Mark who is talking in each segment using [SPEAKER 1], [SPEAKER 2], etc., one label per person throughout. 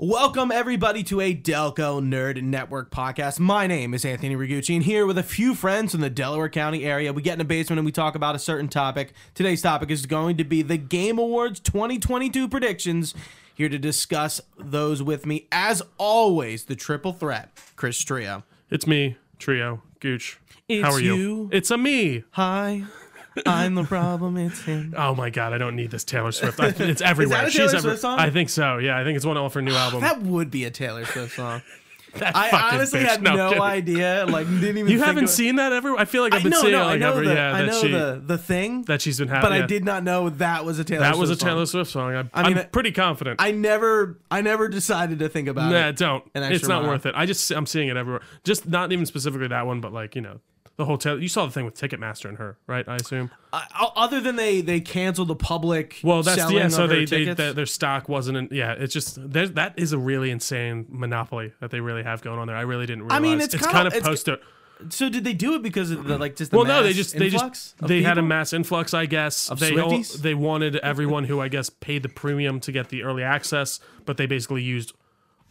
[SPEAKER 1] Welcome, everybody, to a Delco Nerd Network podcast. My name is Anthony Rigucci, and here with a few friends from the Delaware County area, we get in a basement and we talk about a certain topic. Today's topic is going to be the Game Awards 2022 predictions. Here to discuss those with me, as always, the triple threat, Chris Trio.
[SPEAKER 2] It's me, Trio Gooch.
[SPEAKER 1] It's
[SPEAKER 2] How are you?
[SPEAKER 1] you.
[SPEAKER 2] It's a me.
[SPEAKER 1] Hi, I'm the problem, it's him.
[SPEAKER 2] Oh my god, I don't need this Taylor Swift. I, it's everywhere.
[SPEAKER 1] that a Taylor Swift song?
[SPEAKER 2] I think so. Yeah, I think it's one off her new album.
[SPEAKER 1] That would be a Taylor Swift song.
[SPEAKER 2] That
[SPEAKER 1] I
[SPEAKER 2] fucking
[SPEAKER 1] honestly
[SPEAKER 2] bitch.
[SPEAKER 1] had
[SPEAKER 2] No, I'm
[SPEAKER 1] no
[SPEAKER 2] kidding.
[SPEAKER 1] idea. Like, didn't even.
[SPEAKER 2] You
[SPEAKER 1] think
[SPEAKER 2] haven't
[SPEAKER 1] of-
[SPEAKER 2] seen that ever? I feel like I've
[SPEAKER 1] I
[SPEAKER 2] been
[SPEAKER 1] know,
[SPEAKER 2] seeing
[SPEAKER 1] no,
[SPEAKER 2] it like
[SPEAKER 1] I know,
[SPEAKER 2] every
[SPEAKER 1] the,
[SPEAKER 2] yeah
[SPEAKER 1] I
[SPEAKER 2] that
[SPEAKER 1] know
[SPEAKER 2] she
[SPEAKER 1] the the thing,
[SPEAKER 2] that she's been having.
[SPEAKER 1] but
[SPEAKER 2] Uh, yeah.
[SPEAKER 1] I did not know that was a Taylor.
[SPEAKER 2] That
[SPEAKER 1] Swift
[SPEAKER 2] was a
[SPEAKER 1] song.
[SPEAKER 2] Taylor Swift song. I,
[SPEAKER 1] I mean,
[SPEAKER 2] am pretty confident.
[SPEAKER 1] I never, I never decided to think about
[SPEAKER 2] nah,
[SPEAKER 1] it.
[SPEAKER 2] don't.
[SPEAKER 1] An
[SPEAKER 2] It's
[SPEAKER 1] extra
[SPEAKER 2] not
[SPEAKER 1] mile.
[SPEAKER 2] worth it. I just I'm seeing it everywhere. Just not even specifically that one, but like you know the whole Taylor. You saw the thing with Ticketmaster and her, right? I assume.
[SPEAKER 1] I, o- other than they they canceled the public.
[SPEAKER 2] Well, that's
[SPEAKER 1] selling
[SPEAKER 2] yeah.
[SPEAKER 1] of
[SPEAKER 2] So
[SPEAKER 1] her
[SPEAKER 2] they, they
[SPEAKER 1] tickets.
[SPEAKER 2] their, their stock wasn't. In, yeah, it's just there. That is a really insane monopoly that they really have going on there. I really didn't realize.
[SPEAKER 1] mean, it's kinda-
[SPEAKER 2] kind of
[SPEAKER 1] it's-
[SPEAKER 2] poster.
[SPEAKER 1] so did they do it because of the like just the
[SPEAKER 2] Well, no, they
[SPEAKER 1] mass
[SPEAKER 2] just they
[SPEAKER 1] influx
[SPEAKER 2] just
[SPEAKER 1] of
[SPEAKER 2] they had a
[SPEAKER 1] people?
[SPEAKER 2] mass influx. I guess they
[SPEAKER 1] Swifties?
[SPEAKER 2] they wanted everyone who I guess paid the premium to get the early access, but they basically used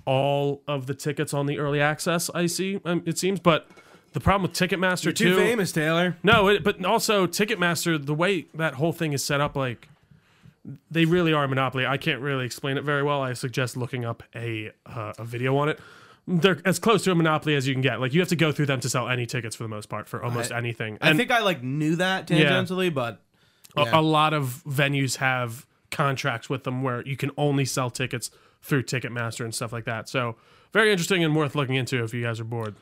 [SPEAKER 2] all of the tickets on the early access. I see. Um, it seems, but the problem with Ticketmaster
[SPEAKER 1] too famous Taylor.
[SPEAKER 2] No, it, but also Ticketmaster, the way that whole thing is set up, like they really are a monopoly. I can't really explain it very well. I suggest looking up a uh, a video on it. They're as close to a monopoly as you can get. Like you have to go through them to sell any tickets for the most part for almost
[SPEAKER 1] I-
[SPEAKER 2] anything.
[SPEAKER 1] I
[SPEAKER 2] And
[SPEAKER 1] think I like knew that tangentially, but
[SPEAKER 2] a,
[SPEAKER 1] yeah.
[SPEAKER 2] a lot of venues have contracts with them where you can only sell tickets through Ticketmaster and stuff like that. So very interesting and worth looking into if you guys are bored.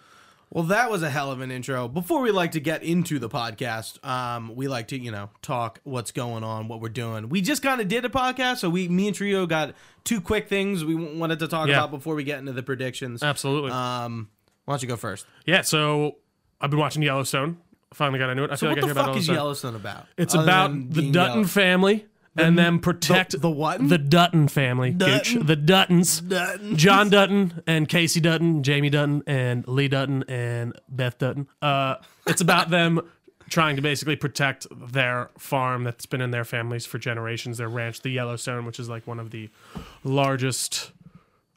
[SPEAKER 1] Well, that was a hell of an intro. Before we like to get into the podcast, um, we like to you know talk what's going on, what we're doing. We just kind of did a podcast, so we, me and Trio, got two quick things we w- wanted to talk
[SPEAKER 2] Yeah. Uh,
[SPEAKER 1] about before we get into the predictions.
[SPEAKER 2] Absolutely.
[SPEAKER 1] Um, why don't you go first?
[SPEAKER 2] yeah. So I've been watching Yellowstone. Finally got into it. I feel
[SPEAKER 1] what
[SPEAKER 2] like I
[SPEAKER 1] the
[SPEAKER 2] hear
[SPEAKER 1] fuck
[SPEAKER 2] about it all
[SPEAKER 1] is
[SPEAKER 2] the time.
[SPEAKER 1] Yellowstone about?
[SPEAKER 2] It's
[SPEAKER 1] Other than
[SPEAKER 2] about the
[SPEAKER 1] being
[SPEAKER 2] Dutton
[SPEAKER 1] yellow?
[SPEAKER 2] family and then protect
[SPEAKER 1] the what?
[SPEAKER 2] the Dutton family, Gooch.
[SPEAKER 1] Dutton?
[SPEAKER 2] the Duttons,
[SPEAKER 1] Dutton.
[SPEAKER 2] John Dutton and Casey Dutton, Jamie Dutton and Lee Dutton and Beth Dutton. Uh, it's about them trying to basically protect their farm that's been in their families for generations, their ranch, the Yellowstone, which is like one of the largest,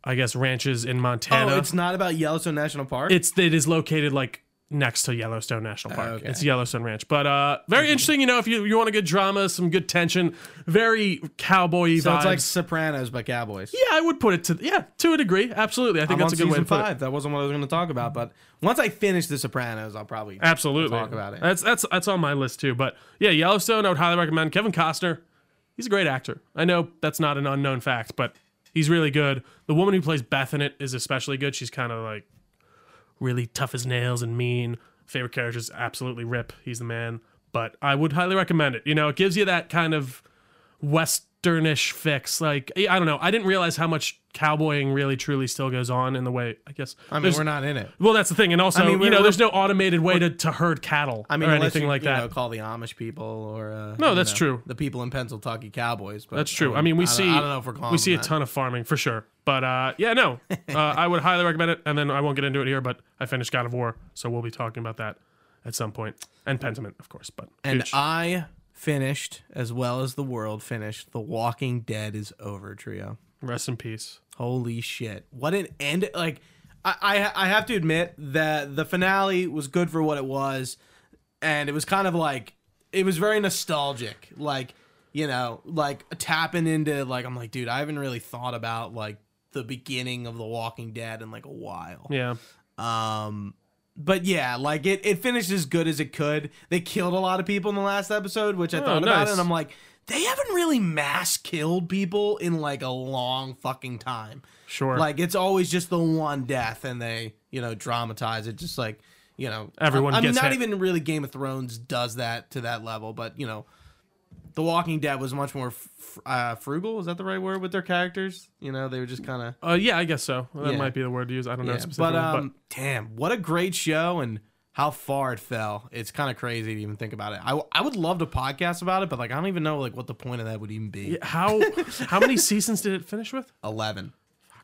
[SPEAKER 2] I guess, ranches in Montana.
[SPEAKER 1] Oh, it's not about Yellowstone National Park.
[SPEAKER 2] It's it is located like next to Yellowstone National Park.
[SPEAKER 1] Ah, okay.
[SPEAKER 2] It's Yellowstone Ranch, but uh, very interesting. You know, if you you want a good drama, some good tension, very cowboy
[SPEAKER 1] so
[SPEAKER 2] vibes.
[SPEAKER 1] it's like Sopranos by Cowboys.
[SPEAKER 2] yeah, I would put it to yeah to a degree. Absolutely, I think
[SPEAKER 1] I'm
[SPEAKER 2] that's
[SPEAKER 1] on
[SPEAKER 2] a good way
[SPEAKER 1] season
[SPEAKER 2] to put it.
[SPEAKER 1] five. That wasn't what I was going to talk about, but once I finish The Sopranos, I'll probably
[SPEAKER 2] Absolutely,
[SPEAKER 1] talk about it.
[SPEAKER 2] That's that's that's on my list too. But yeah, Yellowstone, I would highly recommend. Kevin Costner, he's a great actor. I know that's not an unknown fact, but he's really good. The woman who plays Beth in it is especially good. She's kind of like really tough as nails and mean. Favorite character is absolutely Rip. He's the man. But I would highly recommend it. You know, it gives you that kind of westernish fix. Like I don't know. I didn't realize how much cowboying really truly still goes on in the way. I guess.
[SPEAKER 1] I mean,
[SPEAKER 2] there's-
[SPEAKER 1] we're not in it.
[SPEAKER 2] well, that's the thing, and also,
[SPEAKER 1] mean,
[SPEAKER 2] you
[SPEAKER 1] we're-
[SPEAKER 2] know, there's no automated way to, to herd cattle
[SPEAKER 1] I mean,
[SPEAKER 2] or
[SPEAKER 1] unless
[SPEAKER 2] anything
[SPEAKER 1] you,
[SPEAKER 2] like
[SPEAKER 1] you
[SPEAKER 2] that.
[SPEAKER 1] Know, call the Amish people or uh,
[SPEAKER 2] No,
[SPEAKER 1] you
[SPEAKER 2] that's
[SPEAKER 1] know,
[SPEAKER 2] true.
[SPEAKER 1] The people in Pennsylvania Cowboys. But
[SPEAKER 2] that's true. I mean, we
[SPEAKER 1] don't-
[SPEAKER 2] see
[SPEAKER 1] I don't know if we're calling.
[SPEAKER 2] we see a
[SPEAKER 1] them that.
[SPEAKER 2] ton of farming for sure, but uh, yeah, no, uh, I would highly recommend it. And then I won't get into it here, but I finished God of War, so we'll be talking about that at some point, and Pentiment, of course. But
[SPEAKER 1] And uh,
[SPEAKER 2] Gooch.
[SPEAKER 1] I finished as well as the world finished. The Walking Dead is over, trio.
[SPEAKER 2] rest in peace.
[SPEAKER 1] Holy shit! What an end! Like, I I, I have to admit that the finale was good for what it was, and it was kind of like it was very nostalgic. Like, you know, like tapping into like I'm like, dude, I haven't really thought about like the beginning of The Walking Dead in like a while.
[SPEAKER 2] Yeah,
[SPEAKER 1] Um, but yeah, like it, it finished as good as it could. They killed a lot of people in the last episode, which I thought about,
[SPEAKER 2] Oh, nice.
[SPEAKER 1] and I'm like, they haven't really mass killed people in like a long fucking time.
[SPEAKER 2] sure.
[SPEAKER 1] Like it's always just the one death, and they you know dramatize it, just like you know
[SPEAKER 2] Everyone
[SPEAKER 1] I, I mean,
[SPEAKER 2] gets
[SPEAKER 1] not
[SPEAKER 2] hit.
[SPEAKER 1] even really Game of Thrones does that to that level, but you know. The Walking Dead was much more fr- uh, frugal. Is that the right word with their characters? You know, they were just kind of
[SPEAKER 2] uh, yeah, I guess so. That
[SPEAKER 1] Yeah.
[SPEAKER 2] might be the word to use. I don't know
[SPEAKER 1] yeah,
[SPEAKER 2] specifically,
[SPEAKER 1] but
[SPEAKER 2] but,
[SPEAKER 1] um, damn, what a great show and how far it fell. It's kind of crazy to even think about it. I, w- I would love to podcast about it, but like I don't even know like what the point of that would even be.
[SPEAKER 2] Yeah, how how many seasons did it finish with?
[SPEAKER 1] Eleven.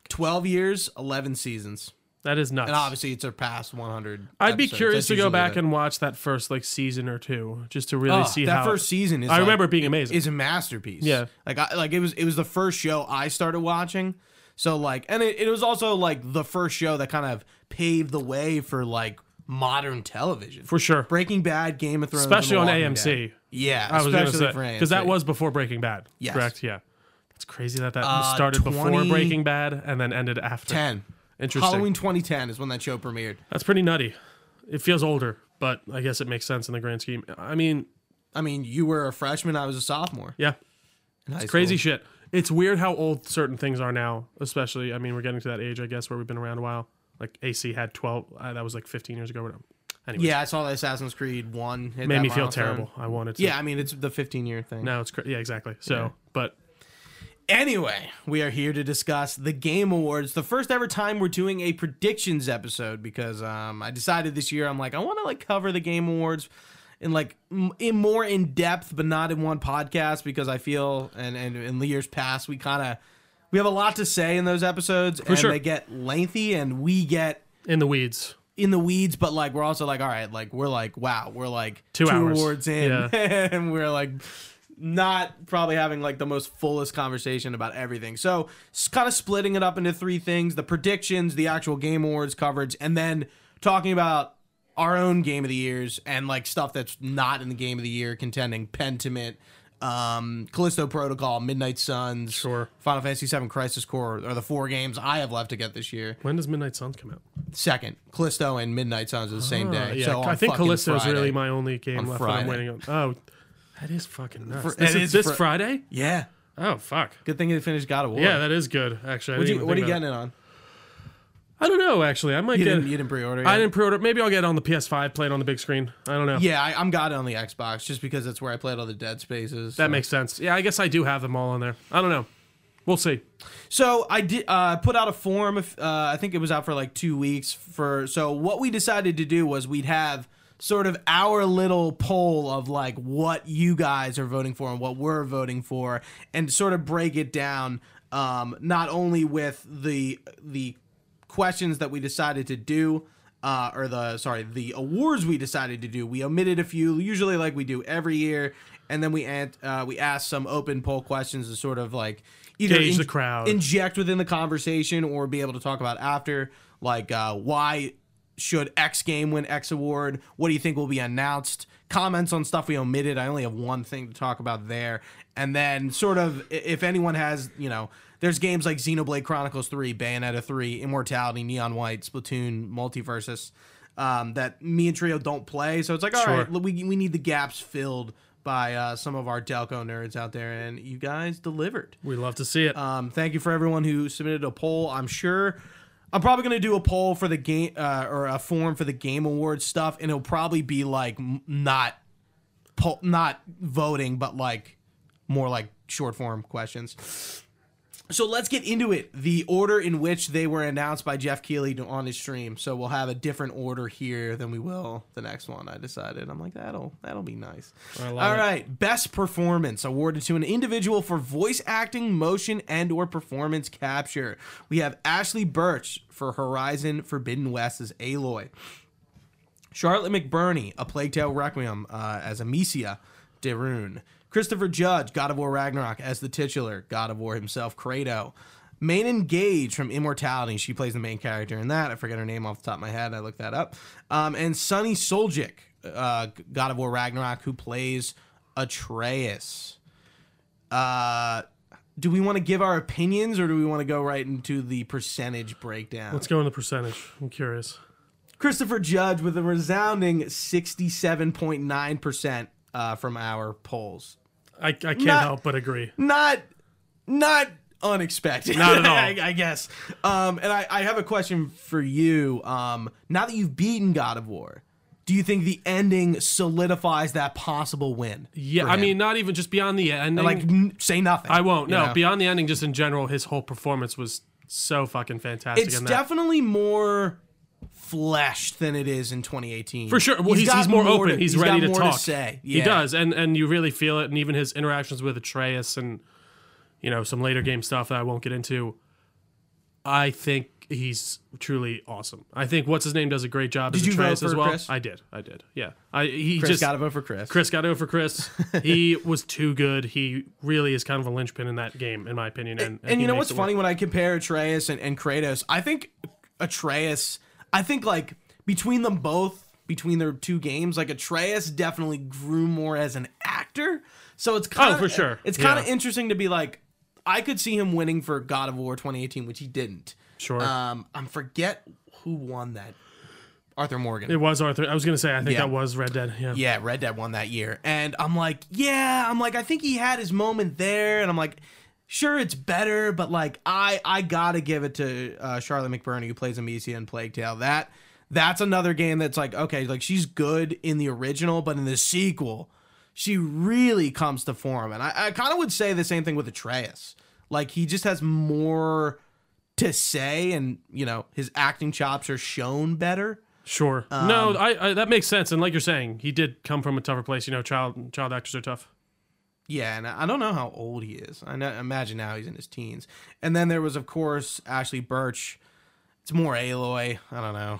[SPEAKER 1] 12 years, 11 seasons.
[SPEAKER 2] That is nuts.
[SPEAKER 1] And obviously it surpassed 100.
[SPEAKER 2] I'd be
[SPEAKER 1] episodes.
[SPEAKER 2] curious
[SPEAKER 1] That's
[SPEAKER 2] to go
[SPEAKER 1] usually
[SPEAKER 2] back
[SPEAKER 1] the-
[SPEAKER 2] and watch that first like season or two just to really
[SPEAKER 1] Ugh,
[SPEAKER 2] see
[SPEAKER 1] that
[SPEAKER 2] how
[SPEAKER 1] first season is
[SPEAKER 2] I
[SPEAKER 1] like,
[SPEAKER 2] remember it being amazing.
[SPEAKER 1] is a masterpiece.
[SPEAKER 2] Yeah.
[SPEAKER 1] Like I like it was it was the first show I started watching. So like, and it, it was also like the first show that kind of paved the way for like modern television.
[SPEAKER 2] for sure.
[SPEAKER 1] Breaking Bad, Game of Thrones, and The
[SPEAKER 2] Especially on
[SPEAKER 1] Walking
[SPEAKER 2] AMC.
[SPEAKER 1] Dead. Yeah,
[SPEAKER 2] I was going to
[SPEAKER 1] especially
[SPEAKER 2] say
[SPEAKER 1] for AMC
[SPEAKER 2] because that was before Breaking Bad.
[SPEAKER 1] Yes.
[SPEAKER 2] Correct. Yeah. It's crazy that that
[SPEAKER 1] Uh,
[SPEAKER 2] started before
[SPEAKER 1] 20
[SPEAKER 2] Breaking Bad and then ended after.
[SPEAKER 1] ten.
[SPEAKER 2] Interesting.
[SPEAKER 1] Halloween 2010 is when that show premiered.
[SPEAKER 2] That's pretty nutty. It feels older, but I guess it makes sense in the grand scheme. I mean,
[SPEAKER 1] I mean, you were a freshman, I was a sophomore.
[SPEAKER 2] yeah,
[SPEAKER 1] It's
[SPEAKER 2] crazy shit. It's weird how old certain things are now, especially. I mean, we're getting to that age, I guess, where we've been around a while. Like AC had twelve. Uh, that was like fifteen years ago. Whatever. Anyway,
[SPEAKER 1] Yeah, I saw the Assassin's Creed one. hit
[SPEAKER 2] made
[SPEAKER 1] that
[SPEAKER 2] me feel
[SPEAKER 1] milestone.
[SPEAKER 2] terrible. I wanted to.
[SPEAKER 1] Yeah, I mean it's the 15 year thing.
[SPEAKER 2] No, it's cra- yeah, exactly. So, but
[SPEAKER 1] Anyway, we are here to discuss the Game Awards, the first ever time we're doing a predictions episode because um, I decided this year I'm like I want to like cover the Game Awards in like m- in more in depth, but not in one podcast because I feel and and in the years past we kind of we have a lot to say in those episodes and
[SPEAKER 2] sure.
[SPEAKER 1] they get lengthy and we get
[SPEAKER 2] in the weeds.
[SPEAKER 1] in the weeds, but like we're also like, all right, like we're like, wow, we're like
[SPEAKER 2] Two hours.
[SPEAKER 1] awards in,
[SPEAKER 2] Yeah.
[SPEAKER 1] and we're like not probably having like the most fullest conversation about everything. So kind of splitting it up into three things: the predictions, the actual game awards coverage, and then talking about our own game of the years and like stuff that's not in the game of the year contending pentiment um callisto protocol midnight suns
[SPEAKER 2] Sure.
[SPEAKER 1] final fantasy 7 crisis core are the four games i have left to get this year
[SPEAKER 2] When does Midnight Suns come out?
[SPEAKER 1] second. Callisto and Midnight Suns are the same
[SPEAKER 2] Uh,
[SPEAKER 1] day.
[SPEAKER 2] yeah,
[SPEAKER 1] so on
[SPEAKER 2] I think
[SPEAKER 1] fucking
[SPEAKER 2] Callisto is
[SPEAKER 1] Friday.
[SPEAKER 2] really my only game
[SPEAKER 1] On
[SPEAKER 2] left
[SPEAKER 1] Friday.
[SPEAKER 2] that I'm waiting on. Oh, that is fucking nuts.
[SPEAKER 1] Fr-
[SPEAKER 2] this
[SPEAKER 1] it
[SPEAKER 2] is
[SPEAKER 1] is
[SPEAKER 2] this
[SPEAKER 1] fr-
[SPEAKER 2] Friday?
[SPEAKER 1] Yeah.
[SPEAKER 2] Oh fuck.
[SPEAKER 1] Good thing they finished God of War.
[SPEAKER 2] Yeah, that is good. Actually, I
[SPEAKER 1] What'd
[SPEAKER 2] didn't
[SPEAKER 1] you,
[SPEAKER 2] even
[SPEAKER 1] what are
[SPEAKER 2] think
[SPEAKER 1] you
[SPEAKER 2] about it.
[SPEAKER 1] getting it on?
[SPEAKER 2] I don't know. Actually, I might
[SPEAKER 1] You
[SPEAKER 2] get.
[SPEAKER 1] didn't, you didn't pre-order it.
[SPEAKER 2] I didn't pre-order. Maybe I'll get it on the PS5, play it on the big screen. I don't know.
[SPEAKER 1] Yeah, I, I'm got it on the Xbox just because that's where I played all the Dead Spaces.
[SPEAKER 2] that
[SPEAKER 1] so.
[SPEAKER 2] makes sense. Yeah, I guess I do have them all on there. I don't know. We'll see.
[SPEAKER 1] So I did uh, put out a form. if- Uh, I think it was out for like two weeks. For so what we decided to do was we'd have sort of our little poll of like what you guys are voting for and what we're voting for, and sort of break it down. Um, not only with the the questions that we decided to do. Uh, or the sorry the awards we decided to do we omitted a few usually like we do every year and then we ant, uh, we asked some open poll questions to sort of like either
[SPEAKER 2] Gauge the crowd.
[SPEAKER 1] inject within the conversation or be able to talk about after like uh, why should X game win X award? What do you think will be announced? Comments on stuff we omitted. I only have one thing to talk about there. And then, sort of, i- if anyone has, you know, there's games like Xenoblade Chronicles 3, Bayonetta 3, Immortality, Neon White, Splatoon, Multiversus um, that me and Trio don't play. So it's like, all
[SPEAKER 2] Sure.
[SPEAKER 1] right, we, we need the gaps filled by uh, some of our Delco nerds out there. And you guys delivered.
[SPEAKER 2] We love to see it.
[SPEAKER 1] Um, thank you for everyone who submitted a poll. I'm sure I'm probably going to do a poll for the game uh, or a form for the game awards stuff, and it'll probably be like m- not poll, not voting, but like more like short form questions. So let's get into it. The order in which they were announced by Jeff Keighley on his stream. So we'll have a different order here than we will the next one. I decided. I'm like that'll that'll be nice.
[SPEAKER 2] I love
[SPEAKER 1] All
[SPEAKER 2] it.
[SPEAKER 1] right, best performance awarded to an individual for voice acting, motion, and or performance capture. We have Ashley Birch for Horizon Forbidden West as Aloy. Charlotte McBurney, A Plague Tale Requiem uh, as Amicia Derune. Christopher Judge, God of War Ragnarok as the titular God of War himself, Kratos. Maiden Gage from Immortality, she plays the main character in that. I forget her name off the top of my head. I looked that up. Um, and Sonny Soljic, uh, God of War Ragnarok, who plays Atreus. Uh, do we want to give our opinions or do we want to go right into the percentage breakdown?
[SPEAKER 2] Let's go on the percentage. I'm curious.
[SPEAKER 1] Christopher Judge with a resounding 67.9% uh, from our polls.
[SPEAKER 2] I, I can't
[SPEAKER 1] Not-
[SPEAKER 2] help but agree.
[SPEAKER 1] Not not unexpected.
[SPEAKER 2] Not at all.
[SPEAKER 1] I, I guess. Um, and I, I have a question for you. Um, now that you've beaten God of War, do you think the ending solidifies that possible win?
[SPEAKER 2] Yeah,
[SPEAKER 1] for
[SPEAKER 2] I
[SPEAKER 1] him?
[SPEAKER 2] mean, not even just beyond the ending.
[SPEAKER 1] like n- say nothing.
[SPEAKER 2] I won't.
[SPEAKER 1] you
[SPEAKER 2] No,
[SPEAKER 1] know?
[SPEAKER 2] beyond the ending, just in general, his whole performance was so fucking fantastic.
[SPEAKER 1] it's
[SPEAKER 2] in that.
[SPEAKER 1] definitely more fleshed than it is in 2018.
[SPEAKER 2] For sure. Well, he's, he's,
[SPEAKER 1] got
[SPEAKER 2] more,
[SPEAKER 1] to-
[SPEAKER 2] open. he's,
[SPEAKER 1] got
[SPEAKER 2] ready to
[SPEAKER 1] more
[SPEAKER 2] talk.
[SPEAKER 1] say.
[SPEAKER 2] He
[SPEAKER 1] Yeah.
[SPEAKER 2] does, and and you really feel it. And even his interactions with Atreus and you know some later game stuff that I won't get into. I think he's truly awesome. I think what's his name does a great job
[SPEAKER 1] Did
[SPEAKER 2] as
[SPEAKER 1] you vote
[SPEAKER 2] Atreus as
[SPEAKER 1] for
[SPEAKER 2] well.
[SPEAKER 1] Chris?
[SPEAKER 2] I did. I did. Yeah. I he
[SPEAKER 1] Chris
[SPEAKER 2] just
[SPEAKER 1] got to vote for Chris.
[SPEAKER 2] Chris got over for Chris. he was too good. He really is kind of a linchpin in that game, in my opinion. And,
[SPEAKER 1] and
[SPEAKER 2] he
[SPEAKER 1] you know
[SPEAKER 2] makes
[SPEAKER 1] what's
[SPEAKER 2] it work.
[SPEAKER 1] funny when I compare Atreus and, and Kratos, I think Atreus, I think like between them both, between their two games, like Atreus definitely grew more as an actor. So it's kind of
[SPEAKER 2] Oh, for sure.
[SPEAKER 1] It's kind of
[SPEAKER 2] Yeah.
[SPEAKER 1] interesting to be like, I could see him winning for God of War 2018, which he didn't.
[SPEAKER 2] Sure.
[SPEAKER 1] Um, I forget who won that. Arthur Morgan.
[SPEAKER 2] it was Arthur. I was gonna say I think
[SPEAKER 1] Yeah.
[SPEAKER 2] that was Red Dead. Yeah.
[SPEAKER 1] Yeah, Red Dead won that year. And I'm like, yeah, I'm like, I think he had his moment there. And I'm like, sure, it's better, but like, I I gotta give it to uh, Charlotte McBurney who plays Amicia in Plague Tale. That that's another game that's like, okay, like she's good in the original, but in the sequel, she really comes to form. And I, I kind of would say the same thing with Atreus. Like he just has more to say, and you know his acting chops are shown better.
[SPEAKER 2] Sure. no,
[SPEAKER 1] Um,
[SPEAKER 2] I, I that makes sense. And like you're saying, he did come from a tougher place. You know, child child actors are tough.
[SPEAKER 1] Yeah, and I I don't know how old he is. I know, imagine now he's in his teens. And then there was, of course, Ashley Birch. It's more Aloy. I don't know.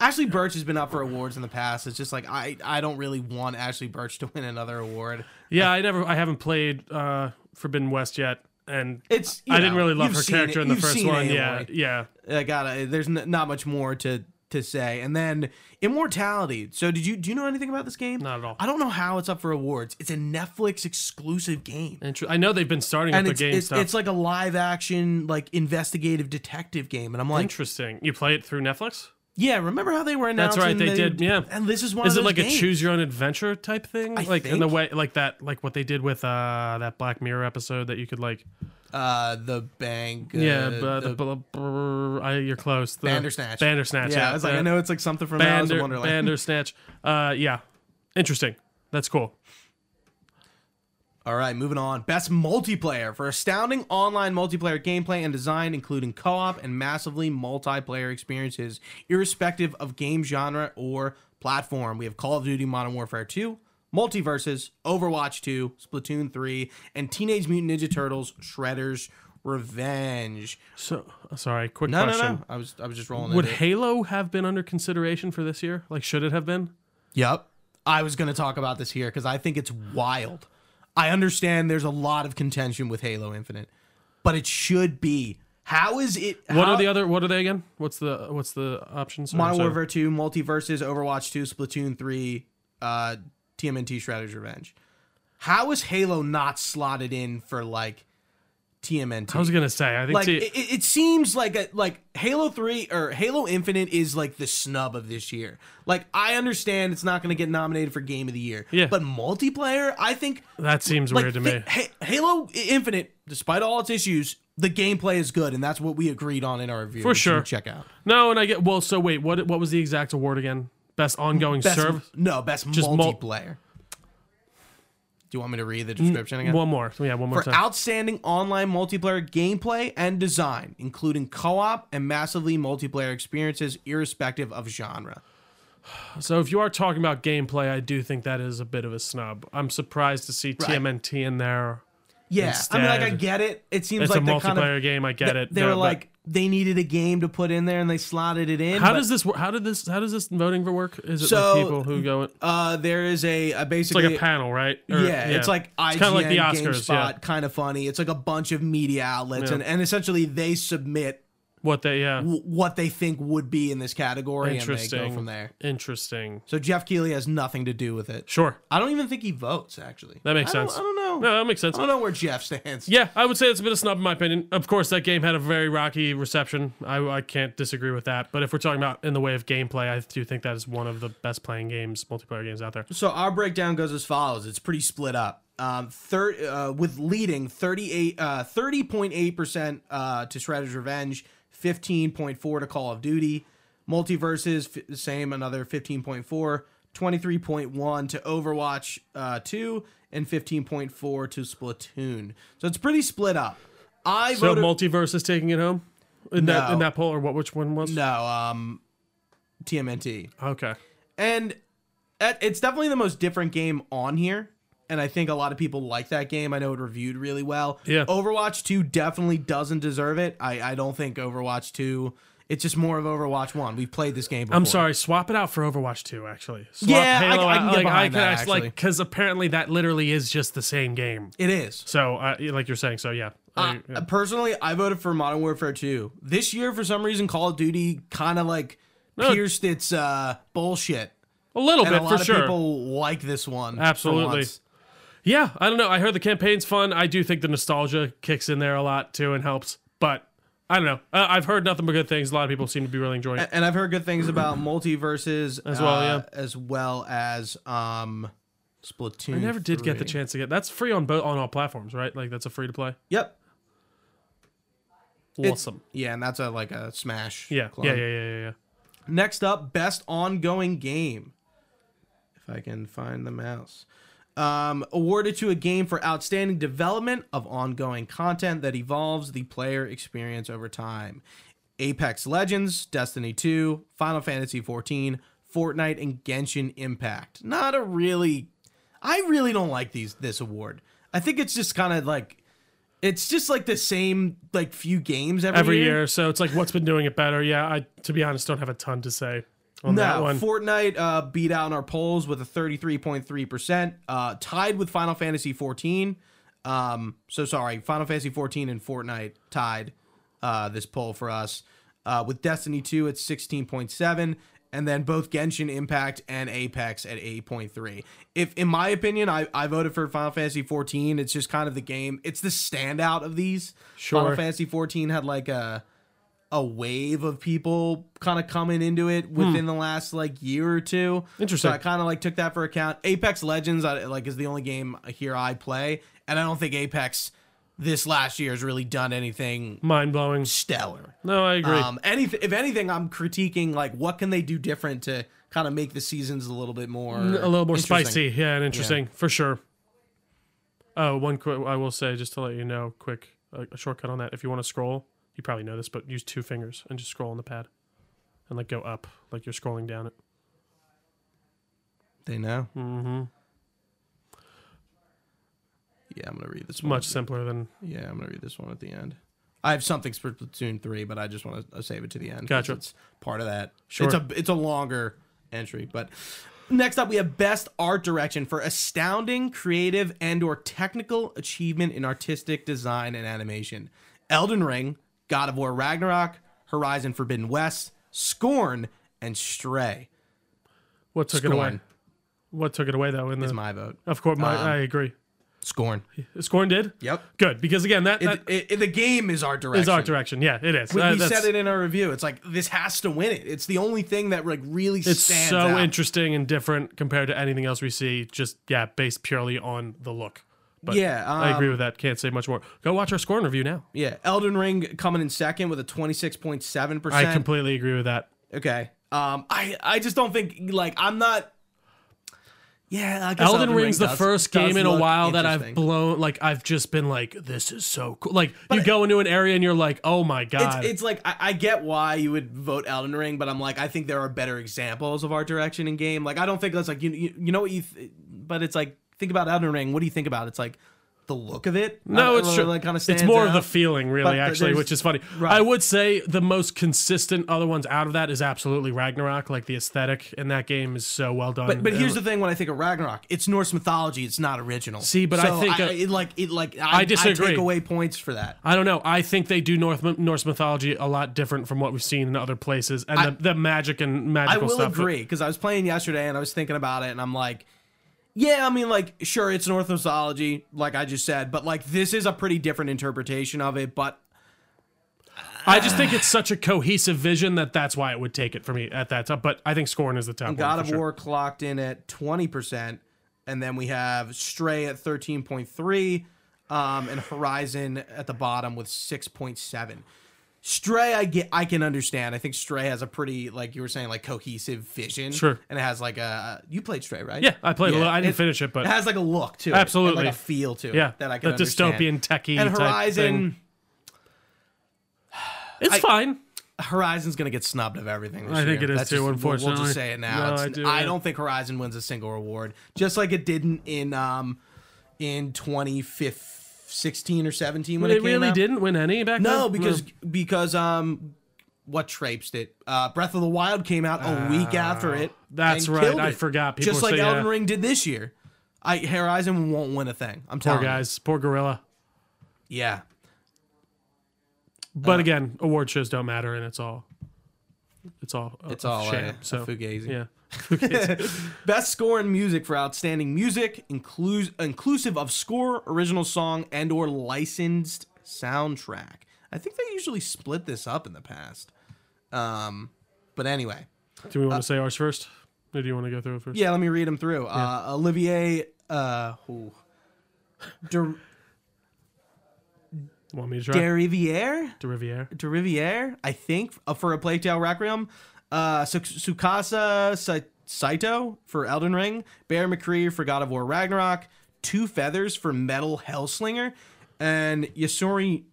[SPEAKER 1] Ashley Birch has been up for awards in the past. It's just like I, I don't really want Ashley Birch to win another award.
[SPEAKER 2] Yeah, I never I haven't played uh Forbidden West yet. And
[SPEAKER 1] It's you
[SPEAKER 2] I didn't
[SPEAKER 1] know,
[SPEAKER 2] really love
[SPEAKER 1] you've
[SPEAKER 2] her
[SPEAKER 1] seen
[SPEAKER 2] character
[SPEAKER 1] it-
[SPEAKER 2] in the
[SPEAKER 1] you've
[SPEAKER 2] first
[SPEAKER 1] seen
[SPEAKER 2] one.
[SPEAKER 1] Aloy.
[SPEAKER 2] Yeah. Yeah.
[SPEAKER 1] I gotta. There's n- not much more to to say. And then Immortality. So did you do you know anything about this game?
[SPEAKER 2] Not at all.
[SPEAKER 1] I don't know how it's up for awards. It's a Netflix exclusive game.
[SPEAKER 2] Inter- I know they've been starting
[SPEAKER 1] And
[SPEAKER 2] with
[SPEAKER 1] it's,
[SPEAKER 2] the game
[SPEAKER 1] it's,
[SPEAKER 2] stuff.
[SPEAKER 1] it's like a live action, like investigative detective game. And I'm like,
[SPEAKER 2] Interesting. You play it through Netflix?
[SPEAKER 1] Yeah, remember how they were
[SPEAKER 2] That's
[SPEAKER 1] announcing?
[SPEAKER 2] right, they
[SPEAKER 1] the-
[SPEAKER 2] did, yeah.
[SPEAKER 1] and this is one. of
[SPEAKER 2] Is it
[SPEAKER 1] those
[SPEAKER 2] like
[SPEAKER 1] games.
[SPEAKER 2] a choose your own adventure type thing?
[SPEAKER 1] I
[SPEAKER 2] like in the
[SPEAKER 1] think.
[SPEAKER 2] way like that like what they did with uh that Black Mirror episode that you could like
[SPEAKER 1] Uh, the bank. Uh,
[SPEAKER 2] Yeah, but the,
[SPEAKER 1] the
[SPEAKER 2] bl- brr- I, you're close. The
[SPEAKER 1] Bandersnatch.
[SPEAKER 2] Bandersnatch.
[SPEAKER 1] yeah,
[SPEAKER 2] Yeah,
[SPEAKER 1] I was like,
[SPEAKER 2] uh,
[SPEAKER 1] I know it's like something from Alice in
[SPEAKER 2] Bander,
[SPEAKER 1] Wonderland.
[SPEAKER 2] Bandersnatch. Uh, yeah, interesting. That's cool.
[SPEAKER 1] All right, moving on. Best multiplayer for astounding online multiplayer gameplay and design, including co-op and massively multiplayer experiences, irrespective of game genre or platform. We have Call of Duty: Modern Warfare 2, Multiverses, Overwatch 2, Splatoon 3, and Teenage Mutant Ninja Turtles: Shredder's Revenge.
[SPEAKER 2] So sorry, quick
[SPEAKER 1] No,
[SPEAKER 2] question.
[SPEAKER 1] no, no. I was I was just rolling.
[SPEAKER 2] Would
[SPEAKER 1] into it.
[SPEAKER 2] Halo have been under consideration for this year? Like, should it have been?
[SPEAKER 1] Yep. I was going to talk about this here because I think it's wild. I understand there's a lot of contention with Halo Infinite, but it should be. How is it?
[SPEAKER 2] What
[SPEAKER 1] how,
[SPEAKER 2] are the other? What are they again? What's the what's the options? Or,
[SPEAKER 1] Modern
[SPEAKER 2] sorry.
[SPEAKER 1] Warfare 2, Multiverses, Overwatch 2, Splatoon 3, uh, TMNT Shredder's Revenge? How is Halo not slotted in for like TMNT?
[SPEAKER 2] I was gonna say. I think.
[SPEAKER 1] like
[SPEAKER 2] T-
[SPEAKER 1] it, it it seems like a, like Halo 3 or Halo Infinite is like the snub of this year. Like I understand it's not going to get nominated for game of the year.
[SPEAKER 2] Yeah.
[SPEAKER 1] But multiplayer, I think
[SPEAKER 2] that seems
[SPEAKER 1] like
[SPEAKER 2] weird to
[SPEAKER 1] thi-
[SPEAKER 2] me.
[SPEAKER 1] Ha- Halo Infinite, despite all its issues, the gameplay is good and that's what we agreed on in our review.
[SPEAKER 2] For
[SPEAKER 1] which you
[SPEAKER 2] sure.
[SPEAKER 1] can Check out.
[SPEAKER 2] No, and I get. Well, so wait. What what was the exact award again? Best ongoing
[SPEAKER 1] Best,
[SPEAKER 2] service.
[SPEAKER 1] No, best
[SPEAKER 2] mul-
[SPEAKER 1] multiplayer. Do you want me to read the description again?
[SPEAKER 2] One more. Yeah, one more
[SPEAKER 1] for
[SPEAKER 2] time.
[SPEAKER 1] outstanding online multiplayer gameplay and design, including co-op and massively multiplayer experiences, irrespective of genre.
[SPEAKER 2] So if you are talking about gameplay, I do think that is a bit of a snub. I'm surprised to see TMNT in there.
[SPEAKER 1] Yeah, I mean, like I
[SPEAKER 2] Instead-
[SPEAKER 1] get it. It seems
[SPEAKER 2] It's
[SPEAKER 1] like
[SPEAKER 2] a
[SPEAKER 1] they
[SPEAKER 2] multiplayer
[SPEAKER 1] kind of
[SPEAKER 2] game. I get it.
[SPEAKER 1] they
[SPEAKER 2] No,
[SPEAKER 1] were
[SPEAKER 2] but
[SPEAKER 1] like they needed a game to put in there, and they slotted it in.
[SPEAKER 2] how
[SPEAKER 1] but,
[SPEAKER 2] does this? wor- How did this? How does this voting for work? Is it
[SPEAKER 1] So-
[SPEAKER 2] like people who go? It's
[SPEAKER 1] uh, there is a, a basically
[SPEAKER 2] like a panel, right? Or-
[SPEAKER 1] yeah, it's like IGN,
[SPEAKER 2] It's kinda like the Oscars, yeah.
[SPEAKER 1] GameSpot, kind of funny. It's like a bunch of media outlets,
[SPEAKER 2] Yeah.
[SPEAKER 1] and, and essentially they submit
[SPEAKER 2] what they. Yeah,
[SPEAKER 1] w- what they think would be in this category, and they go
[SPEAKER 2] Interesting.
[SPEAKER 1] from there.
[SPEAKER 2] interesting.
[SPEAKER 1] So Jeff Keighley has nothing to do with it.
[SPEAKER 2] Sure,
[SPEAKER 1] I don't even think he votes. Actually,
[SPEAKER 2] That makes
[SPEAKER 1] I don't-
[SPEAKER 2] sense.
[SPEAKER 1] I don't know.
[SPEAKER 2] no, that makes sense.
[SPEAKER 1] I don't know where Jeff stands.
[SPEAKER 2] Yeah, I would say it's a bit of snub in my opinion. Of course, that game had a very rocky reception. I, I can't disagree with that. But if we're talking about in the way of gameplay, I do think that is one of the best playing games, multiplayer games out there.
[SPEAKER 1] So our breakdown goes as follows. It's pretty split up. Um, third, uh, with leading 38, uh, 30.8% uh, to Shredder's Revenge, 15.4 to Call of Duty, Multiverses, f- same, another 15.4, 23.1 to Overwatch uh, 2, and 15.4 to Splatoon. So it's pretty split up. I
[SPEAKER 2] So
[SPEAKER 1] voted
[SPEAKER 2] multiverse is taking it home in that
[SPEAKER 1] No.
[SPEAKER 2] in that poll, or what? Which one was?
[SPEAKER 1] no, um, TMNT.
[SPEAKER 2] Okay.
[SPEAKER 1] and it- it's definitely the most different game on here and i think a lot of people like that game i know it reviewed really well
[SPEAKER 2] Yeah.
[SPEAKER 1] overwatch 2 definitely doesn't deserve it i, I don't think overwatch 2 It's just more of Overwatch One. We've played this game. before.
[SPEAKER 2] I'm sorry, swap it out for Overwatch 2, actually. Swap
[SPEAKER 1] Yeah, I-
[SPEAKER 2] Halo
[SPEAKER 1] I can
[SPEAKER 2] out.
[SPEAKER 1] get
[SPEAKER 2] like,
[SPEAKER 1] behind that,
[SPEAKER 2] actually- like,
[SPEAKER 1] actually.
[SPEAKER 2] because apparently that literally is just the same game.
[SPEAKER 1] It is.
[SPEAKER 2] So, uh, like you're saying, so yeah.
[SPEAKER 1] Uh,
[SPEAKER 2] I- yeah.
[SPEAKER 1] Personally, I voted for Modern Warfare 2. This year, for some reason, Call of Duty kind of like
[SPEAKER 2] No.
[SPEAKER 1] pierced its uh, bullshit.
[SPEAKER 2] a little
[SPEAKER 1] And
[SPEAKER 2] bit,
[SPEAKER 1] a lot
[SPEAKER 2] for
[SPEAKER 1] of
[SPEAKER 2] sure.
[SPEAKER 1] people like this one. for
[SPEAKER 2] Absolutely.
[SPEAKER 1] once.
[SPEAKER 2] Yeah, I don't know. I heard the campaign's fun. I do think the nostalgia kicks in there a lot too and helps. But I don't know. Uh, I've heard nothing but good things. A lot of people seem to be really enjoying it.
[SPEAKER 1] And I've heard good things about multiverses as
[SPEAKER 2] well,
[SPEAKER 1] as well as um, Splatoon.
[SPEAKER 2] I never did get the
[SPEAKER 1] 3.
[SPEAKER 2] chance to get. That's free on both on all platforms, right? Like that's a free to play.
[SPEAKER 1] Yep. It's-
[SPEAKER 2] Awesome.
[SPEAKER 1] Yeah, and that's a like a Smash.
[SPEAKER 2] Yeah.
[SPEAKER 1] clone.
[SPEAKER 2] yeah. Yeah. Yeah. Yeah. Yeah.
[SPEAKER 1] Next up, best ongoing game. If I can find the mouse. Um, awarded to a game for outstanding development of ongoing content that evolves the player experience over time. Apex Legends, Destiny 2, Final Fantasy 14, Fortnite, and Genshin Impact. Not a really I really don't like these this award. I think it's just kind of like it's just like the same like few games every,
[SPEAKER 2] Every year, so it's like what's been doing it better. Yeah. I to be honest, don't have a ton to say on that
[SPEAKER 1] No,
[SPEAKER 2] one.
[SPEAKER 1] Fortnite uh, beat out in our polls with a 33.3%, uh, tied with Final Fantasy 14. Um, so sorry, Final Fantasy 14 and Fortnite tied uh, this poll for us. Uh, with Destiny 2 at 16.7, and then both Genshin Impact and Apex at 8.3. If, in my opinion, I, I voted for Final Fantasy 14. It's just kind of the game. It's the standout of these. Final
[SPEAKER 2] Sure.
[SPEAKER 1] Fantasy 14 had like a a wave of people kind of coming into it within the last like year or two.
[SPEAKER 2] Hmm. Interesting.
[SPEAKER 1] So I kind of like took that for account. Apex Legends I, like is the only game here I play, and I don't think Apex this last year has really done anything
[SPEAKER 2] Mind blowing.
[SPEAKER 1] stellar.
[SPEAKER 2] No, I agree.
[SPEAKER 1] Um, anything if anything, I'm critiquing like what can they do different to kind of make the seasons a little bit more
[SPEAKER 2] a little more
[SPEAKER 1] interesting.
[SPEAKER 2] spicy. Yeah, and interesting for sure. Oh, one quick I will say just to let you know, quick uh, a shortcut on that. If you want to scroll, you probably know this, but use two fingers and just scroll on the pad, and like go up, like you're scrolling down it.
[SPEAKER 1] They know. Mm-hmm. Yeah, I'm gonna read this one.
[SPEAKER 2] Much simpler than
[SPEAKER 1] Yeah, I'm gonna read this one at the end. I have something for Platoon three, but I just want to save it to the end. 'cause
[SPEAKER 2] Gotcha.
[SPEAKER 1] It's part of that.
[SPEAKER 2] Sure.
[SPEAKER 1] It's a it's a longer entry, but next up we have best art direction for astounding creative and or technical achievement in artistic design and animation. Elden Ring, God of War Ragnarok, Horizon Forbidden West, Scorn, and Stray.
[SPEAKER 2] what took it away.
[SPEAKER 1] Scorn
[SPEAKER 2] What took it away though? In the
[SPEAKER 1] is my vote.
[SPEAKER 2] of course, my, I agree.
[SPEAKER 1] Scorn.
[SPEAKER 2] Scorn did.
[SPEAKER 1] Yep.
[SPEAKER 2] Good because again, that, that
[SPEAKER 1] It, it, it- the game is art direction.
[SPEAKER 2] is art direction. Yeah, it is.
[SPEAKER 1] We,
[SPEAKER 2] Uh,
[SPEAKER 1] we
[SPEAKER 2] that's-
[SPEAKER 1] said it in our review. It's like this has to win it. It's the only thing that like really
[SPEAKER 2] It's
[SPEAKER 1] stands
[SPEAKER 2] so
[SPEAKER 1] out.
[SPEAKER 2] interesting and different compared to anything else we see. Just yeah, based purely on the look. But
[SPEAKER 1] Yeah, um,
[SPEAKER 2] I agree with that. Can't say much more. Go watch our scorn review now.
[SPEAKER 1] Yeah, Elden Ring coming in second with a twenty six point seven
[SPEAKER 2] I
[SPEAKER 1] percent.
[SPEAKER 2] completely agree with that.
[SPEAKER 1] Okay, um, I I just don't think like I'm not. Yeah, I guess
[SPEAKER 2] Elden, Ring's
[SPEAKER 1] Ring
[SPEAKER 2] the
[SPEAKER 1] does-
[SPEAKER 2] first
[SPEAKER 1] does
[SPEAKER 2] game in a
[SPEAKER 1] look
[SPEAKER 2] while that I've
[SPEAKER 1] interesting.
[SPEAKER 2] blown. Like I've just been like, this is so cool. Like you go into an area and you're like, oh my god.
[SPEAKER 1] It's, it's like I, I get why you would vote Elden Ring, but I'm like I think there are better examples of art direction in game. Like I don't think that's like you you, you know what you, th- but it's like think about Elden Ring. What do you think about? It's like the look of it. I
[SPEAKER 2] no,
[SPEAKER 1] don't
[SPEAKER 2] it's
[SPEAKER 1] really,
[SPEAKER 2] true.
[SPEAKER 1] Like, kind of
[SPEAKER 2] it's more of the
[SPEAKER 1] out.
[SPEAKER 2] feeling, really,
[SPEAKER 1] but
[SPEAKER 2] actually,
[SPEAKER 1] there's-
[SPEAKER 2] which is funny.
[SPEAKER 1] Right.
[SPEAKER 2] I would say the most consistent other ones out of that is absolutely Ragnarok. Like the aesthetic in that game is so well done.
[SPEAKER 1] But, but here's
[SPEAKER 2] Uh,
[SPEAKER 1] the thing: when I think of Ragnarok, it's Norse mythology. It's not original.
[SPEAKER 2] See, but I
[SPEAKER 1] So
[SPEAKER 2] think, uh,
[SPEAKER 1] it like it like I, I
[SPEAKER 2] disagree.
[SPEAKER 1] take away points for that.
[SPEAKER 2] I don't know. I think they do North, Norse mythology a lot different from what we've seen in other places, and the, the magic and
[SPEAKER 1] I
[SPEAKER 2] magical
[SPEAKER 1] will
[SPEAKER 2] stuff.
[SPEAKER 1] agree because I was playing yesterday and I was thinking about it, and I'm like, yeah, I mean, like, sure, it's Norse mythology, like I just said, but like this is a pretty different interpretation of it. But
[SPEAKER 2] I just think it's such a cohesive vision that that's why it would take it for me at that time. But I think Scorn is the top. one
[SPEAKER 1] God
[SPEAKER 2] for
[SPEAKER 1] of
[SPEAKER 2] sure.
[SPEAKER 1] War clocked in at 20%, and then we have Stray at 13.3, um, and Horizon at the bottom with 6.7. Stray, I get, I can understand. I think Stray has a pretty, like you were saying, like cohesive vision.
[SPEAKER 2] Sure.
[SPEAKER 1] And it has like a, you played Stray, right?
[SPEAKER 2] Yeah, I played a
[SPEAKER 1] Yeah,
[SPEAKER 2] little. I didn't
[SPEAKER 1] it-
[SPEAKER 2] finish it, but
[SPEAKER 1] It has like a look to it, and,
[SPEAKER 2] Absolutely.
[SPEAKER 1] like a feel to it.
[SPEAKER 2] yeah,
[SPEAKER 1] that I can
[SPEAKER 2] the
[SPEAKER 1] understand.
[SPEAKER 2] dystopian techie
[SPEAKER 1] and
[SPEAKER 2] type thing.
[SPEAKER 1] Horizon.
[SPEAKER 2] It's fine.
[SPEAKER 1] Horizon's gonna get snubbed of everything. This
[SPEAKER 2] I think
[SPEAKER 1] year.
[SPEAKER 2] it is
[SPEAKER 1] That's
[SPEAKER 2] too,
[SPEAKER 1] just- we'll- we'll
[SPEAKER 2] unfortunately.
[SPEAKER 1] just say it now.
[SPEAKER 2] No,
[SPEAKER 1] It's-
[SPEAKER 2] I
[SPEAKER 1] I,
[SPEAKER 2] do,
[SPEAKER 1] do,
[SPEAKER 2] yeah.
[SPEAKER 1] not think Horizon wins a single award, just like it didn't in um in 2016 or 17 when it,
[SPEAKER 2] It
[SPEAKER 1] came
[SPEAKER 2] really
[SPEAKER 1] out.
[SPEAKER 2] didn't win any back.
[SPEAKER 1] No,
[SPEAKER 2] then?
[SPEAKER 1] because because um what traipsed it. Uh, Breath of the Wild came out a week after it.
[SPEAKER 2] Ah, that's
[SPEAKER 1] and
[SPEAKER 2] right.
[SPEAKER 1] killed
[SPEAKER 2] I
[SPEAKER 1] it.
[SPEAKER 2] forgot. People
[SPEAKER 1] Just
[SPEAKER 2] were
[SPEAKER 1] like
[SPEAKER 2] saying,
[SPEAKER 1] Elden
[SPEAKER 2] yeah.
[SPEAKER 1] Ring did this year. I Horizon won't win a thing. I'm
[SPEAKER 2] Poor
[SPEAKER 1] telling you.
[SPEAKER 2] guys, poor gorilla.
[SPEAKER 1] Yeah. Uh.
[SPEAKER 2] But again, award shows don't matter, and it's all, it's all, a-
[SPEAKER 1] It's
[SPEAKER 2] a
[SPEAKER 1] all
[SPEAKER 2] sham.
[SPEAKER 1] uh,
[SPEAKER 2] so
[SPEAKER 1] fugazi.
[SPEAKER 2] yeah,
[SPEAKER 1] Best score in music for outstanding music, includes inclusive of score, original song, and or licensed soundtrack. I think they usually split this up in the past. Um, but anyway,
[SPEAKER 2] do we want to say ours first, or do you want to go through it first?
[SPEAKER 1] Uh, yeah, let me read them through. Uh, Olivier, uh, who, Der-
[SPEAKER 2] Want me to try?
[SPEAKER 1] Deriviere,
[SPEAKER 2] De Riviere.
[SPEAKER 1] Deriviere, I think, uh, for a Plague Tale Requiem. Uh, Su- Sukasa Sa- Saito for Elden Ring. Bear McCree for God of War Ragnarok. Two Feathers for Metal Hellslinger. And Yasuri,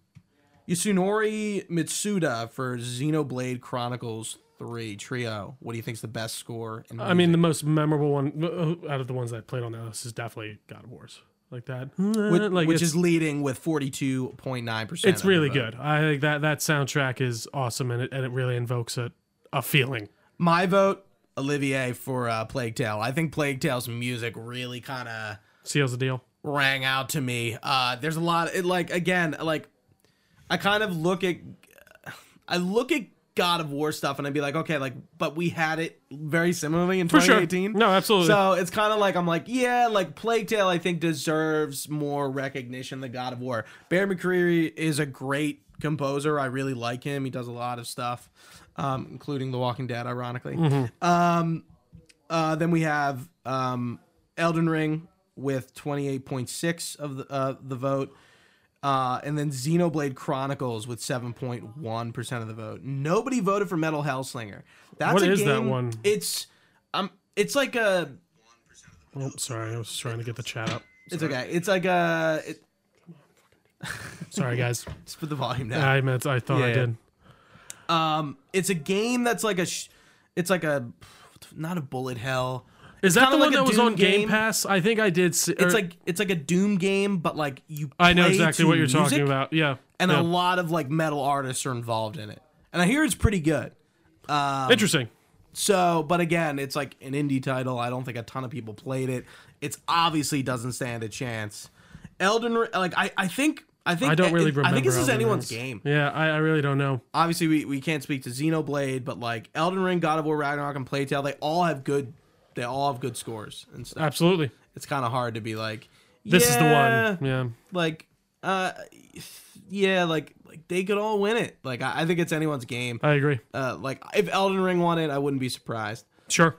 [SPEAKER 1] Yasunori Mitsuda for Xenoblade Chronicles 3 Trio. What do you think's the best score? In
[SPEAKER 2] I mean, the most memorable one uh, out of the ones that I played on that list is definitely God of War's, like that.
[SPEAKER 1] which,
[SPEAKER 2] uh, like
[SPEAKER 1] which
[SPEAKER 2] it's-
[SPEAKER 1] is leading with 42.9%.
[SPEAKER 2] it's
[SPEAKER 1] of the
[SPEAKER 2] really
[SPEAKER 1] vote.
[SPEAKER 2] good. I think that that soundtrack is awesome, and it and it really invokes a a feeling.
[SPEAKER 1] My vote, Olivier for uh, Plague Tale. I think Plague Tale's music really kind of.
[SPEAKER 2] Seals the deal.
[SPEAKER 1] rang out to me. Uh, there's a lot. It, like again, like I kind of look at, I look at God of War stuff, and I'd be like, okay, like, but we had it very similarly in
[SPEAKER 2] For sure.
[SPEAKER 1] 2018.
[SPEAKER 2] No, absolutely.
[SPEAKER 1] So it's kind of like I'm like, yeah, like Plague Tale, I think deserves more recognition than God of War. Bear McCreary is a great composer. I really like him. He does a lot of stuff, um, including The Walking Dead, ironically.
[SPEAKER 2] Mm-hmm.
[SPEAKER 1] Uh, then we have um, Elden Ring with 28.6 of the uh, the vote, uh, and then Xenoblade Chronicles with 7.1 percent of the vote. Nobody voted for Metal Hellslinger. That's
[SPEAKER 2] What
[SPEAKER 1] a
[SPEAKER 2] is that
[SPEAKER 1] game-
[SPEAKER 2] one?
[SPEAKER 1] It's um, it's like a
[SPEAKER 2] Oh, sorry, I was trying to get the chat up.
[SPEAKER 1] it's okay. It's like a it,
[SPEAKER 2] Sorry, guys.
[SPEAKER 1] let's put the volume down.
[SPEAKER 2] I meant I thought I
[SPEAKER 1] Yeah.
[SPEAKER 2] did.
[SPEAKER 1] Um, it's a game that's like a sh- it's like a not a bullet hell.
[SPEAKER 2] Is that
[SPEAKER 1] kinda
[SPEAKER 2] the one
[SPEAKER 1] like a
[SPEAKER 2] that was
[SPEAKER 1] Doom
[SPEAKER 2] on Game
[SPEAKER 1] game.
[SPEAKER 2] Pass? I think I did. See,
[SPEAKER 1] It's like it's like a Doom game, but like you.
[SPEAKER 2] I know
[SPEAKER 1] play
[SPEAKER 2] exactly
[SPEAKER 1] to
[SPEAKER 2] what you're talking
[SPEAKER 1] music.
[SPEAKER 2] about. Yeah,
[SPEAKER 1] and
[SPEAKER 2] yeah.
[SPEAKER 1] a lot of like metal artists are involved in it. And I hear it's pretty good.
[SPEAKER 2] interesting.
[SPEAKER 1] So, but again, it's like an indie title. I don't think a ton of people played it. It's obviously doesn't stand a chance. Elden, Ri- like I, I think, I think
[SPEAKER 2] I don't really
[SPEAKER 1] it-
[SPEAKER 2] remember.
[SPEAKER 1] I think this is
[SPEAKER 2] Elden
[SPEAKER 1] anyone's
[SPEAKER 2] Rings.
[SPEAKER 1] game.
[SPEAKER 2] Yeah, I, I really don't know.
[SPEAKER 1] Obviously, we, we can't speak to Xenoblade, but like Elden Ring, God of War, Ragnarok, and Playtale, they all have good, they all have good scores and stuff.
[SPEAKER 2] Absolutely,
[SPEAKER 1] It's kind of hard to be like,
[SPEAKER 2] Uh, this
[SPEAKER 1] yeah,
[SPEAKER 2] is the one. Yeah,
[SPEAKER 1] Like, uh, yeah, like like they could all win it. Like I, I think it's anyone's game.
[SPEAKER 2] I agree.
[SPEAKER 1] Uh, like if Elden Ring won it, I wouldn't be surprised.
[SPEAKER 2] Sure.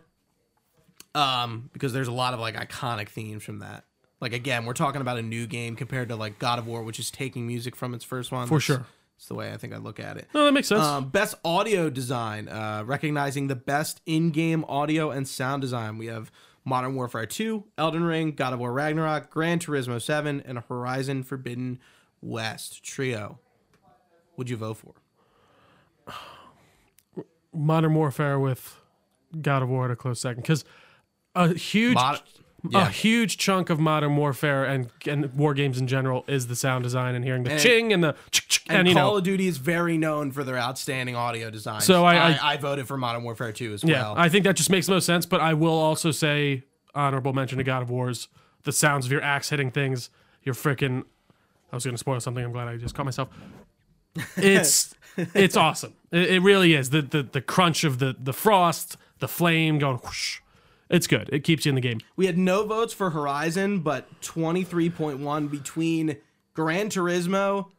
[SPEAKER 1] Um, because there's a lot of like iconic themes from that. Like again, we're talking about a new game compared to like God of War, which is taking music from its first one.
[SPEAKER 2] For
[SPEAKER 1] That's-
[SPEAKER 2] sure.
[SPEAKER 1] That's the way I think I look at it.
[SPEAKER 2] No, that makes sense.
[SPEAKER 1] Um, best audio design, uh, recognizing the best in-game audio and sound design. We have Modern Warfare 2, Elden Ring, God of War Ragnarok, Gran Turismo 7, and Horizon Forbidden West trio. Would you vote for?
[SPEAKER 2] Modern Warfare with God of War at a close second because a huge
[SPEAKER 1] Mod-
[SPEAKER 2] a huge chunk of Modern Warfare and and war games in general is the sound design and hearing the
[SPEAKER 1] And-
[SPEAKER 2] ching and the chick, chick, and,
[SPEAKER 1] And,
[SPEAKER 2] you
[SPEAKER 1] Call
[SPEAKER 2] know
[SPEAKER 1] of Duty is very known for their outstanding audio design.
[SPEAKER 2] So I- I-
[SPEAKER 1] I, voted for Modern Warfare 2 as
[SPEAKER 2] yeah
[SPEAKER 1] well.
[SPEAKER 2] I think that just makes the most sense. But I will also say honorable mention to God of War's the sounds of your axe hitting things. Your freaking I was going to spoil something. I'm glad I just caught myself. It's it's awesome. It, it really is the, the the crunch of the the frost, the flame going. Whoosh, it's good. It keeps you in the game.
[SPEAKER 1] we had no votes for Horizon, but 23.1 between Gran Turismo,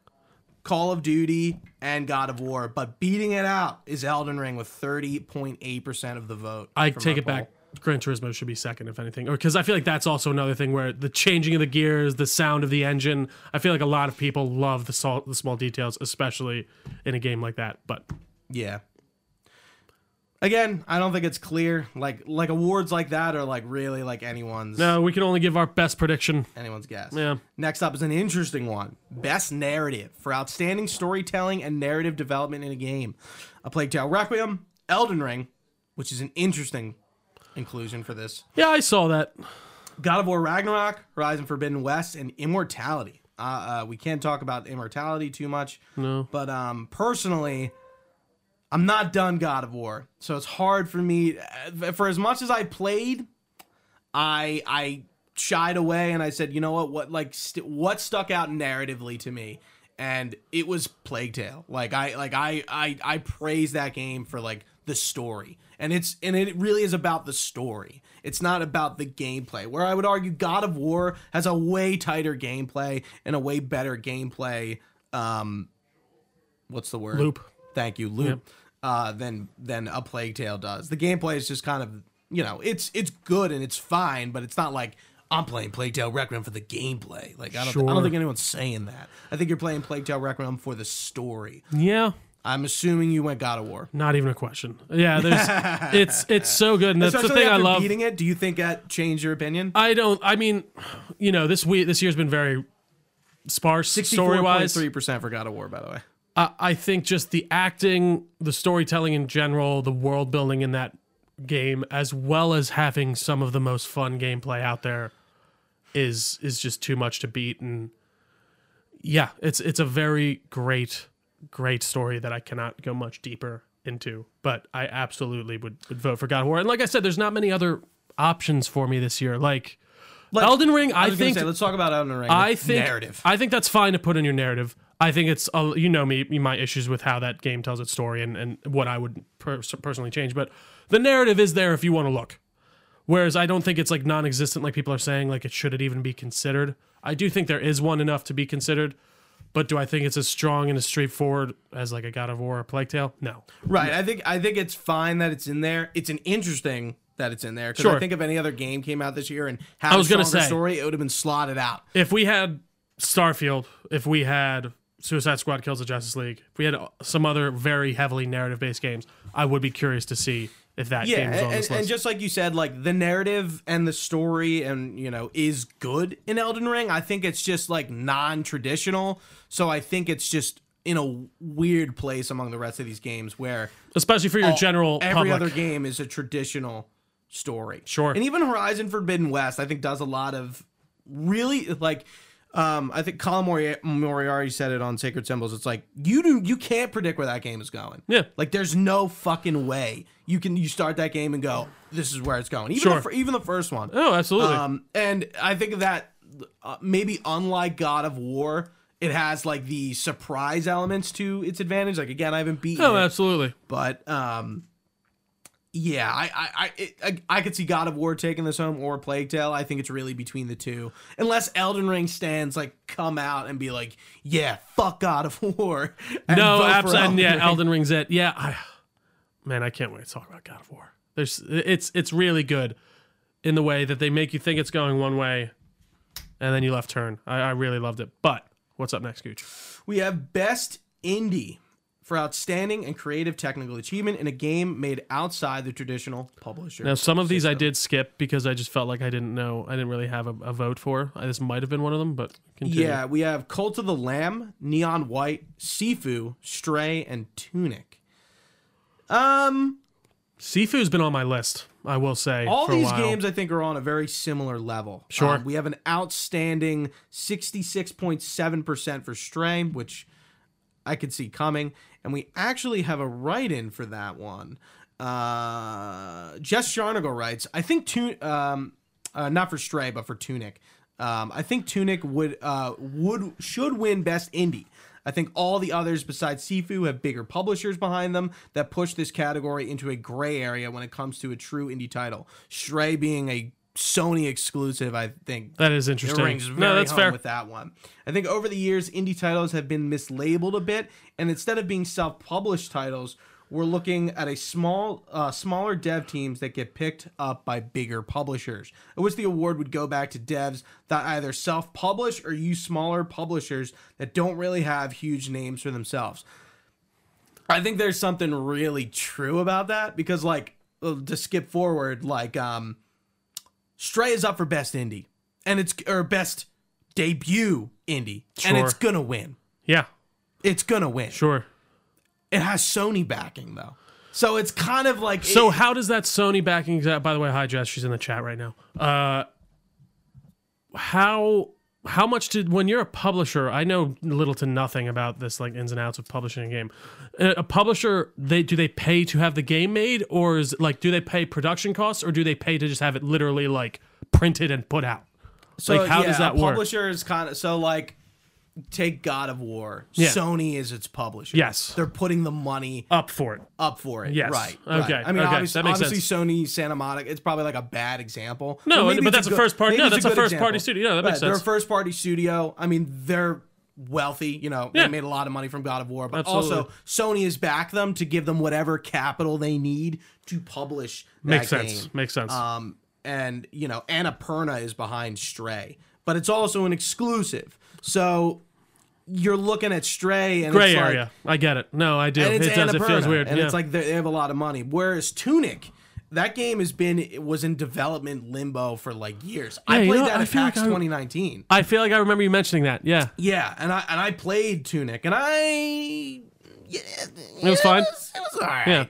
[SPEAKER 1] Call of Duty, and God of War. But beating it out is Elden Ring with 30.8% of the vote.
[SPEAKER 2] I
[SPEAKER 1] from
[SPEAKER 2] take
[SPEAKER 1] our
[SPEAKER 2] it back. Gran Turismo should be second, if anything, or because I feel like that's also another thing where the changing of the gears, the sound of the engine. I feel like a lot of people love the sol- the small details, especially in a game like that. But
[SPEAKER 1] Yeah. Again, I don't think it's clear. Like like awards like that are like really like anyone's
[SPEAKER 2] no, uh, we can only give our best prediction.
[SPEAKER 1] anyone's guess.
[SPEAKER 2] Yeah.
[SPEAKER 1] Next up is an interesting one. Best narrative for outstanding storytelling and narrative development in a game. A Plague Tale Requiem, Elden Ring, which is an interesting inclusion for this.
[SPEAKER 2] Yeah, I saw that.
[SPEAKER 1] God of War Ragnarok, Horizon Forbidden West, and Immortality. Uh, uh, we can't talk about Immortality too much.
[SPEAKER 2] No.
[SPEAKER 1] But um, personally, I'm not done God of War, so it's hard for me. uh, For as much as I played, I I shied away and I said, you know what? What like st- what stuck out narratively to me, and it was Plague Tale. Like I like I I I praise that game for like the story, and it's and it really is about the story. It's not about the gameplay. Where I would argue, God of War has a way tighter gameplay and a way better gameplay. Um, what's the word?
[SPEAKER 2] Loop.
[SPEAKER 1] Thank you, loop. Uh, than than a Plague Tale does. The gameplay is just kind of you know it's it's good and it's fine, but it's not like I'm playing Plague Tale Requiem for the gameplay. Like I don't I don't
[SPEAKER 2] Sure.
[SPEAKER 1] think anyone's saying that. I think you're playing Plague Tale Requiem for the story.
[SPEAKER 2] Yeah,
[SPEAKER 1] I'm assuming you went God of War.
[SPEAKER 2] not even a question. Yeah, there's it's it's so good, and that's the
[SPEAKER 1] Especially
[SPEAKER 2] thing I
[SPEAKER 1] after
[SPEAKER 2] love. Uh,
[SPEAKER 1] Beating it, do you think that changed your opinion?
[SPEAKER 2] I don't. I mean, you know, this week this year's been very sparse story wise.
[SPEAKER 1] three percent for God of War, by the way.
[SPEAKER 2] I, I think just the acting, the storytelling in general, the world building in that game, as well as having some of the most fun gameplay out there, is is just too much to beat. And yeah, it's it's a very great, great story that I cannot go much deeper into. But I absolutely would, would vote for God of War. And like I said, there's not many other options for me this year. Like, Elden Ring, I,
[SPEAKER 1] I, was
[SPEAKER 2] think
[SPEAKER 1] gonna say, let's talk about Elden Ring.
[SPEAKER 2] I think
[SPEAKER 1] narrative.
[SPEAKER 2] I think that's fine to put in your narrative. I think it's uh, you know me my issues with how that game tells its story and and what I would per- personally change, but the narrative is there if you want to look. Whereas I don't think it's like non-existent like people are saying like it should it even be considered. I do think there is one enough to be considered, but do I think it's as strong and as straightforward as like a God of War or Plague Tale? No.
[SPEAKER 1] Right. I think I think it's fine that it's in there. It's an interesting that it's in there because I
[SPEAKER 2] Sure.
[SPEAKER 1] think if any other game came out this year and had
[SPEAKER 2] was
[SPEAKER 1] a
[SPEAKER 2] gonna
[SPEAKER 1] stronger
[SPEAKER 2] say.
[SPEAKER 1] story, it would have been slotted out.
[SPEAKER 2] If we had Starfield, if we had Suicide Squad kills the Justice League, if we had some other very heavily narrative based games, I would be curious to see if that
[SPEAKER 1] Yeah,
[SPEAKER 2] game was on
[SPEAKER 1] and,
[SPEAKER 2] this
[SPEAKER 1] and
[SPEAKER 2] list.
[SPEAKER 1] just like you said, like the narrative and the story and you know is good in Elden Ring. I think it's just like non-traditional, so I think it's just in a weird place among the rest of these games where
[SPEAKER 2] Especially for your general
[SPEAKER 1] Oh, every
[SPEAKER 2] public.
[SPEAKER 1] other game is a traditional story.
[SPEAKER 2] Sure.
[SPEAKER 1] And even Horizon Forbidden West, I think, does a lot of really like. Um, I think Colin Mori- Moriarty said it on Sacred Symbols. It's like you do you can't predict where that game is going.
[SPEAKER 2] Yeah.
[SPEAKER 1] Like there's no fucking way you can you start that game and go this is where it's going. Even
[SPEAKER 2] Sure.
[SPEAKER 1] the, fir- even the first one.
[SPEAKER 2] oh, absolutely.
[SPEAKER 1] Um, and I think that uh, maybe unlike God of War, it has like the surprise elements to its advantage. Like again, I haven't beaten.
[SPEAKER 2] oh,
[SPEAKER 1] it
[SPEAKER 2] absolutely.
[SPEAKER 1] but um yeah i i I, it, I I could see god of war taking this home or plague tale i think it's really between the two unless elden ring stands like come out and be like yeah fuck god of war and
[SPEAKER 2] No,
[SPEAKER 1] vote for
[SPEAKER 2] absolutely.
[SPEAKER 1] Elden
[SPEAKER 2] yeah,
[SPEAKER 1] Ring.
[SPEAKER 2] Elden Ring's it. Yeah, I, man, I can't wait to talk about God of War. There's, it's, it's really good in the way that they make you think it's going one way, and then you left turn. I, I really loved it. But what's up next, Gooch?
[SPEAKER 1] we have best indie for outstanding and creative technical achievement in a game made outside the traditional publisher
[SPEAKER 2] Now, some of these I did skip because I just felt like I didn't know. I didn't really have a, a vote for. I, this might have been one of them, but continue.
[SPEAKER 1] Yeah, we have Cult of the Lamb, Neon White, Sifu, Stray, and Tunic. Um,
[SPEAKER 2] Sifu's been on my list. I will say
[SPEAKER 1] all
[SPEAKER 2] for a
[SPEAKER 1] these
[SPEAKER 2] while.
[SPEAKER 1] games I think are on a very similar level. Um,
[SPEAKER 2] Sure.
[SPEAKER 1] we have an outstanding 66.7% for Stray, which I could see coming, and we actually have a write-in for that one. Uh, Jess Jarnagle writes, I think Tun- um, uh, not for Stray, but for Tunic. Um, I think Tunic would uh, would should win Best Indie. I think all the others besides Sifu have bigger publishers behind them that push this category into a gray area when it comes to a true indie title. Stray being a Sony exclusive, I think
[SPEAKER 2] That is
[SPEAKER 1] it
[SPEAKER 2] interesting.
[SPEAKER 1] rings very
[SPEAKER 2] no, that's
[SPEAKER 1] home
[SPEAKER 2] fair.
[SPEAKER 1] with that one. I think over the years, indie titles have been mislabeled a bit, and instead of being self-published titles, we're looking at a small, uh, smaller dev teams that get picked up by bigger publishers. I wish the award would go back to devs that either self-publish or use smaller publishers that don't really have huge names for themselves. I think there's something really true about that because, like, uh, to skip forward, like, um, Stray is up for best indie, and it's or best debut indie, and
[SPEAKER 2] Sure.
[SPEAKER 1] it's gonna win.
[SPEAKER 2] yeah,
[SPEAKER 1] It's gonna win.
[SPEAKER 2] sure.
[SPEAKER 1] It has Sony backing though, so it's kind of like
[SPEAKER 2] So how does that Sony backing? By the way, hi Jess, she's in the chat right now. Uh, how how much did when you're a publisher i know little to nothing about this like ins and outs of publishing a game Uh, a publisher they do they pay to have the game made or is like do they pay production costs or do they pay to just have it literally like printed and put out
[SPEAKER 1] So
[SPEAKER 2] Like, how
[SPEAKER 1] yeah,
[SPEAKER 2] does that
[SPEAKER 1] a
[SPEAKER 2] work?
[SPEAKER 1] Publisher is kind of so like take God of War.
[SPEAKER 2] Yeah.
[SPEAKER 1] Sony is its publisher.
[SPEAKER 2] Yes.
[SPEAKER 1] they're putting the money
[SPEAKER 2] up for it
[SPEAKER 1] up for it.
[SPEAKER 2] Yes.
[SPEAKER 1] right.
[SPEAKER 2] Okay,
[SPEAKER 1] right. I mean,
[SPEAKER 2] okay,
[SPEAKER 1] obviously,
[SPEAKER 2] that makes
[SPEAKER 1] obviously Sony Santa Monica. It's probably like a bad example.
[SPEAKER 2] No,
[SPEAKER 1] maybe
[SPEAKER 2] but
[SPEAKER 1] it's
[SPEAKER 2] that's a first party-
[SPEAKER 1] maybe
[SPEAKER 2] no,
[SPEAKER 1] it's
[SPEAKER 2] that's a
[SPEAKER 1] good
[SPEAKER 2] first party studio. No, that makes
[SPEAKER 1] right, They're a
[SPEAKER 2] sense.
[SPEAKER 1] first party studio. I mean, they're wealthy. You know,
[SPEAKER 2] Yeah.
[SPEAKER 1] they made a lot of money from God of War, but
[SPEAKER 2] Absolutely.
[SPEAKER 1] also Sony has backed them to give them whatever capital they need to publish. that
[SPEAKER 2] makes sense
[SPEAKER 1] game.
[SPEAKER 2] makes sense
[SPEAKER 1] Um, and you know, Annapurna is behind Stray, but it's also an exclusive. So you're looking at Stray and
[SPEAKER 2] gray
[SPEAKER 1] it's like-
[SPEAKER 2] area i get it no i do
[SPEAKER 1] and it's
[SPEAKER 2] it does it feels
[SPEAKER 1] Annapurna,
[SPEAKER 2] weird
[SPEAKER 1] and
[SPEAKER 2] yeah.
[SPEAKER 1] it's like they they have a lot of money. Whereas Tunic, that game has been it was in development limbo for like years. I
[SPEAKER 2] Yeah,
[SPEAKER 1] played
[SPEAKER 2] you know,
[SPEAKER 1] that
[SPEAKER 2] I
[SPEAKER 1] at
[SPEAKER 2] feel like
[SPEAKER 1] PAX
[SPEAKER 2] I-
[SPEAKER 1] 2019.
[SPEAKER 2] i feel like i remember you mentioning that yeah
[SPEAKER 1] Yeah, and I and I played Tunic, and I. Yeah, it
[SPEAKER 2] was fine?
[SPEAKER 1] It was, all right.
[SPEAKER 2] Yeah.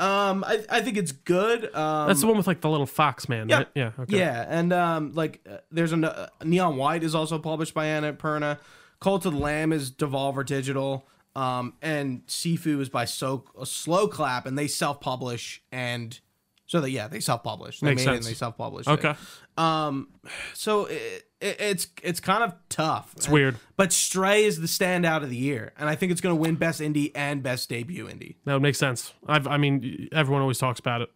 [SPEAKER 1] Um, I, I think it's good. Um,
[SPEAKER 2] that's the one with like the little fox man right? yeah okay
[SPEAKER 1] yeah, and um, like uh, there's a uh, Neon White is also published by Annapurna. Cult of the Lamb is Devolver Digital. Um, and Sifu is by so uh, Slow Clap, and they self publish and so they yeah they self publish. They
[SPEAKER 2] Makes
[SPEAKER 1] made it and
[SPEAKER 2] sense.
[SPEAKER 1] they self publish.
[SPEAKER 2] okay
[SPEAKER 1] Um, so it, it, it's it's kind of tough. It's
[SPEAKER 2] weird.
[SPEAKER 1] But Stray is the standout of the year, and I think it's going to win Best Indie and Best Debut Indie.
[SPEAKER 2] that would make sense I've, i mean everyone always talks about it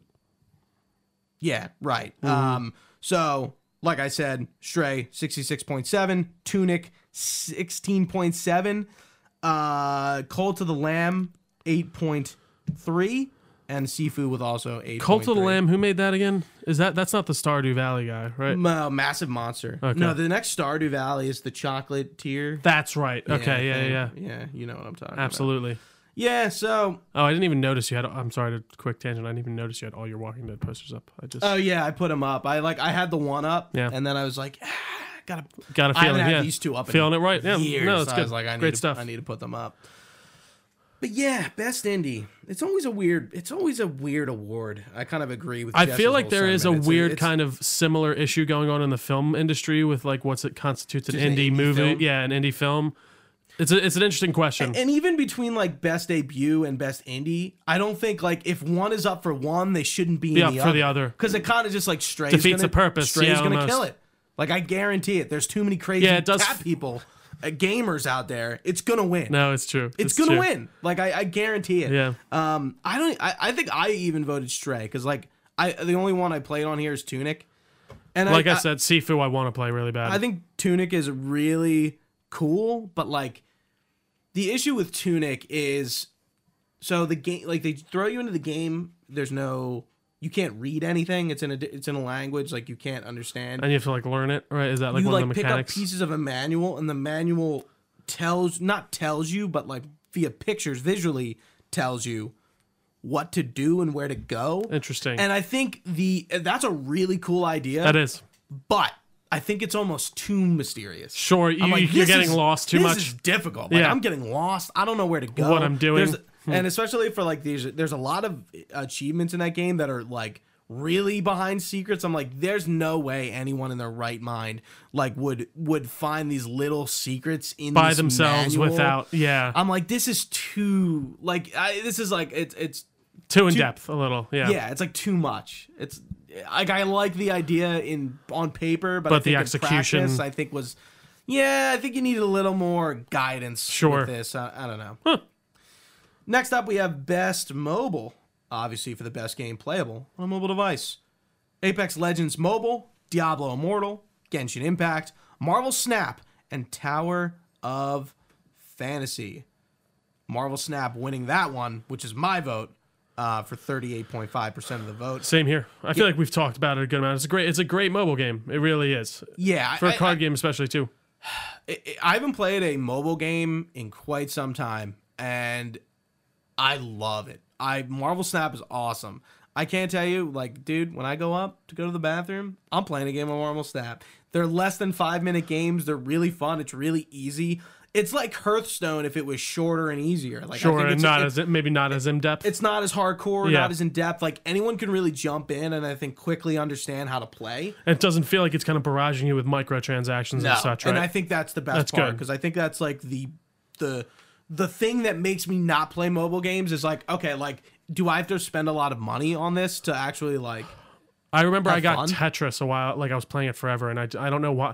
[SPEAKER 1] Yeah, right. Um, so like I said, Stray sixty six point seven, Tunic sixteen point seven, uh, Cold to the Lamb eight point three, and Sifu with also eight.
[SPEAKER 2] Cult of the Lamb, who made that again? Is that that's not the Stardew Valley guy, right?
[SPEAKER 1] Ma- uh, massive monster. No, the next Stardew Valley is the chocolate tier.
[SPEAKER 2] That's right. Okay, yeah, yeah, yeah.
[SPEAKER 1] thing. yeah. You know what I'm talking about.
[SPEAKER 2] Absolutely.
[SPEAKER 1] Yeah, so
[SPEAKER 2] Oh, I didn't even notice you had. I'm sorry to quick tangent. I didn't even notice you had all your Walking Dead posters up. I just
[SPEAKER 1] oh yeah, I put them up. I like I had the one up,
[SPEAKER 2] Yeah.
[SPEAKER 1] and then I was like, ah, gotta.
[SPEAKER 2] got a
[SPEAKER 1] I
[SPEAKER 2] feeling.
[SPEAKER 1] haven't had
[SPEAKER 2] yeah,
[SPEAKER 1] these two up in
[SPEAKER 2] feeling it right. Yeah,
[SPEAKER 1] years.
[SPEAKER 2] no, that's
[SPEAKER 1] I
[SPEAKER 2] good.
[SPEAKER 1] was like, I need
[SPEAKER 2] Great
[SPEAKER 1] to,
[SPEAKER 2] stuff.
[SPEAKER 1] I need to put them up. But yeah, best indie. It's always a weird. It's always a weird award. I kind of agree with.
[SPEAKER 2] I
[SPEAKER 1] Jess's
[SPEAKER 2] feel like
[SPEAKER 1] whole
[SPEAKER 2] there is a
[SPEAKER 1] sentiment. It's
[SPEAKER 2] weird
[SPEAKER 1] it's-
[SPEAKER 2] kind of similar issue going on in the film industry with like what's it constitutes an
[SPEAKER 1] Just an
[SPEAKER 2] indie,
[SPEAKER 1] indie
[SPEAKER 2] movie.
[SPEAKER 1] film?
[SPEAKER 2] Yeah, an indie film. It's a, it's an interesting question.
[SPEAKER 1] And even between like best debut and best indie, I don't think like if one is up for one, they shouldn't be
[SPEAKER 2] Be
[SPEAKER 1] in
[SPEAKER 2] up for the other.
[SPEAKER 1] because it kind of just like Stray's
[SPEAKER 2] Defeats
[SPEAKER 1] gonna,
[SPEAKER 2] the purpose,
[SPEAKER 1] Stray's
[SPEAKER 2] yeah,
[SPEAKER 1] gonna
[SPEAKER 2] almost.
[SPEAKER 1] kill it. Like I guarantee it. There's too many crazy
[SPEAKER 2] Yeah, it does
[SPEAKER 1] cat
[SPEAKER 2] f-
[SPEAKER 1] people, uh, gamers out there. It's gonna win.
[SPEAKER 2] no, it's true.
[SPEAKER 1] it's gonna
[SPEAKER 2] true.
[SPEAKER 1] win. Like I, I guarantee it.
[SPEAKER 2] Yeah.
[SPEAKER 1] Um, I don't. I, I think I even voted Stray because like I the only one I played on here is Tunic, and
[SPEAKER 2] Like I, said, Sifu, I want to play really bad.
[SPEAKER 1] I think Tunic is really cool, but like the issue with Tunic is so the game like they throw you into the game. There's no you can't read anything. It's in a di- it's in a language like you can't understand.
[SPEAKER 2] and you have to like learn it, right? Is that like
[SPEAKER 1] you
[SPEAKER 2] one
[SPEAKER 1] like
[SPEAKER 2] of the
[SPEAKER 1] pick up
[SPEAKER 2] mechanics?
[SPEAKER 1] pieces of a manual, and the manual tells not tells you, but like via pictures visually tells you what to do and where to go.
[SPEAKER 2] Interesting.
[SPEAKER 1] And I think the that's a really cool idea,
[SPEAKER 2] that is.
[SPEAKER 1] but I think it's almost too mysterious.
[SPEAKER 2] Sure, you,
[SPEAKER 1] I'm like,
[SPEAKER 2] you're
[SPEAKER 1] this
[SPEAKER 2] getting
[SPEAKER 1] is-
[SPEAKER 2] lost too
[SPEAKER 1] this
[SPEAKER 2] much.
[SPEAKER 1] is difficult. Like,
[SPEAKER 2] Yeah.
[SPEAKER 1] I'm getting lost. I don't know where to go.
[SPEAKER 2] What I'm doing. Hmm.
[SPEAKER 1] There's- and especially for like these, there's a lot of achievements in that game that are like really behind secrets. I'm like, there's no way anyone in their right mind like would would find these little secrets in
[SPEAKER 2] by
[SPEAKER 1] this
[SPEAKER 2] themselves
[SPEAKER 1] manual. Uh,
[SPEAKER 2] without, yeah,
[SPEAKER 1] I'm like, this is too like I, this is like it's it's
[SPEAKER 2] too in depth a little, yeah.
[SPEAKER 1] yeah, it's like too much. It's like I like the idea in on paper, but, I
[SPEAKER 2] But the
[SPEAKER 1] think in
[SPEAKER 2] execution-
[SPEAKER 1] practice, I think was yeah, I think you needed a little more guidance.
[SPEAKER 2] Sure.
[SPEAKER 1] with this I, I don't know. Next up, we have best mobile, obviously for the best game playable on a mobile device. Apex Legends Mobile, Diablo Immortal, Genshin Impact, Marvel Snap, and Tower of Fantasy. Marvel Snap winning that one, which is my vote uh, for 38.5% of the vote.
[SPEAKER 2] Same here. I feel like we've talked about it a good amount. It's a great, it's a great mobile game. It really is
[SPEAKER 1] Yeah,
[SPEAKER 2] for
[SPEAKER 1] I,
[SPEAKER 2] a card game, especially too.
[SPEAKER 1] I, I haven't played a mobile game in quite some time, and I love it. I Marvel Snap is awesome. I can't tell you, like, dude, when I go up to go to the bathroom, I'm playing a game of Marvel Snap. They're less than five minute games. They're really fun. It's really easy. It's like Hearthstone if it was shorter and easier. Like I
[SPEAKER 2] Sure,
[SPEAKER 1] think
[SPEAKER 2] and
[SPEAKER 1] it's,
[SPEAKER 2] not
[SPEAKER 1] it's-
[SPEAKER 2] as maybe not as in depth.
[SPEAKER 1] it's not as hardcore,
[SPEAKER 2] Yeah.
[SPEAKER 1] not as in depth. Like anyone can really jump in and I think quickly understand how to play.
[SPEAKER 2] It doesn't feel like it's kind of barraging you with microtransactions and such, right?
[SPEAKER 1] and I think that's the best
[SPEAKER 2] That's
[SPEAKER 1] part
[SPEAKER 2] good.
[SPEAKER 1] because I think that's like the the the thing that makes me not play mobile games is like okay, like do I have to spend a lot of money on this to actually like
[SPEAKER 2] I remember I got
[SPEAKER 1] fun.
[SPEAKER 2] Tetris a while, like I was playing it forever, and I, I don't know why.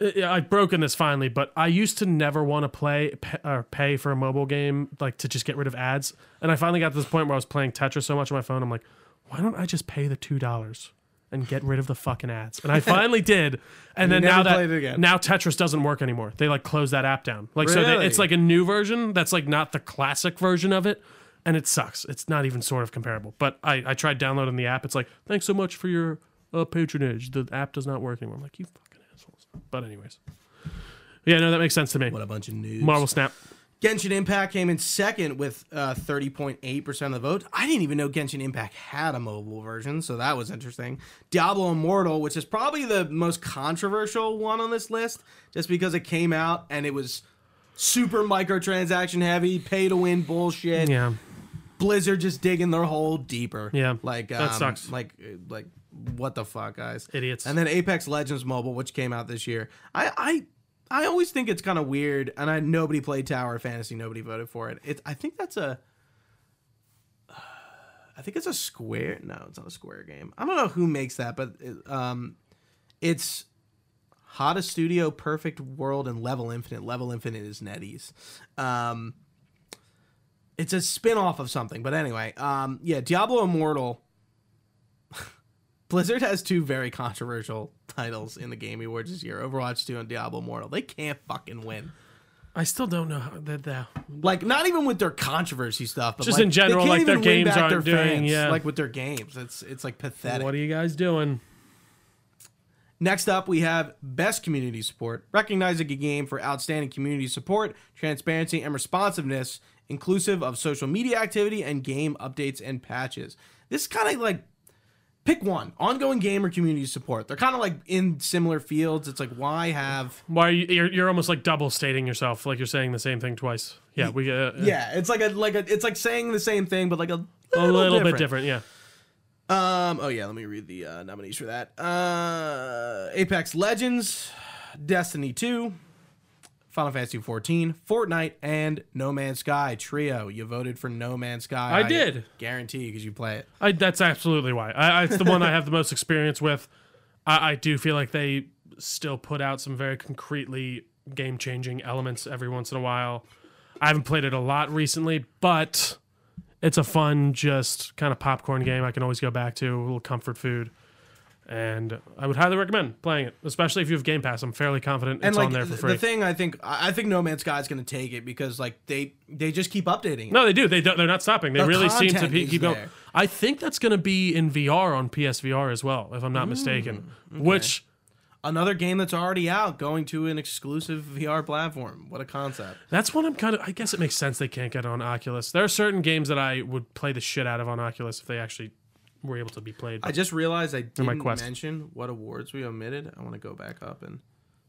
[SPEAKER 2] I- I've broken this finally, but I used to never want to play pay, or pay for a mobile game, like to just get rid of ads. And I finally got to this point where I was playing Tetris so much on my phone, I'm like, why don't I just pay the two dollars and get rid of the fucking ads? And I finally did. And then
[SPEAKER 1] never
[SPEAKER 2] now that
[SPEAKER 1] played it again.
[SPEAKER 2] now Tetris doesn't work anymore. They like close that app down. Like so,
[SPEAKER 1] Really?
[SPEAKER 2] they, it's like a new version that's like not the classic version of it, and it sucks. It's not even sort of comparable. But I, I tried downloading the app. It's like thanks so much for your uh, patronage. The app does not work anymore. I'm like you fucking assholes. But anyways, yeah, no, that makes sense to me.
[SPEAKER 1] what a bunch of news?
[SPEAKER 2] Marvel Snap.
[SPEAKER 1] Genshin Impact came in second with uh, 30.8% of the vote. I didn't even know Genshin Impact had a mobile version, so that was interesting. Diablo Immortal, which is probably the most controversial one on this list, just because it came out and it was super microtransaction heavy, pay to win bullshit.
[SPEAKER 2] Yeah,
[SPEAKER 1] Blizzard just digging their hole deeper.
[SPEAKER 2] Yeah,
[SPEAKER 1] like
[SPEAKER 2] that
[SPEAKER 1] um,
[SPEAKER 2] sucks.
[SPEAKER 1] Like like what the fuck, guys?
[SPEAKER 2] Idiots.
[SPEAKER 1] And then Apex Legends Mobile, which came out this year. I I I always think it's kind of weird, and I nobody played Tower of Fantasy, nobody voted for it. It I think that's a. I think it's a Square. No, it's not a Square game. I don't know who makes that, but it, um, it's Hottest Studio, Perfect World, and Level Infinite. Level Infinite is NetEase. Um, it's a spin-off of something, but anyway, um, yeah, Diablo Immortal. Blizzard has two very controversial titles in the Game Awards this year: Overwatch 2 and Diablo Immortal. They can't fucking win.
[SPEAKER 2] I still don't know how that. that
[SPEAKER 1] Like, not even with their controversy stuff, but
[SPEAKER 2] Just
[SPEAKER 1] like,
[SPEAKER 2] in general,
[SPEAKER 1] they can't
[SPEAKER 2] like, their
[SPEAKER 1] even win
[SPEAKER 2] games
[SPEAKER 1] back
[SPEAKER 2] aren't
[SPEAKER 1] their
[SPEAKER 2] doing-
[SPEAKER 1] fans,
[SPEAKER 2] yeah.
[SPEAKER 1] like with their games. It's it's like pathetic.
[SPEAKER 2] what are you guys doing?
[SPEAKER 1] Next up, we have Best Community Support, recognizing a game for outstanding community support, transparency, and responsiveness, inclusive of social media activity and game updates and patches. This is kind of like pick one ongoing game or community support. They're kind of like in similar fields. It's like, why have.
[SPEAKER 2] Why are you? You're, you're almost like double stating yourself. Like you're saying the same thing twice. Yeah, we uh,
[SPEAKER 1] Yeah, it's like a like a it's like saying the same thing, but like a
[SPEAKER 2] a
[SPEAKER 1] little,
[SPEAKER 2] little,
[SPEAKER 1] different.
[SPEAKER 2] bit different. Yeah.
[SPEAKER 1] Um. Oh yeah. Let me read the uh, nominees for that. Uh, Apex Legends, Destiny Two, Final Fantasy Fourteen, Fortnite, and No Man's Sky trio. You voted for No Man's Sky.
[SPEAKER 2] I did.
[SPEAKER 1] Guarantee because you play it.
[SPEAKER 2] I, that's absolutely why. I, I, it's the one I have the most experience with. I, I do feel like they still put out some very concretely game changing elements every once in a while. I haven't played it a lot recently, but it's a fun, just kind of popcorn game I can always go back to, a little comfort food. And I would highly recommend playing it, especially if you have Game Pass. I'm fairly confident it's
[SPEAKER 1] And like
[SPEAKER 2] on there for
[SPEAKER 1] th-
[SPEAKER 2] free.
[SPEAKER 1] the thing, I think I I think No Man's Sky is going to take it because like they they just keep updating it.
[SPEAKER 2] No, they do. They don't, they're not stopping. They
[SPEAKER 1] The
[SPEAKER 2] really seem to
[SPEAKER 1] content
[SPEAKER 2] pe-
[SPEAKER 1] is
[SPEAKER 2] keep going.
[SPEAKER 1] there.
[SPEAKER 2] I think that's going to be in VR on PSVR as well, if I'm
[SPEAKER 1] Mm,
[SPEAKER 2] not mistaken. Which
[SPEAKER 1] Another game that's already out going to an exclusive VR platform. What a concept.
[SPEAKER 2] that's what I'm kind of. I guess it makes sense they can't get on Oculus. There are certain games that I would play the shit out of on Oculus if they actually were able to be played.
[SPEAKER 1] I just realized I
[SPEAKER 2] my
[SPEAKER 1] didn't
[SPEAKER 2] quest.
[SPEAKER 1] mention what awards we omitted. I want to go back up and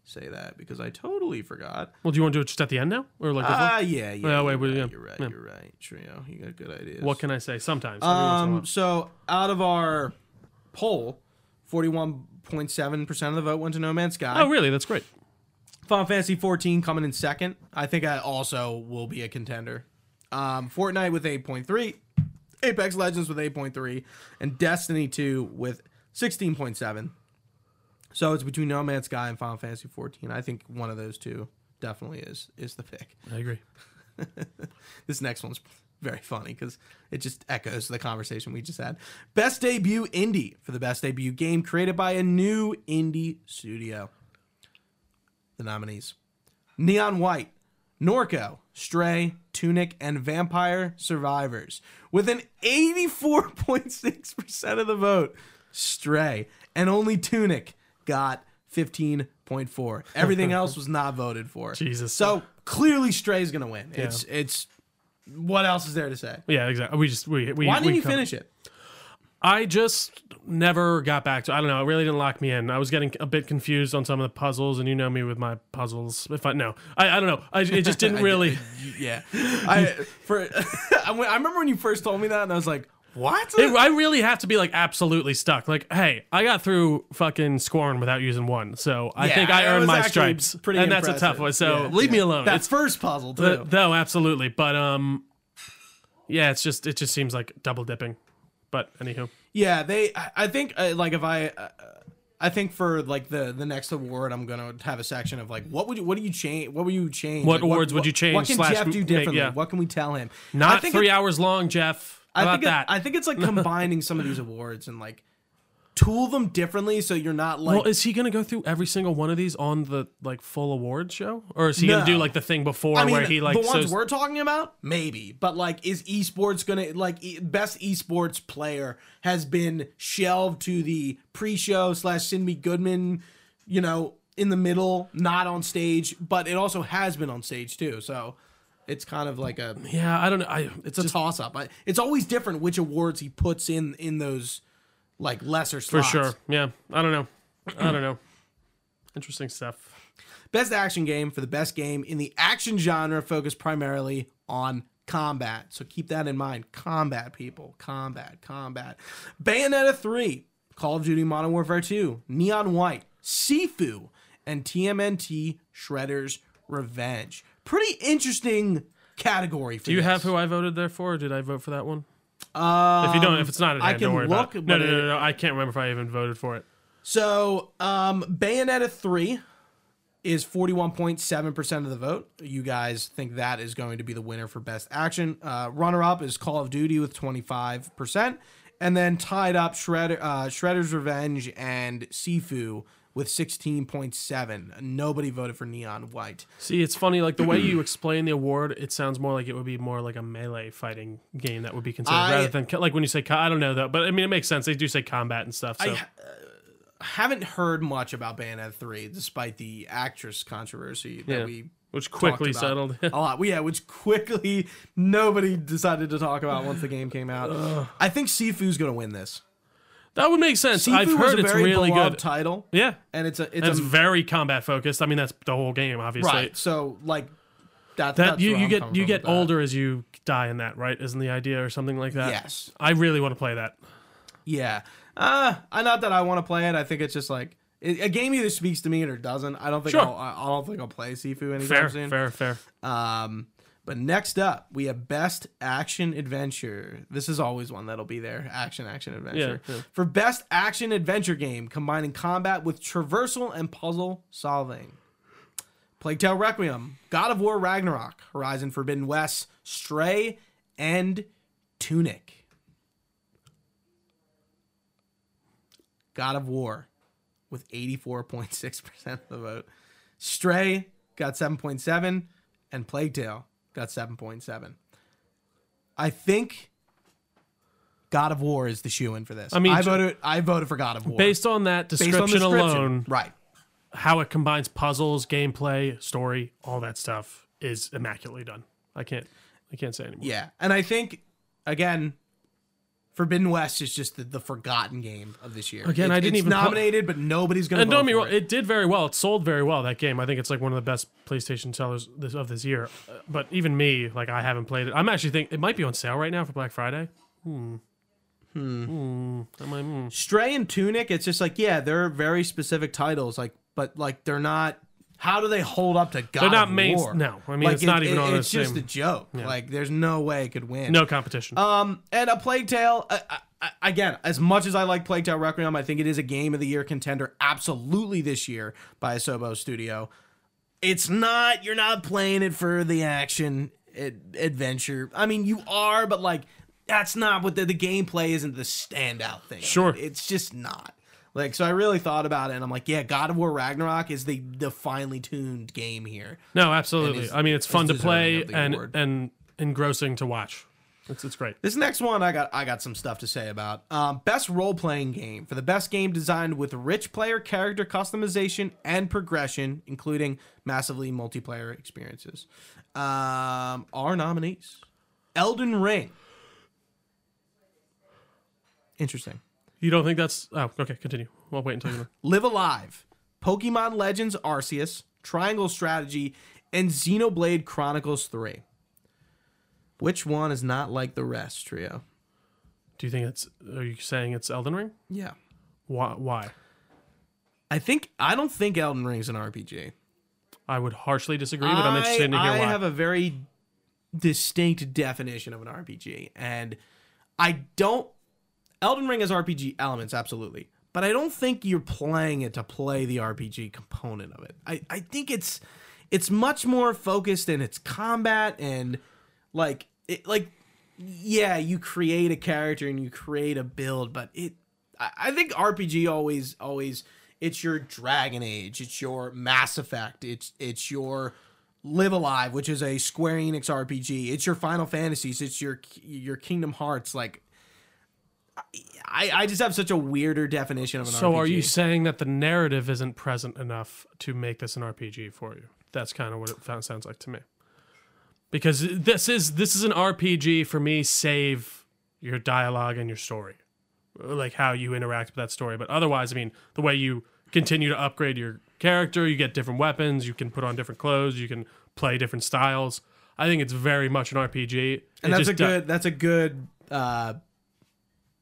[SPEAKER 1] say that because I totally forgot.
[SPEAKER 2] well, do you want to do it just at the end now, or like before?
[SPEAKER 1] Ah, yeah, yeah.
[SPEAKER 2] Yeah, wait,
[SPEAKER 1] you're,
[SPEAKER 2] we-
[SPEAKER 1] right,
[SPEAKER 2] yeah,
[SPEAKER 1] you're right.
[SPEAKER 2] yeah.
[SPEAKER 1] You're right. Trio, you got good ideas.
[SPEAKER 2] what can I say? Sometimes. every once in a
[SPEAKER 1] um,
[SPEAKER 2] while.
[SPEAKER 1] so out of our poll, forty-one point seven percent of the vote went to No Man's Sky.
[SPEAKER 2] oh, really? That's great.
[SPEAKER 1] Final Fantasy 14 coming in second. I think that also will be a contender. Um, Fortnite with 8.3, Apex Legends with 8.3, and Destiny 2 with 16.7. So it's between No Man's Sky and Final Fantasy 14. I think one of those two definitely is is the pick.
[SPEAKER 2] I agree.
[SPEAKER 1] This next one's very funny because it just echoes the conversation we just had. Best debut indie for the best debut game created by a new indie studio. The nominees Neon White, Norco, Stray, Tunic, and Vampire Survivors. With an 84.6% of the vote, Stray, and only Tunic got 15.4. Everything else was not voted for.
[SPEAKER 2] Jesus.
[SPEAKER 1] So clearly Stray's going to win. It's, it's, what else is there to say?
[SPEAKER 2] Yeah, exactly. We just we we.
[SPEAKER 1] Why didn't
[SPEAKER 2] we
[SPEAKER 1] you
[SPEAKER 2] covered-
[SPEAKER 1] finish it?
[SPEAKER 2] I just never got back to. I don't know. It really didn't lock me in. I was getting a bit confused on some of the puzzles, and you know me with my puzzles. If I no, I, I don't know. I, it just didn't really.
[SPEAKER 1] Yeah, I for I went- I remember when you first told me that, and I was like, "What?"
[SPEAKER 2] it- I really have to be like absolutely stuck. Like, hey, I got through fucking Scorn without using one, so I
[SPEAKER 1] Yeah,
[SPEAKER 2] think
[SPEAKER 1] it
[SPEAKER 2] I earned
[SPEAKER 1] was
[SPEAKER 2] my
[SPEAKER 1] actually
[SPEAKER 2] stripes.
[SPEAKER 1] pretty
[SPEAKER 2] and that's a
[SPEAKER 1] impressive.
[SPEAKER 2] tough one. So
[SPEAKER 1] Yeah,
[SPEAKER 2] leave me alone.
[SPEAKER 1] that
[SPEAKER 2] it's
[SPEAKER 1] first puzzle too.
[SPEAKER 2] th- though absolutely, but um, yeah, it's just it just seems like double dipping. But anywho,
[SPEAKER 1] Yeah, they. I I think uh, like if I, uh, I think for like the the next award, I'm gonna have a section of like what would you what do you change? What would you change?
[SPEAKER 2] What
[SPEAKER 1] Like,
[SPEAKER 2] awards would you change
[SPEAKER 1] What can
[SPEAKER 2] slash
[SPEAKER 1] Jeff do
[SPEAKER 2] make-
[SPEAKER 1] differently?
[SPEAKER 2] yeah.
[SPEAKER 1] What can we tell him?
[SPEAKER 2] not
[SPEAKER 1] I think
[SPEAKER 2] three
[SPEAKER 1] it-
[SPEAKER 2] hours long, Jeff. How
[SPEAKER 1] I
[SPEAKER 2] about
[SPEAKER 1] think it-
[SPEAKER 2] that?
[SPEAKER 1] I think it's like combining some of these awards and like tool them differently so you're not like.
[SPEAKER 2] well, is he gonna go through every single one of these on the like full award show, or is he gonna
[SPEAKER 1] No.
[SPEAKER 2] do like the thing before
[SPEAKER 1] I mean,
[SPEAKER 2] where he like
[SPEAKER 1] the ones
[SPEAKER 2] says-
[SPEAKER 1] we're talking about, maybe, but like, is esports gonna like e- best esports player has been shelved to the pre-show slash Cindy Goodman, you know, in the middle, not on stage, but it also has been on stage too. So it's kind of like a
[SPEAKER 2] yeah, I don't know. I, it's a
[SPEAKER 1] toss up. It's always different which awards he puts in in those like lesser
[SPEAKER 2] For
[SPEAKER 1] slots.
[SPEAKER 2] sure. Yeah. I don't know. I don't know. Interesting stuff.
[SPEAKER 1] Best action game for the best game in the action genre focused primarily on combat. So keep that in mind. Combat, people. Combat, combat. Bayonetta 3, Call of Duty Modern Warfare 2, Neon White, Sifu, and TMNT Shredder's Revenge. Pretty interesting category for
[SPEAKER 2] Do you have who I voted there for? Or did I vote for that one? if you don't, if it's not
[SPEAKER 1] Um,
[SPEAKER 2] at
[SPEAKER 1] I
[SPEAKER 2] hand, don't
[SPEAKER 1] can
[SPEAKER 2] worry about it.
[SPEAKER 1] look, but
[SPEAKER 2] No, no, no,
[SPEAKER 1] it-
[SPEAKER 2] no, no. I can't remember if I even voted for it.
[SPEAKER 1] So, um, Bayonetta 3 is 41.7% of the vote. You guys think that is going to be the winner for best action. Uh, runner up is Call of Duty with 25%. And then tied up Shredder, uh, Shredder's Revenge and Sifu with 16.7. Nobody voted for Neon White.
[SPEAKER 2] See, it's funny. Like the way you explain the award, it sounds more like it would be more like a melee fighting game that would be considered
[SPEAKER 1] I-
[SPEAKER 2] rather than co- like when you say co- I don't know though, but I mean it makes sense. They do say combat and stuff. So
[SPEAKER 1] Haven't heard much about Bayonetta 3 despite the actress controversy that
[SPEAKER 2] Yeah.
[SPEAKER 1] we
[SPEAKER 2] which quickly
[SPEAKER 1] talked about
[SPEAKER 2] settled.
[SPEAKER 1] a lot. Well, yeah, which quickly nobody decided to talk about once the game came out. I think Sifu's gonna win this.
[SPEAKER 2] that would make sense.
[SPEAKER 1] Sifu
[SPEAKER 2] I've
[SPEAKER 1] was
[SPEAKER 2] heard
[SPEAKER 1] a
[SPEAKER 2] it's
[SPEAKER 1] very
[SPEAKER 2] really
[SPEAKER 1] beloved
[SPEAKER 2] good.
[SPEAKER 1] title,
[SPEAKER 2] yeah,
[SPEAKER 1] and it's a it's
[SPEAKER 2] that's
[SPEAKER 1] a
[SPEAKER 2] very combat focused. I mean that's the whole game, obviously.
[SPEAKER 1] right. So like that
[SPEAKER 2] That
[SPEAKER 1] that's
[SPEAKER 2] you,
[SPEAKER 1] where
[SPEAKER 2] you
[SPEAKER 1] I'm
[SPEAKER 2] get
[SPEAKER 1] coming
[SPEAKER 2] you
[SPEAKER 1] from
[SPEAKER 2] get
[SPEAKER 1] with that.
[SPEAKER 2] older as you die in that, right? Isn't the idea or something like that?
[SPEAKER 1] Yes.
[SPEAKER 2] I really want to play that.
[SPEAKER 1] Yeah. Uh, I not that I want to play it. I think it's just like it, a game either speaks to me or it doesn't. I don't think
[SPEAKER 2] Sure.
[SPEAKER 1] I'll, I I don't think I'll play Sifu anytime
[SPEAKER 2] Fair,
[SPEAKER 1] soon.
[SPEAKER 2] fair, fair.
[SPEAKER 1] Um, but next up, we have Best Action Adventure. This is always one that'll be there. Action, action, adventure.
[SPEAKER 2] Yeah, yeah.
[SPEAKER 1] For Best Action Adventure Game, combining combat with traversal and puzzle solving. Plague Tale Requiem, God of War Ragnarok, Horizon Forbidden West, Stray, and Tunic. God of War with 84.6% of the vote. Stray got 7.7 and Plague Tale got 7.7. I think God of War is the shoe in for this. I
[SPEAKER 2] mean,
[SPEAKER 1] mean, I
[SPEAKER 2] ju-
[SPEAKER 1] voted I voted for God of War
[SPEAKER 2] Based on that description, alone,
[SPEAKER 1] Right.
[SPEAKER 2] how it combines puzzles, gameplay, story, all that stuff is immaculately done. I can't I can't say anymore.
[SPEAKER 1] Yeah. And I think again Forbidden West is just the, the forgotten game of this year.
[SPEAKER 2] Again,
[SPEAKER 1] It's-
[SPEAKER 2] I didn't
[SPEAKER 1] it's
[SPEAKER 2] even pl-
[SPEAKER 1] nominated, but nobody's going to
[SPEAKER 2] And don't get me wrong, it did very well. It sold very well that game. I think it's like one of the best PlayStation sellers this, of this year. Uh, But even me, like I haven't played it. I'm actually thinking it might be on sale right now for Black Friday. Hmm. Hmm. I'm like, hmm.
[SPEAKER 1] Stray and Tunic, it's just like, yeah, they're very specific titles, like, but like they're not. How do they hold up to God?
[SPEAKER 2] They're not
[SPEAKER 1] of
[SPEAKER 2] main-
[SPEAKER 1] War?
[SPEAKER 2] no, I mean, it's not even on the
[SPEAKER 1] It's just
[SPEAKER 2] same-
[SPEAKER 1] a joke. Like, there's no way it could win.
[SPEAKER 2] No competition.
[SPEAKER 1] Um, and a Plague Tale. Uh, uh, again, as much as I like Plague Tale Requiem, I think it is a game of the year contender, absolutely this year by Asobo Studio. It's not. You're not playing it for the action ad- adventure. I mean, you are, but like that's not what the, the gameplay isn't the standout thing.
[SPEAKER 2] Sure.
[SPEAKER 1] it's just not. Like so, I really thought about it, and I'm like, yeah, God of War Ragnarok is the the finely tuned game here.
[SPEAKER 2] No, absolutely.
[SPEAKER 1] is-
[SPEAKER 2] I mean, it's fun to
[SPEAKER 1] deserving
[SPEAKER 2] play
[SPEAKER 1] of the
[SPEAKER 2] and
[SPEAKER 1] award.
[SPEAKER 2] and engrossing to watch. It's it's great.
[SPEAKER 1] This next one, I got I got some stuff to say about. Um, best role playing game for the best game designed with rich player character customization and progression, including massively multiplayer experiences. Um, our nominees: Elden Ring, Interesting.
[SPEAKER 2] You don't think that's? Oh, okay. Continue. I'll wait until you. know.
[SPEAKER 1] Live Alive, Pokemon Legends Arceus, Triangle Strategy, and Xenoblade Chronicles 3. Which one is not like the rest, trio?
[SPEAKER 2] Do you think it's? Are you saying it's Elden Ring?
[SPEAKER 1] Yeah.
[SPEAKER 2] Why? Why?
[SPEAKER 1] I think I don't think Elden Ring's an RPG.
[SPEAKER 2] I would harshly disagree, but I'm
[SPEAKER 1] I-
[SPEAKER 2] interested to hear
[SPEAKER 1] I
[SPEAKER 2] why.
[SPEAKER 1] have a very distinct definition of an RPG, and I don't. Elden Ring has RPG elements, absolutely, but I don't think you're playing it to play the RPG component of it. I, I think it's it's much more focused in its combat and like it like yeah, you create a character and you create a build, but it I, I think RPG always always it's your Dragon Age, it's your Mass Effect, it's it's your Live Alive, which is a Square Enix RPG, it's your Final Fantasies, it's your your Kingdom Hearts. Like, I I just have such a weirder definition of an RPG.
[SPEAKER 2] so, are you saying that the narrative isn't present enough to make this an RPG for you? That's kind of what it found, sounds like to me. Because this is this is an RPG for me. Save your dialogue and your story, like how you interact with that story. But otherwise, I mean, the way you continue to upgrade your character, you get different weapons, you can put on different clothes, you can play different styles. I think it's very much an RPG.
[SPEAKER 1] And that's
[SPEAKER 2] It
[SPEAKER 1] a
[SPEAKER 2] just do-
[SPEAKER 1] good that's a good uh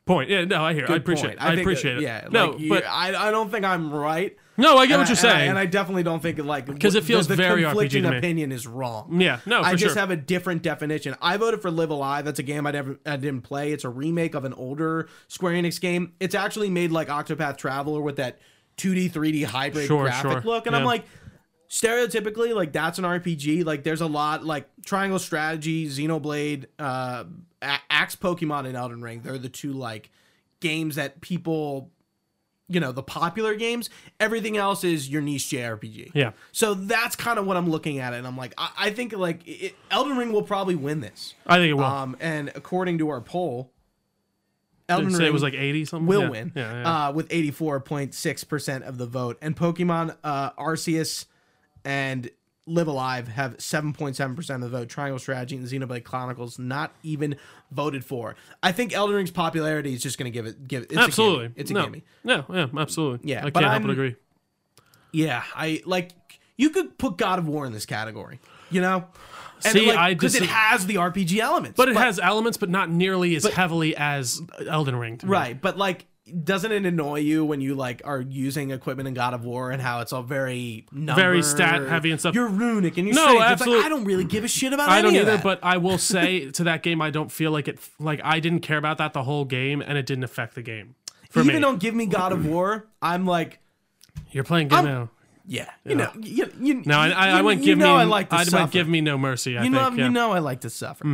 [SPEAKER 2] point. Yeah, no, I hear. I
[SPEAKER 1] point.
[SPEAKER 2] appreciate. It. I,
[SPEAKER 1] think that-
[SPEAKER 2] appreciate it.
[SPEAKER 1] Yeah,
[SPEAKER 2] no,
[SPEAKER 1] like, you-
[SPEAKER 2] but
[SPEAKER 1] I I don't think I'm right.
[SPEAKER 2] no, I get what
[SPEAKER 1] And
[SPEAKER 2] you're
[SPEAKER 1] I- and I-
[SPEAKER 2] saying.
[SPEAKER 1] and I, definitely don't think like
[SPEAKER 2] 'Cause it feels
[SPEAKER 1] the, the
[SPEAKER 2] very RPG to
[SPEAKER 1] conflicting
[SPEAKER 2] me.
[SPEAKER 1] opinion is wrong.
[SPEAKER 2] yeah, no, for
[SPEAKER 1] I just
[SPEAKER 2] sure.
[SPEAKER 1] have a different definition. I voted for Live Alive. That's a game I never I didn't play. It's a remake of an older Square Enix game. It's actually made like Octopath Traveler with that 2D 3D hybrid
[SPEAKER 2] Sure,
[SPEAKER 1] graphic
[SPEAKER 2] sure.
[SPEAKER 1] look, and I'm
[SPEAKER 2] Yeah.
[SPEAKER 1] like. Stereotypically, like that's an RPG. Like there's a lot like Triangle Strategy, Xenoblade, uh, A- Axe Pokemon, and Elden Ring. They're the two like games that people, you know, the popular games. Everything else is your niche JRPG.
[SPEAKER 2] yeah.
[SPEAKER 1] So that's kind of what I'm looking at, and I'm like, I, I think like it, Elden Ring will probably win this.
[SPEAKER 2] I think it will.
[SPEAKER 1] Um, and according to our poll,
[SPEAKER 2] Did
[SPEAKER 1] Elden
[SPEAKER 2] it
[SPEAKER 1] Ring
[SPEAKER 2] say it was like 80 something?
[SPEAKER 1] will
[SPEAKER 2] Yeah.
[SPEAKER 1] win
[SPEAKER 2] Yeah, yeah.
[SPEAKER 1] Uh, with 84.6 percent of the vote, and Pokemon uh, Arceus and Live Alive have 7.7 percent of the vote. Triangle Strategy and Xenoblade Chronicles not even voted for. I think Elden Ring's popularity is just going to give it give it's a gimme.
[SPEAKER 2] absolutely.
[SPEAKER 1] it's a
[SPEAKER 2] no.
[SPEAKER 1] gimme.
[SPEAKER 2] No, yeah, absolutely.
[SPEAKER 1] Yeah,
[SPEAKER 2] I
[SPEAKER 1] but
[SPEAKER 2] can't help
[SPEAKER 1] I'm-
[SPEAKER 2] but agree.
[SPEAKER 1] Yeah, I like you could put God of War in this category, you know? And
[SPEAKER 2] See,
[SPEAKER 1] like,
[SPEAKER 2] I
[SPEAKER 1] because it
[SPEAKER 2] dis-
[SPEAKER 1] has the RPG elements,
[SPEAKER 2] But it has elements, but not nearly as heavily as Elden Ring. to me.
[SPEAKER 1] right. But like, doesn't it annoy you when you like are using equipment in God of War and how it's all very numbered,
[SPEAKER 2] stat heavy and stuff.
[SPEAKER 1] You're runic and you're
[SPEAKER 2] No,
[SPEAKER 1] strange. It's
[SPEAKER 2] absolute-
[SPEAKER 1] like, I don't really give a shit about.
[SPEAKER 2] I
[SPEAKER 1] any
[SPEAKER 2] don't
[SPEAKER 1] of
[SPEAKER 2] either,
[SPEAKER 1] that.
[SPEAKER 2] but I will say to that game, I don't feel like it. Like I didn't care about that the whole game, and it didn't affect the game for
[SPEAKER 1] even
[SPEAKER 2] me.
[SPEAKER 1] don't give me God of War. I'm like,
[SPEAKER 2] You're playing game now.
[SPEAKER 1] yeah, you know, you, you,
[SPEAKER 2] No, I,
[SPEAKER 1] you,
[SPEAKER 2] I, I went
[SPEAKER 1] you
[SPEAKER 2] give
[SPEAKER 1] know
[SPEAKER 2] me.
[SPEAKER 1] I like to
[SPEAKER 2] I
[SPEAKER 1] suffer.
[SPEAKER 2] went give me no mercy. I
[SPEAKER 1] you
[SPEAKER 2] think.
[SPEAKER 1] know,
[SPEAKER 2] yeah. Mm-hmm.
[SPEAKER 1] you know, I like to suffer.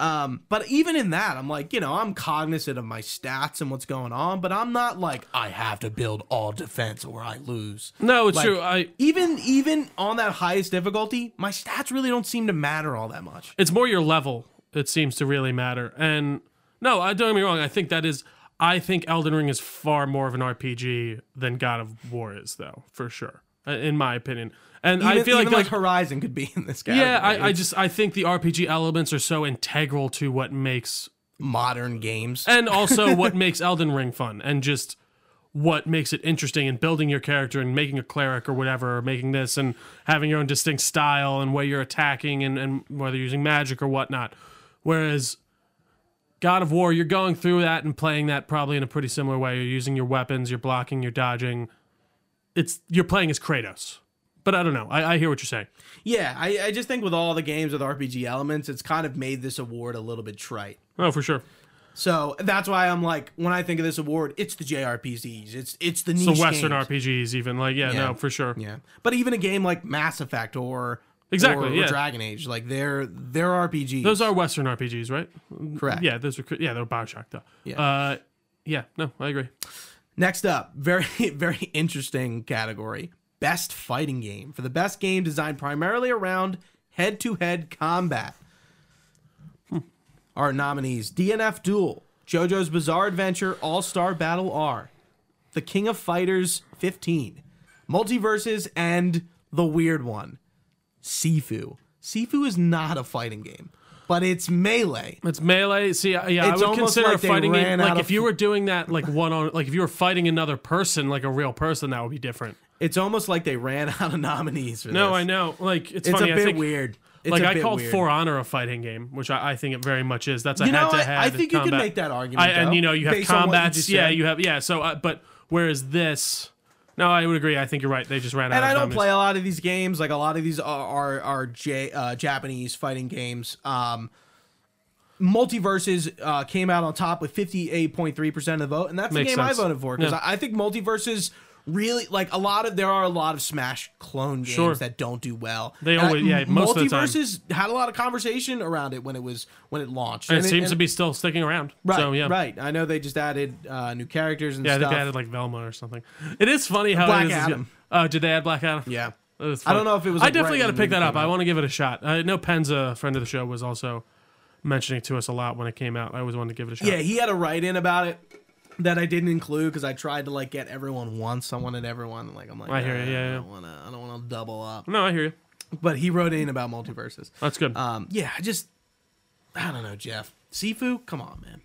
[SPEAKER 1] Um, but even in that, I'm like, you know, I'm cognizant of my stats and what's going on, but I'm not like I have to build all defense or I lose.
[SPEAKER 2] no, it's
[SPEAKER 1] Like,
[SPEAKER 2] true. I
[SPEAKER 1] Even even on that highest difficulty, my stats really don't seem to matter all that much.
[SPEAKER 2] it's more your level it seems to really matter and no i don't get me wrong i think that is i think elden ring is far more of an rpg than god of war is though for sure uh, in my opinion and
[SPEAKER 1] Even,
[SPEAKER 2] i feel like,
[SPEAKER 1] even like
[SPEAKER 2] those-
[SPEAKER 1] Horizon could be in this category.
[SPEAKER 2] yeah I, I just i think the rpg elements are so integral to what makes
[SPEAKER 1] modern games.
[SPEAKER 2] and also what makes elden ring fun and just what makes it interesting and building your character and making a cleric or whatever or making this and having your own distinct style and where you're attacking and, and whether you're using magic or whatnot whereas god of war you're going through that and playing that probably in a pretty similar way you're using your weapons you're blocking you're dodging it's you're playing as kratos but i don't know i, I hear what you're saying
[SPEAKER 1] Yeah, I, I just think with all the games with RPG elements, it's kind of made this award a little bit trite.
[SPEAKER 2] oh for sure
[SPEAKER 1] So that's why I'm like, when I think of this award, it's the JRPGs. It's it's the niche
[SPEAKER 2] the western
[SPEAKER 1] games.
[SPEAKER 2] rpgs even like yeah,
[SPEAKER 1] Yeah.
[SPEAKER 2] no for sure
[SPEAKER 1] Yeah, but even a game like Mass Effect or
[SPEAKER 2] Exactly,
[SPEAKER 1] or- or
[SPEAKER 2] yeah.
[SPEAKER 1] Dragon Age, like they're they're RPGs.
[SPEAKER 2] those are western rpgs right
[SPEAKER 1] correct.
[SPEAKER 2] Yeah, those were cr- yeah, they were Bioshock though.
[SPEAKER 1] Yeah.
[SPEAKER 2] Uh, yeah. No, I agree.
[SPEAKER 1] Next up, very very interesting category: best fighting game for the best game designed primarily around head-to-head combat. Our nominees: DNF Duel, JoJo's Bizarre Adventure, All Star Battle R, The King of Fighters 15, Multiverses, and the weird one, Sifu. Sifu is not a fighting game, but it's melee.
[SPEAKER 2] It's melee. See, I- yeah,
[SPEAKER 1] It's
[SPEAKER 2] I would
[SPEAKER 1] almost
[SPEAKER 2] consider
[SPEAKER 1] like they
[SPEAKER 2] fighting
[SPEAKER 1] ran
[SPEAKER 2] it
[SPEAKER 1] out
[SPEAKER 2] like
[SPEAKER 1] of-
[SPEAKER 2] if you were doing that like one on like if you were fighting another person like a real person that would be different.
[SPEAKER 1] It's almost like they ran out of nominees for this.
[SPEAKER 2] No, I know. Like it's,
[SPEAKER 1] It's
[SPEAKER 2] funny.
[SPEAKER 1] a
[SPEAKER 2] I
[SPEAKER 1] bit
[SPEAKER 2] think
[SPEAKER 1] weird. It's
[SPEAKER 2] like
[SPEAKER 1] a
[SPEAKER 2] I
[SPEAKER 1] bit
[SPEAKER 2] called
[SPEAKER 1] weird.
[SPEAKER 2] For Honor a fighting game, which I, I think it very much is. That's a
[SPEAKER 1] You know,
[SPEAKER 2] head to head.
[SPEAKER 1] I, I think you can make that argument.
[SPEAKER 2] I, and
[SPEAKER 1] though,
[SPEAKER 2] you know you have
[SPEAKER 1] based on what you
[SPEAKER 2] combats.
[SPEAKER 1] just
[SPEAKER 2] yeah,
[SPEAKER 1] said.
[SPEAKER 2] you have yeah. So uh, but whereas this, no, I would agree. I think you're right. They just ran
[SPEAKER 1] and
[SPEAKER 2] out.
[SPEAKER 1] I
[SPEAKER 2] of
[SPEAKER 1] don't
[SPEAKER 2] nominees.
[SPEAKER 1] play a lot of these games. Like a lot of these are are, are J, uh, Japanese fighting games. Um, Multiverses uh, came out on top with fifty eight point three percent of the vote, and that's
[SPEAKER 2] Makes
[SPEAKER 1] the game
[SPEAKER 2] sense.
[SPEAKER 1] I voted for because
[SPEAKER 2] Yeah.
[SPEAKER 1] I, I think Multiverses really like a lot of there are a lot of Smash clone games
[SPEAKER 2] Sure.
[SPEAKER 1] that don't do well.
[SPEAKER 2] They
[SPEAKER 1] And I-
[SPEAKER 2] always- yeah, most of the time.
[SPEAKER 1] Multiverses had a lot of conversation around it when it was when it launched.
[SPEAKER 2] And it seems to be still sticking around.
[SPEAKER 1] right.
[SPEAKER 2] So yeah.
[SPEAKER 1] Right, I know they just added uh, new characters and
[SPEAKER 2] Yeah, I think
[SPEAKER 1] stuff.
[SPEAKER 2] they added like Velma or something. It is funny how
[SPEAKER 1] Black
[SPEAKER 2] it is.
[SPEAKER 1] Adam.
[SPEAKER 2] Oh, did they add Black Adam?
[SPEAKER 1] yeah,
[SPEAKER 2] That was
[SPEAKER 1] I don't
[SPEAKER 2] funny.
[SPEAKER 1] know if it was,
[SPEAKER 2] I
[SPEAKER 1] like,
[SPEAKER 2] definitely
[SPEAKER 1] right
[SPEAKER 2] got to
[SPEAKER 1] when the
[SPEAKER 2] pick that
[SPEAKER 1] movie
[SPEAKER 2] up.
[SPEAKER 1] came
[SPEAKER 2] I want to give it a shot. I know Penza, a friend of the show, was also mentioning it to us a lot when it came out. I always wanted to give it a shot.
[SPEAKER 1] Yeah, he had a write in about it that I didn't include because I tried to like get everyone once. I wanted everyone. Like I'm like,
[SPEAKER 2] I hear you,
[SPEAKER 1] "Nah,
[SPEAKER 2] yeah,
[SPEAKER 1] I
[SPEAKER 2] yeah.
[SPEAKER 1] don't want to. I don't want to double up.
[SPEAKER 2] No, I hear you.
[SPEAKER 1] But he wrote in about multiverses.
[SPEAKER 2] That's good.
[SPEAKER 1] Um, yeah, I just, I don't know, Jeff. Sifu, come on, man,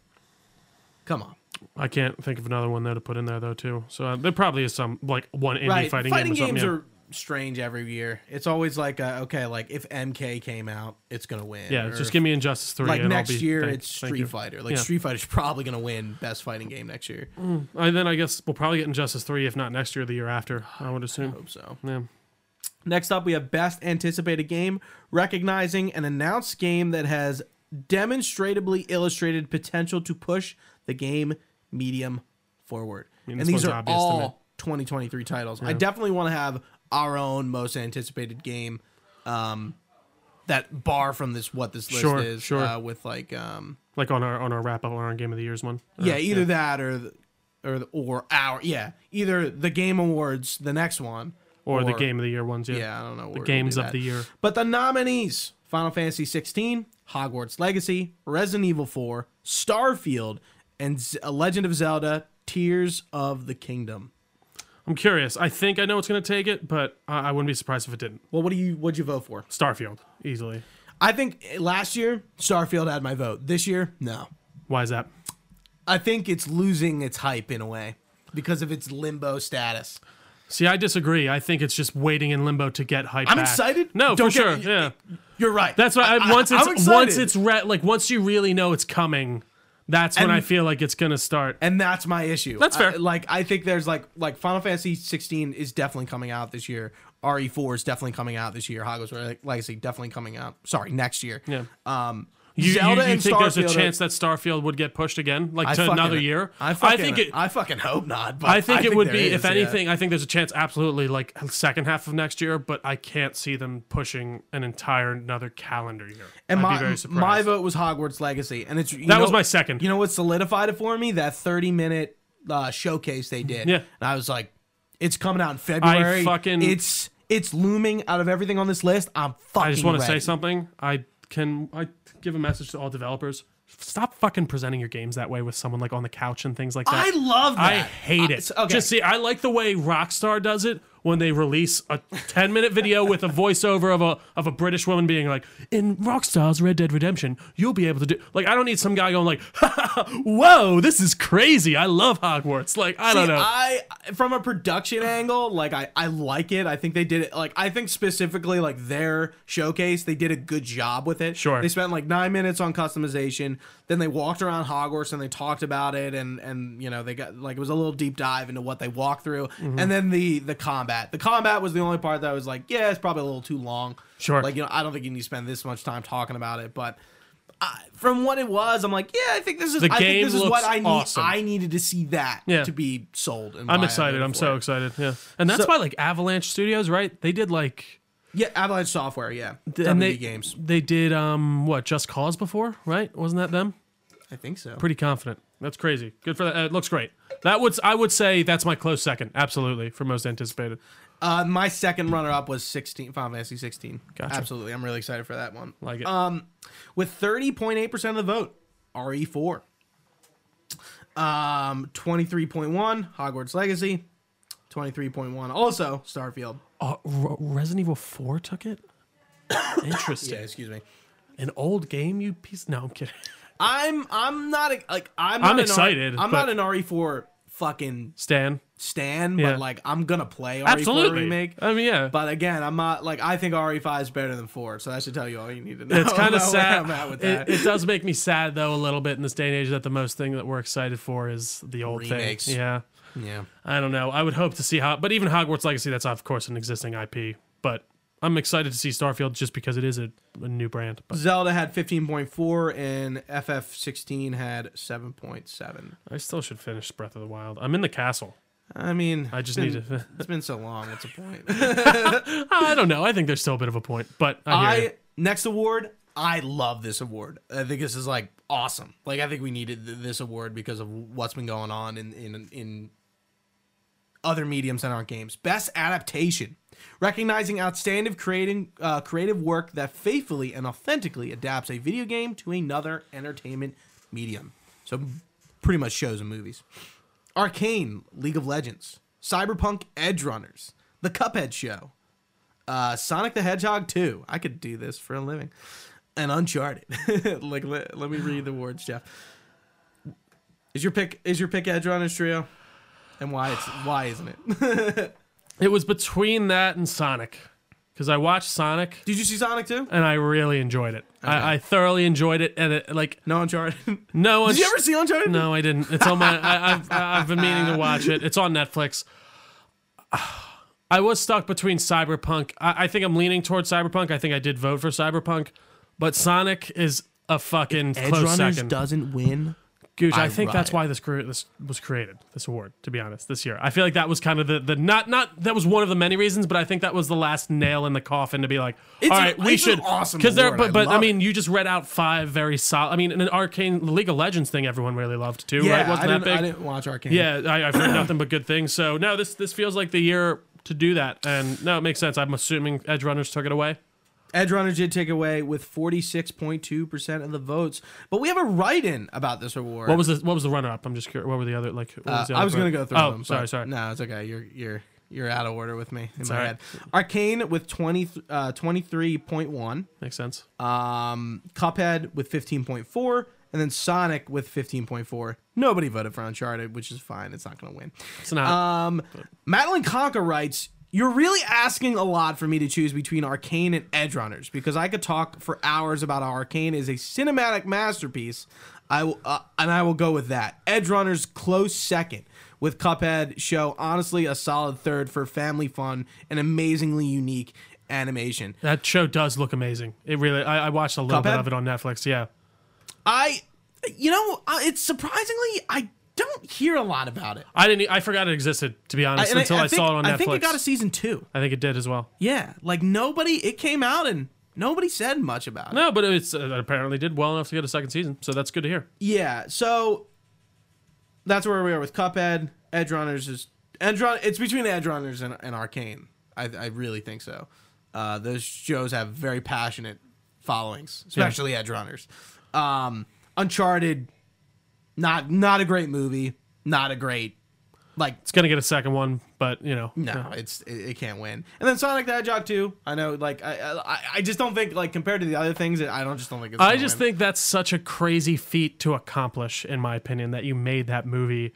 [SPEAKER 1] come on.
[SPEAKER 2] I can't think of another one though to put in there though too. So uh, there probably is some like one indie
[SPEAKER 1] Right,
[SPEAKER 2] fighting,
[SPEAKER 1] fighting,
[SPEAKER 2] game or something.
[SPEAKER 1] games
[SPEAKER 2] yeah.
[SPEAKER 1] are strange every year. It's always like, uh okay, like if MK came out, it's gonna win.
[SPEAKER 2] yeah,
[SPEAKER 1] Or
[SPEAKER 2] just
[SPEAKER 1] if-
[SPEAKER 2] give me Injustice Three.
[SPEAKER 1] like
[SPEAKER 2] and I'll
[SPEAKER 1] next
[SPEAKER 2] be-
[SPEAKER 1] year,
[SPEAKER 2] thank-
[SPEAKER 1] it's
[SPEAKER 2] thank
[SPEAKER 1] Street
[SPEAKER 2] you.
[SPEAKER 1] Fighter. Like
[SPEAKER 2] Yeah.
[SPEAKER 1] Street Fighter's probably gonna win best fighting game next year. I
[SPEAKER 2] And then I guess we'll probably get Injustice Three, if not next year, the year after. I would assume.
[SPEAKER 1] hope so.
[SPEAKER 2] Yeah.
[SPEAKER 1] Next up, we have Best Anticipated Game, recognizing an announced game that has demonstrably illustrated potential to push the game medium forward.
[SPEAKER 2] mean,
[SPEAKER 1] and
[SPEAKER 2] this
[SPEAKER 1] these
[SPEAKER 2] one's
[SPEAKER 1] are
[SPEAKER 2] obvious to me.
[SPEAKER 1] all 2023 titles. I definitely want to have our own most anticipated game. Um, that bar from this what this list
[SPEAKER 2] Sure,
[SPEAKER 1] is
[SPEAKER 2] sure.
[SPEAKER 1] Uh, with like um
[SPEAKER 2] Like on our on our wrap up on our Game of the Year's one. Uh,
[SPEAKER 1] yeah either that or the, or the, or our yeah either the game awards the next one
[SPEAKER 2] or, the Game of the Year ones. Yeah.
[SPEAKER 1] yeah I don't know the
[SPEAKER 2] Games of the year.
[SPEAKER 1] But the nominees Final Fantasy 16, Hogwarts Legacy, Resident Evil 4, Starfield, and Z- uh, Legend of Zelda Tears of the Kingdom.
[SPEAKER 2] I'm curious. I think I know it's going to take it, but I, I wouldn't be surprised if it didn't.
[SPEAKER 1] Well, what do you what'd you vote for?
[SPEAKER 2] Starfield easily.
[SPEAKER 1] I think eh, last year Starfield had my vote. This year, no.
[SPEAKER 2] Why is that?
[SPEAKER 1] I think it's losing its hype in a way because of its limbo status.
[SPEAKER 2] See, I disagree. I think it's just waiting in limbo to get hype.
[SPEAKER 1] I'm
[SPEAKER 2] back.
[SPEAKER 1] excited.
[SPEAKER 2] No,
[SPEAKER 1] Don't
[SPEAKER 2] for sure.
[SPEAKER 1] get- eh,
[SPEAKER 2] yeah,
[SPEAKER 1] You're right.
[SPEAKER 2] that's why. I, once
[SPEAKER 1] I'm
[SPEAKER 2] it's
[SPEAKER 1] excited.
[SPEAKER 2] once it's re- like once you really know it's coming, that's when
[SPEAKER 1] And-
[SPEAKER 2] I feel like it's gonna start.
[SPEAKER 1] and that's my issue.
[SPEAKER 2] That's fair.
[SPEAKER 1] I- like I think there's like like Final Fantasy 16 is definitely coming out this year. RE4 is definitely coming out this year. Hogwarts Re- Legacy definitely coming out. Sorry, next year.
[SPEAKER 2] Yeah.
[SPEAKER 1] Um,
[SPEAKER 2] You, you,
[SPEAKER 1] Zelda
[SPEAKER 2] you
[SPEAKER 1] and
[SPEAKER 2] think
[SPEAKER 1] Starfield
[SPEAKER 2] there's a
[SPEAKER 1] are-
[SPEAKER 2] chance that Starfield would get pushed again, like
[SPEAKER 1] I
[SPEAKER 2] to
[SPEAKER 1] fucking-
[SPEAKER 2] another year?
[SPEAKER 1] I, fucking,
[SPEAKER 2] I think it.
[SPEAKER 1] I fucking hope not. But
[SPEAKER 2] I think it would
[SPEAKER 1] there
[SPEAKER 2] be,
[SPEAKER 1] is,
[SPEAKER 2] if
[SPEAKER 1] yeah.
[SPEAKER 2] anything, I think there's a chance, absolutely, like second half of next year. But I can't see them pushing an entire another calendar year.
[SPEAKER 1] And
[SPEAKER 2] I'd
[SPEAKER 1] my
[SPEAKER 2] be very surprised.
[SPEAKER 1] my vote was Hogwarts Legacy, and it's you
[SPEAKER 2] that
[SPEAKER 1] know-
[SPEAKER 2] was my second.
[SPEAKER 1] You know what solidified it for me? That 30 minute uh, showcase they did.
[SPEAKER 2] Yeah.
[SPEAKER 1] And I was like, it's coming out in February.
[SPEAKER 2] fucking-
[SPEAKER 1] it's it's looming out of everything on this list. I'm fucking.
[SPEAKER 2] I just want to
[SPEAKER 1] ready.
[SPEAKER 2] say something. I can I give a message to all developers. Stop fucking presenting your games that way with someone like on the couch and things like that.
[SPEAKER 1] I love that.
[SPEAKER 2] I hate it.
[SPEAKER 1] Uh, okay.
[SPEAKER 2] Just see, I like the way Rockstar does it when they release a 10 minute video with a voiceover of a of a British woman being like, "In Rockstar's Red Dead Redemption, you'll be able to do." Like, I don't need some guy going like, "Whoa, this is crazy! I love Hogwarts." Like, I don't know.
[SPEAKER 1] I from a production angle, like I, I like it. I think they did it like I think specifically like their showcase, they did a good job with it.
[SPEAKER 2] Sure.
[SPEAKER 1] They spent like nine minutes on customization, then they walked around Hogwarts and they talked about it and and you know they got like it was a little deep dive into what they walked through.
[SPEAKER 2] Mm-hmm.
[SPEAKER 1] And then the the combat. The combat was the only part that I was like, yeah, it's probably a little too long.
[SPEAKER 2] Sure.
[SPEAKER 1] Like, you know, I don't think you need to spend this much time talking about it, but I, from what it was, I'm like, yeah, I think this is.
[SPEAKER 2] The
[SPEAKER 1] I
[SPEAKER 2] game
[SPEAKER 1] think this is what
[SPEAKER 2] looks
[SPEAKER 1] I need.
[SPEAKER 2] awesome.
[SPEAKER 1] I needed to see that
[SPEAKER 2] Yeah.
[SPEAKER 1] to be sold. And
[SPEAKER 2] I'm
[SPEAKER 1] why I
[SPEAKER 2] excited.
[SPEAKER 1] voted
[SPEAKER 2] I'm
[SPEAKER 1] for
[SPEAKER 2] so
[SPEAKER 1] it.
[SPEAKER 2] excited. Yeah, and that's
[SPEAKER 1] So-
[SPEAKER 2] why like Avalanche Studios, right? They did like
[SPEAKER 1] yeah. Avalanche Software, yeah,
[SPEAKER 2] and
[SPEAKER 1] WB
[SPEAKER 2] they
[SPEAKER 1] games.
[SPEAKER 2] They did um what Just Cause before, right? Wasn't that them?
[SPEAKER 1] I think so.
[SPEAKER 2] Pretty confident. That's crazy. Good for that. Uh, it looks great. That would I would say that's my close second, absolutely for most anticipated.
[SPEAKER 1] Uh, my second runner up was 16 Final Fantasy 16.
[SPEAKER 2] Gotcha.
[SPEAKER 1] Absolutely, I'm really excited for that one.
[SPEAKER 2] Like it.
[SPEAKER 1] Um, with 30.8 percent of the vote, RE4. Um, 23.1 Hogwarts Legacy. 23.1 also Starfield.
[SPEAKER 2] Uh, Re- Resident Evil Four took it. Interesting.
[SPEAKER 1] Yeah, excuse me.
[SPEAKER 2] An old game, you piece. No, I'm kidding.
[SPEAKER 1] I'm I'm not a- like I'm. Not
[SPEAKER 2] I'm
[SPEAKER 1] an R-
[SPEAKER 2] excited,
[SPEAKER 1] I'm
[SPEAKER 2] but-
[SPEAKER 1] not an RE4 fucking
[SPEAKER 2] Stan.
[SPEAKER 1] stan,
[SPEAKER 2] Yeah.
[SPEAKER 1] but like I'm gonna play RE4
[SPEAKER 2] Absolutely.
[SPEAKER 1] remake.
[SPEAKER 2] I mean, yeah.
[SPEAKER 1] But again, I'm not like I think RE5 is better than four, so that should tell you all you need to know.
[SPEAKER 2] it's kind of
[SPEAKER 1] about where
[SPEAKER 2] sad.
[SPEAKER 1] I'm at with
[SPEAKER 2] it,
[SPEAKER 1] that.
[SPEAKER 2] it does make me sad though a little bit in this day and age that the most thing that we're excited for is the old
[SPEAKER 1] Remakes.
[SPEAKER 2] thing. Yeah,
[SPEAKER 1] yeah.
[SPEAKER 2] I don't know. I would hope to see how, but even Hogwarts Legacy, that's of course an existing IP. But I'm excited to see Starfield just because it is a, a new brand. But
[SPEAKER 1] Zelda had 15.4 and FF16 had 7.7.
[SPEAKER 2] I still should finish Breath of the Wild. I'm in the castle.
[SPEAKER 1] I mean,
[SPEAKER 2] I just
[SPEAKER 1] it's
[SPEAKER 2] need
[SPEAKER 1] been-
[SPEAKER 2] to.
[SPEAKER 1] It's been so long. What's the point?
[SPEAKER 2] I don't know. I think there's still a bit of a point, but I, hear you.
[SPEAKER 1] I next award. I love this award. I think this is like awesome. Like I think we needed th- this award because of what's been going on in in in other mediums that aren't games. Best adaptation, recognizing outstanding creating uh, creative work that faithfully and authentically adapts a video game to another entertainment medium. So pretty much shows and movies. Arcane, League of Legends, Cyberpunk, Edge Runners, The Cuphead Show, uh, Sonic the Hedgehog 2. I could do this for a living. And Uncharted. like let, let me read the awards, Jeff. Is your pick is your pick Edge Runners trio? And why it's why isn't it?
[SPEAKER 2] it was between that and Sonic because I watched Sonic
[SPEAKER 1] Did you see Sonic 2?
[SPEAKER 2] and I really enjoyed it. I, I thoroughly enjoyed it, and it like
[SPEAKER 1] No Uncharted. Did
[SPEAKER 2] no one.
[SPEAKER 1] you ever see Uncharted?
[SPEAKER 2] No, I didn't. It's on my. I, I've I've been meaning to watch it. It's on Netflix. I was stuck between Cyberpunk. I, I think I'm leaning towards Cyberpunk. I think I did vote for Cyberpunk, but Sonic is a fucking
[SPEAKER 1] Edge
[SPEAKER 2] close
[SPEAKER 1] Runners
[SPEAKER 2] second.
[SPEAKER 1] doesn't win.
[SPEAKER 2] Gooch, I,
[SPEAKER 1] I
[SPEAKER 2] think that's
[SPEAKER 1] riot.
[SPEAKER 2] why this cre- this was created. This award, to be honest, this year. I feel like that was kind of the the not not that was one of the many reasons, but I think that was the last nail in the coffin to be like,
[SPEAKER 1] It's
[SPEAKER 2] all
[SPEAKER 1] an-
[SPEAKER 2] right, we
[SPEAKER 1] it's an
[SPEAKER 2] should
[SPEAKER 1] awesome
[SPEAKER 2] there.
[SPEAKER 1] award. I
[SPEAKER 2] But but I,
[SPEAKER 1] love
[SPEAKER 2] mean, you just read out five very solid. I mean, an arcane the League of Legends thing everyone really loved too, right?
[SPEAKER 1] Yeah,
[SPEAKER 2] Wasn't
[SPEAKER 1] I,
[SPEAKER 2] that
[SPEAKER 1] didn't,
[SPEAKER 2] big?
[SPEAKER 1] I didn't watch Arcane.
[SPEAKER 2] Yeah, I, I've heard nothing but good things. So no, this this feels like the year to do that, and no, it makes sense. I'm assuming Edge Runners took it away.
[SPEAKER 1] Edge Runners did take away with 46.2% of the votes. But we have a write-in about this award.
[SPEAKER 2] What was the what was the runner up? I'm just curious. What were the other like?
[SPEAKER 1] Uh,
[SPEAKER 2] What was the
[SPEAKER 1] I
[SPEAKER 2] other
[SPEAKER 1] was
[SPEAKER 2] vote?
[SPEAKER 1] gonna go through
[SPEAKER 2] Oh,
[SPEAKER 1] them.
[SPEAKER 2] sorry,
[SPEAKER 1] but
[SPEAKER 2] sorry.
[SPEAKER 1] No, it's okay. You're you're you're out of order with me in my
[SPEAKER 2] all right.
[SPEAKER 1] head. Arcane with 20, uh, 23.1,
[SPEAKER 2] Makes sense.
[SPEAKER 1] um, Cuphead with 15.4, and then Sonic with 15.4. Nobody voted for Uncharted, which is fine. It's not going to win.
[SPEAKER 2] It's not.
[SPEAKER 1] Um, Madeline Conker writes, "You're really asking a lot for me to choose between Arcane and Edge Runners because I could talk for hours about how Arcane is a cinematic masterpiece. I will, uh, and I will go with that. Edge Runners close second, with Cuphead show honestly a solid third for family fun and amazingly unique animation.
[SPEAKER 2] That show does look amazing. It really. I, I watched a little bit
[SPEAKER 1] Cuphead?
[SPEAKER 2] of it on Netflix. Yeah,
[SPEAKER 1] I, you know, uh, it's surprisingly I don't hear a lot about it
[SPEAKER 2] I didn't. e- I forgot it existed to be honest
[SPEAKER 1] And
[SPEAKER 2] until I,
[SPEAKER 1] think-
[SPEAKER 2] saw it on Netflix.
[SPEAKER 1] I think it got a season two.
[SPEAKER 2] it did as well.
[SPEAKER 1] Yeah, like nobody. It came out and nobody said much about it.
[SPEAKER 2] No, but it's uh, it apparently did well enough to get a second season. So that's good to hear.
[SPEAKER 1] Yeah, so that's where we are with Cuphead. Edge Runners is Edge Run, It's between Edge Runners and, and Arcane. I, I really think so. Uh, those shows have very passionate followings, especially Edge Runners. Um, Uncharted, not not a great movie. Not a great like
[SPEAKER 2] It's gonna get a second one, but you know.
[SPEAKER 1] No, it's it, it can't win. And then Sonic the Hedgehog too. I know, like I, I I just don't think like compared to the other things, I don't just don't think. It's
[SPEAKER 2] I
[SPEAKER 1] gonna
[SPEAKER 2] just
[SPEAKER 1] win.
[SPEAKER 2] think that's such a crazy feat to accomplish, in my opinion, that you made that movie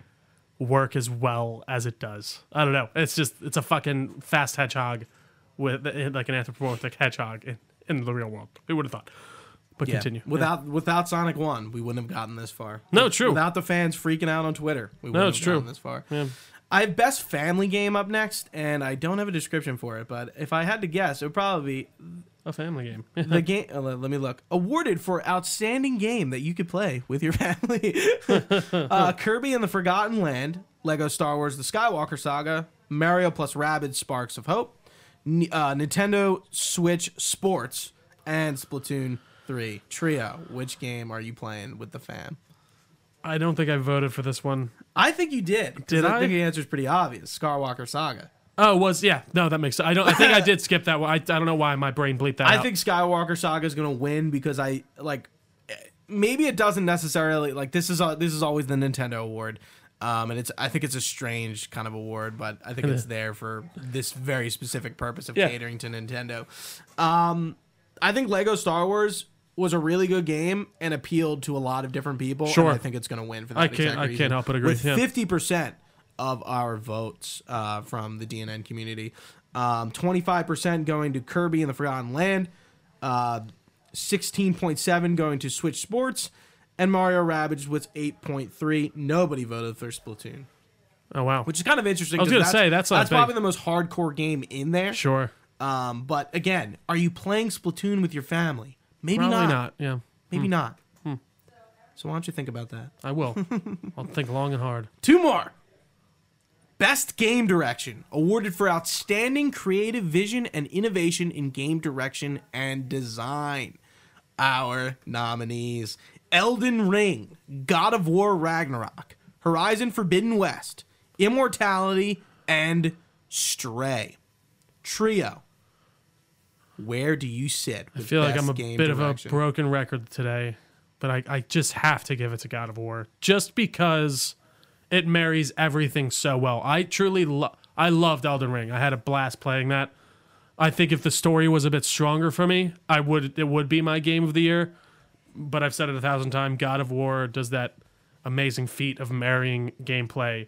[SPEAKER 2] work as well as it does. I don't know. It's just it's a fucking fast hedgehog with like an anthropomorphic hedgehog in, in the real world. Who would have thought? But
[SPEAKER 1] Yeah.
[SPEAKER 2] continue. Yeah.
[SPEAKER 1] Without without Sonic One, we wouldn't have gotten this far.
[SPEAKER 2] No, true.
[SPEAKER 1] Without the fans freaking out on Twitter, we wouldn't
[SPEAKER 2] it's
[SPEAKER 1] have gotten
[SPEAKER 2] true.
[SPEAKER 1] this far. I have best family game up next, and I don't have a description for it. But if I had to guess, it would probably be
[SPEAKER 2] a family game.
[SPEAKER 1] the game. uh, let let me look. Awarded for outstanding game that you could play with your family. uh, Kirby and the Forgotten Land, Lego Star Wars: The Skywalker Saga, Mario plus Rabbids: Sparks of Hope, N- uh, Nintendo Switch Sports, and Splatoon Three Trio. Which game are you playing with the fam?
[SPEAKER 2] I don't think I voted for this one.
[SPEAKER 1] I think you did. 'cause
[SPEAKER 2] Did
[SPEAKER 1] I,
[SPEAKER 2] I?
[SPEAKER 1] think the answer is pretty obvious. Skywalker Saga.
[SPEAKER 2] Oh, was yeah. No, that makes sense. I don't. I think I did skip that one. I, I don't know why my brain bleeped that.
[SPEAKER 1] I
[SPEAKER 2] out.
[SPEAKER 1] think Skywalker Saga is gonna win because I like eh, maybe it doesn't necessarily like this is uh, this is always the Nintendo award. Um, and it's I think it's a strange kind of award, but I think it's there for this very specific purpose of
[SPEAKER 2] Yeah.
[SPEAKER 1] catering to Nintendo. Um, I think Lego Star Wars was a really good game and appealed to a lot of different people. and
[SPEAKER 2] Sure.
[SPEAKER 1] I think it's going to win for that.
[SPEAKER 2] I can't-
[SPEAKER 1] exact
[SPEAKER 2] I
[SPEAKER 1] reason.
[SPEAKER 2] can't help but agree,
[SPEAKER 1] With
[SPEAKER 2] yeah.
[SPEAKER 1] fifty percent of our votes uh, from the DNN community, twenty five percent going to Kirby and the Forgotten Land, uh, sixteen point seven going to Switch Sports, and Mario Rabbids with eight point three. Nobody voted for Splatoon,
[SPEAKER 2] Oh wow.
[SPEAKER 1] which is kind of interesting. I
[SPEAKER 2] was gonna say, that's not
[SPEAKER 1] that's
[SPEAKER 2] big.
[SPEAKER 1] probably the most hardcore game in there.
[SPEAKER 2] sure.
[SPEAKER 1] Um, but again, are you playing Splatoon with your family? Maybe
[SPEAKER 2] Probably
[SPEAKER 1] not.
[SPEAKER 2] not. Hmm. Yeah.
[SPEAKER 1] Maybe not. So why don't you think about that?
[SPEAKER 2] I will. I'll think long and hard.
[SPEAKER 1] Two more. Best Game Direction, awarded for outstanding creative vision and innovation in game direction and design. Our nominees Elden Ring, God of War Ragnarok, Horizon Forbidden West, Immortality, and Stray. Trio. Where do you sit?
[SPEAKER 2] I feel like I'm a bit of a broken record today, but I, I just have to give it to God of War just because it marries everything so well. I truly love. I loved Elden Ring. I had a blast playing that. I think if the story was a bit stronger for me, I would it would be my game of the year. But I've said it a thousand times. God of War does that amazing feat of marrying gameplay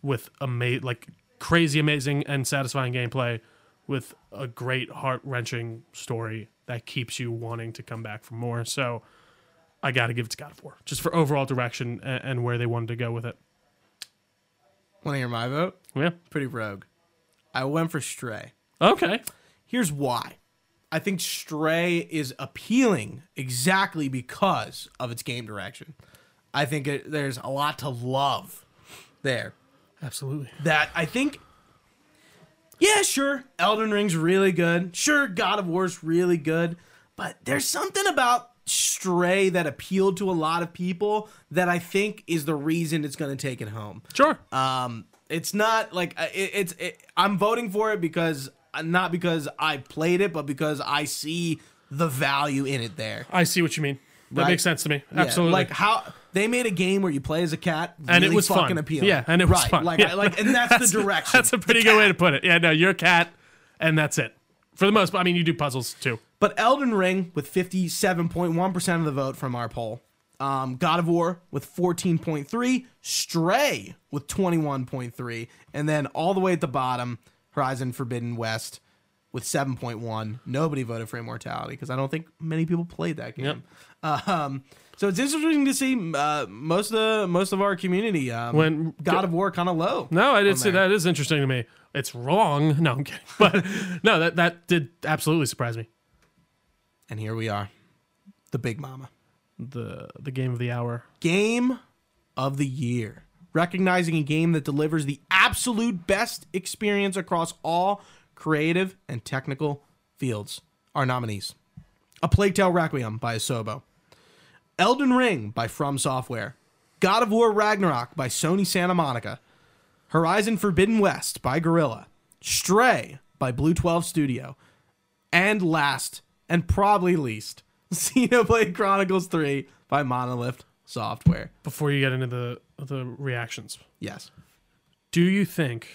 [SPEAKER 2] with ama- like crazy amazing and satisfying gameplay with a great heart wrenching story that keeps you wanting to come back for more. So I got to give it to God of War just for overall direction and, and where they wanted to go with it.
[SPEAKER 1] Want to hear my vote?
[SPEAKER 2] Yeah.
[SPEAKER 1] Pretty rogue. I went for Stray.
[SPEAKER 2] Okay.
[SPEAKER 1] Here's why. I think Stray is appealing exactly because of its game direction. I think it, there's a lot to love there.
[SPEAKER 2] Absolutely.
[SPEAKER 1] That I think, yeah, sure, Elden Ring's really good. Sure, God of War's really good. But there's something about Stray that appealed to a lot of people that I think is the reason it's going to take it home.
[SPEAKER 2] Sure.
[SPEAKER 1] Um, it's not like uh, it, it's. It, I'm voting for it because uh, not because I played it, but because I see the value in it. There,
[SPEAKER 2] I see what you mean. That
[SPEAKER 1] Right.
[SPEAKER 2] makes sense to me.
[SPEAKER 1] Yeah,
[SPEAKER 2] Absolutely.
[SPEAKER 1] Like how they made a game where you play as a cat,
[SPEAKER 2] and it
[SPEAKER 1] really
[SPEAKER 2] was
[SPEAKER 1] fucking
[SPEAKER 2] fun.
[SPEAKER 1] appealing.
[SPEAKER 2] Yeah, and it was
[SPEAKER 1] right.
[SPEAKER 2] fun.
[SPEAKER 1] Like,
[SPEAKER 2] Yeah.
[SPEAKER 1] I, like, and that's, the direction.
[SPEAKER 2] That's a pretty good way to put it. Yeah, no, you're a cat, and that's it. For the most part, I mean, you do puzzles too.
[SPEAKER 1] But Elden Ring with 57.1% of the vote from our poll. Um, God of War with 14.3, Stray with 21.3, and then all the way at the bottom, Horizon Forbidden West with 7.1. Nobody voted for Immortality because I don't think many people played that game. Um, so it's interesting to see uh, most of the most of our community um,
[SPEAKER 2] When-
[SPEAKER 1] God of War kind of low.
[SPEAKER 2] No, I did see
[SPEAKER 1] there.
[SPEAKER 2] that is interesting to me. It's wrong. No, I'm kidding. But no, that that did absolutely surprise me.
[SPEAKER 1] And here we are, the Big Mama.
[SPEAKER 2] The the game of the hour.
[SPEAKER 1] Game of the Year. Recognizing a game that delivers the absolute best experience across all creative and technical fields. Our nominees A Plague Tale Requiem by Asobo, Elden Ring by From Software, God of War Ragnarok by Sony Santa Monica, Horizon Forbidden West by Gorilla, Stray by Blue 12 Studio, and last, and probably least, Xenoblade Chronicles 3 by Monolith Software.
[SPEAKER 2] Before you get into the the reactions,
[SPEAKER 1] Yes.
[SPEAKER 2] do you think?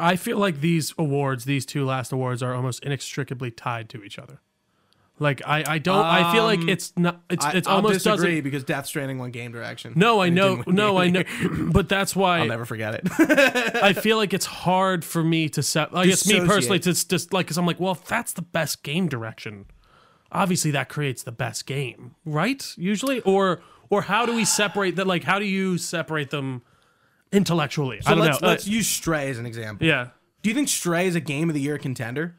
[SPEAKER 2] I feel like these awards, these two last awards, are almost inextricably tied to each other. Like I, I don't. I feel like
[SPEAKER 1] Um,
[SPEAKER 2] it's not. It's
[SPEAKER 1] I,
[SPEAKER 2] it's
[SPEAKER 1] I'll
[SPEAKER 2] almost
[SPEAKER 1] disagree
[SPEAKER 2] doesn't.
[SPEAKER 1] because Death Stranding went game direction.
[SPEAKER 2] No, I
[SPEAKER 1] And it
[SPEAKER 2] know.
[SPEAKER 1] didn't win
[SPEAKER 2] No,
[SPEAKER 1] game
[SPEAKER 2] I
[SPEAKER 1] of
[SPEAKER 2] know.
[SPEAKER 1] the
[SPEAKER 2] But that's why
[SPEAKER 1] year. I'll never forget it.
[SPEAKER 2] I feel like it's hard for me to set. I guess me
[SPEAKER 1] Dissociate.
[SPEAKER 2] personally to s- just like because I'm like, well, if that's the best game direction, obviously that creates the best game, right? Usually, or or how do we separate that? Like, how do you separate them intellectually? I
[SPEAKER 1] So
[SPEAKER 2] don't
[SPEAKER 1] let's,
[SPEAKER 2] know.
[SPEAKER 1] let's
[SPEAKER 2] Uh,
[SPEAKER 1] use Stray as an example.
[SPEAKER 2] yeah,
[SPEAKER 1] Do you think Stray is a game of the year contender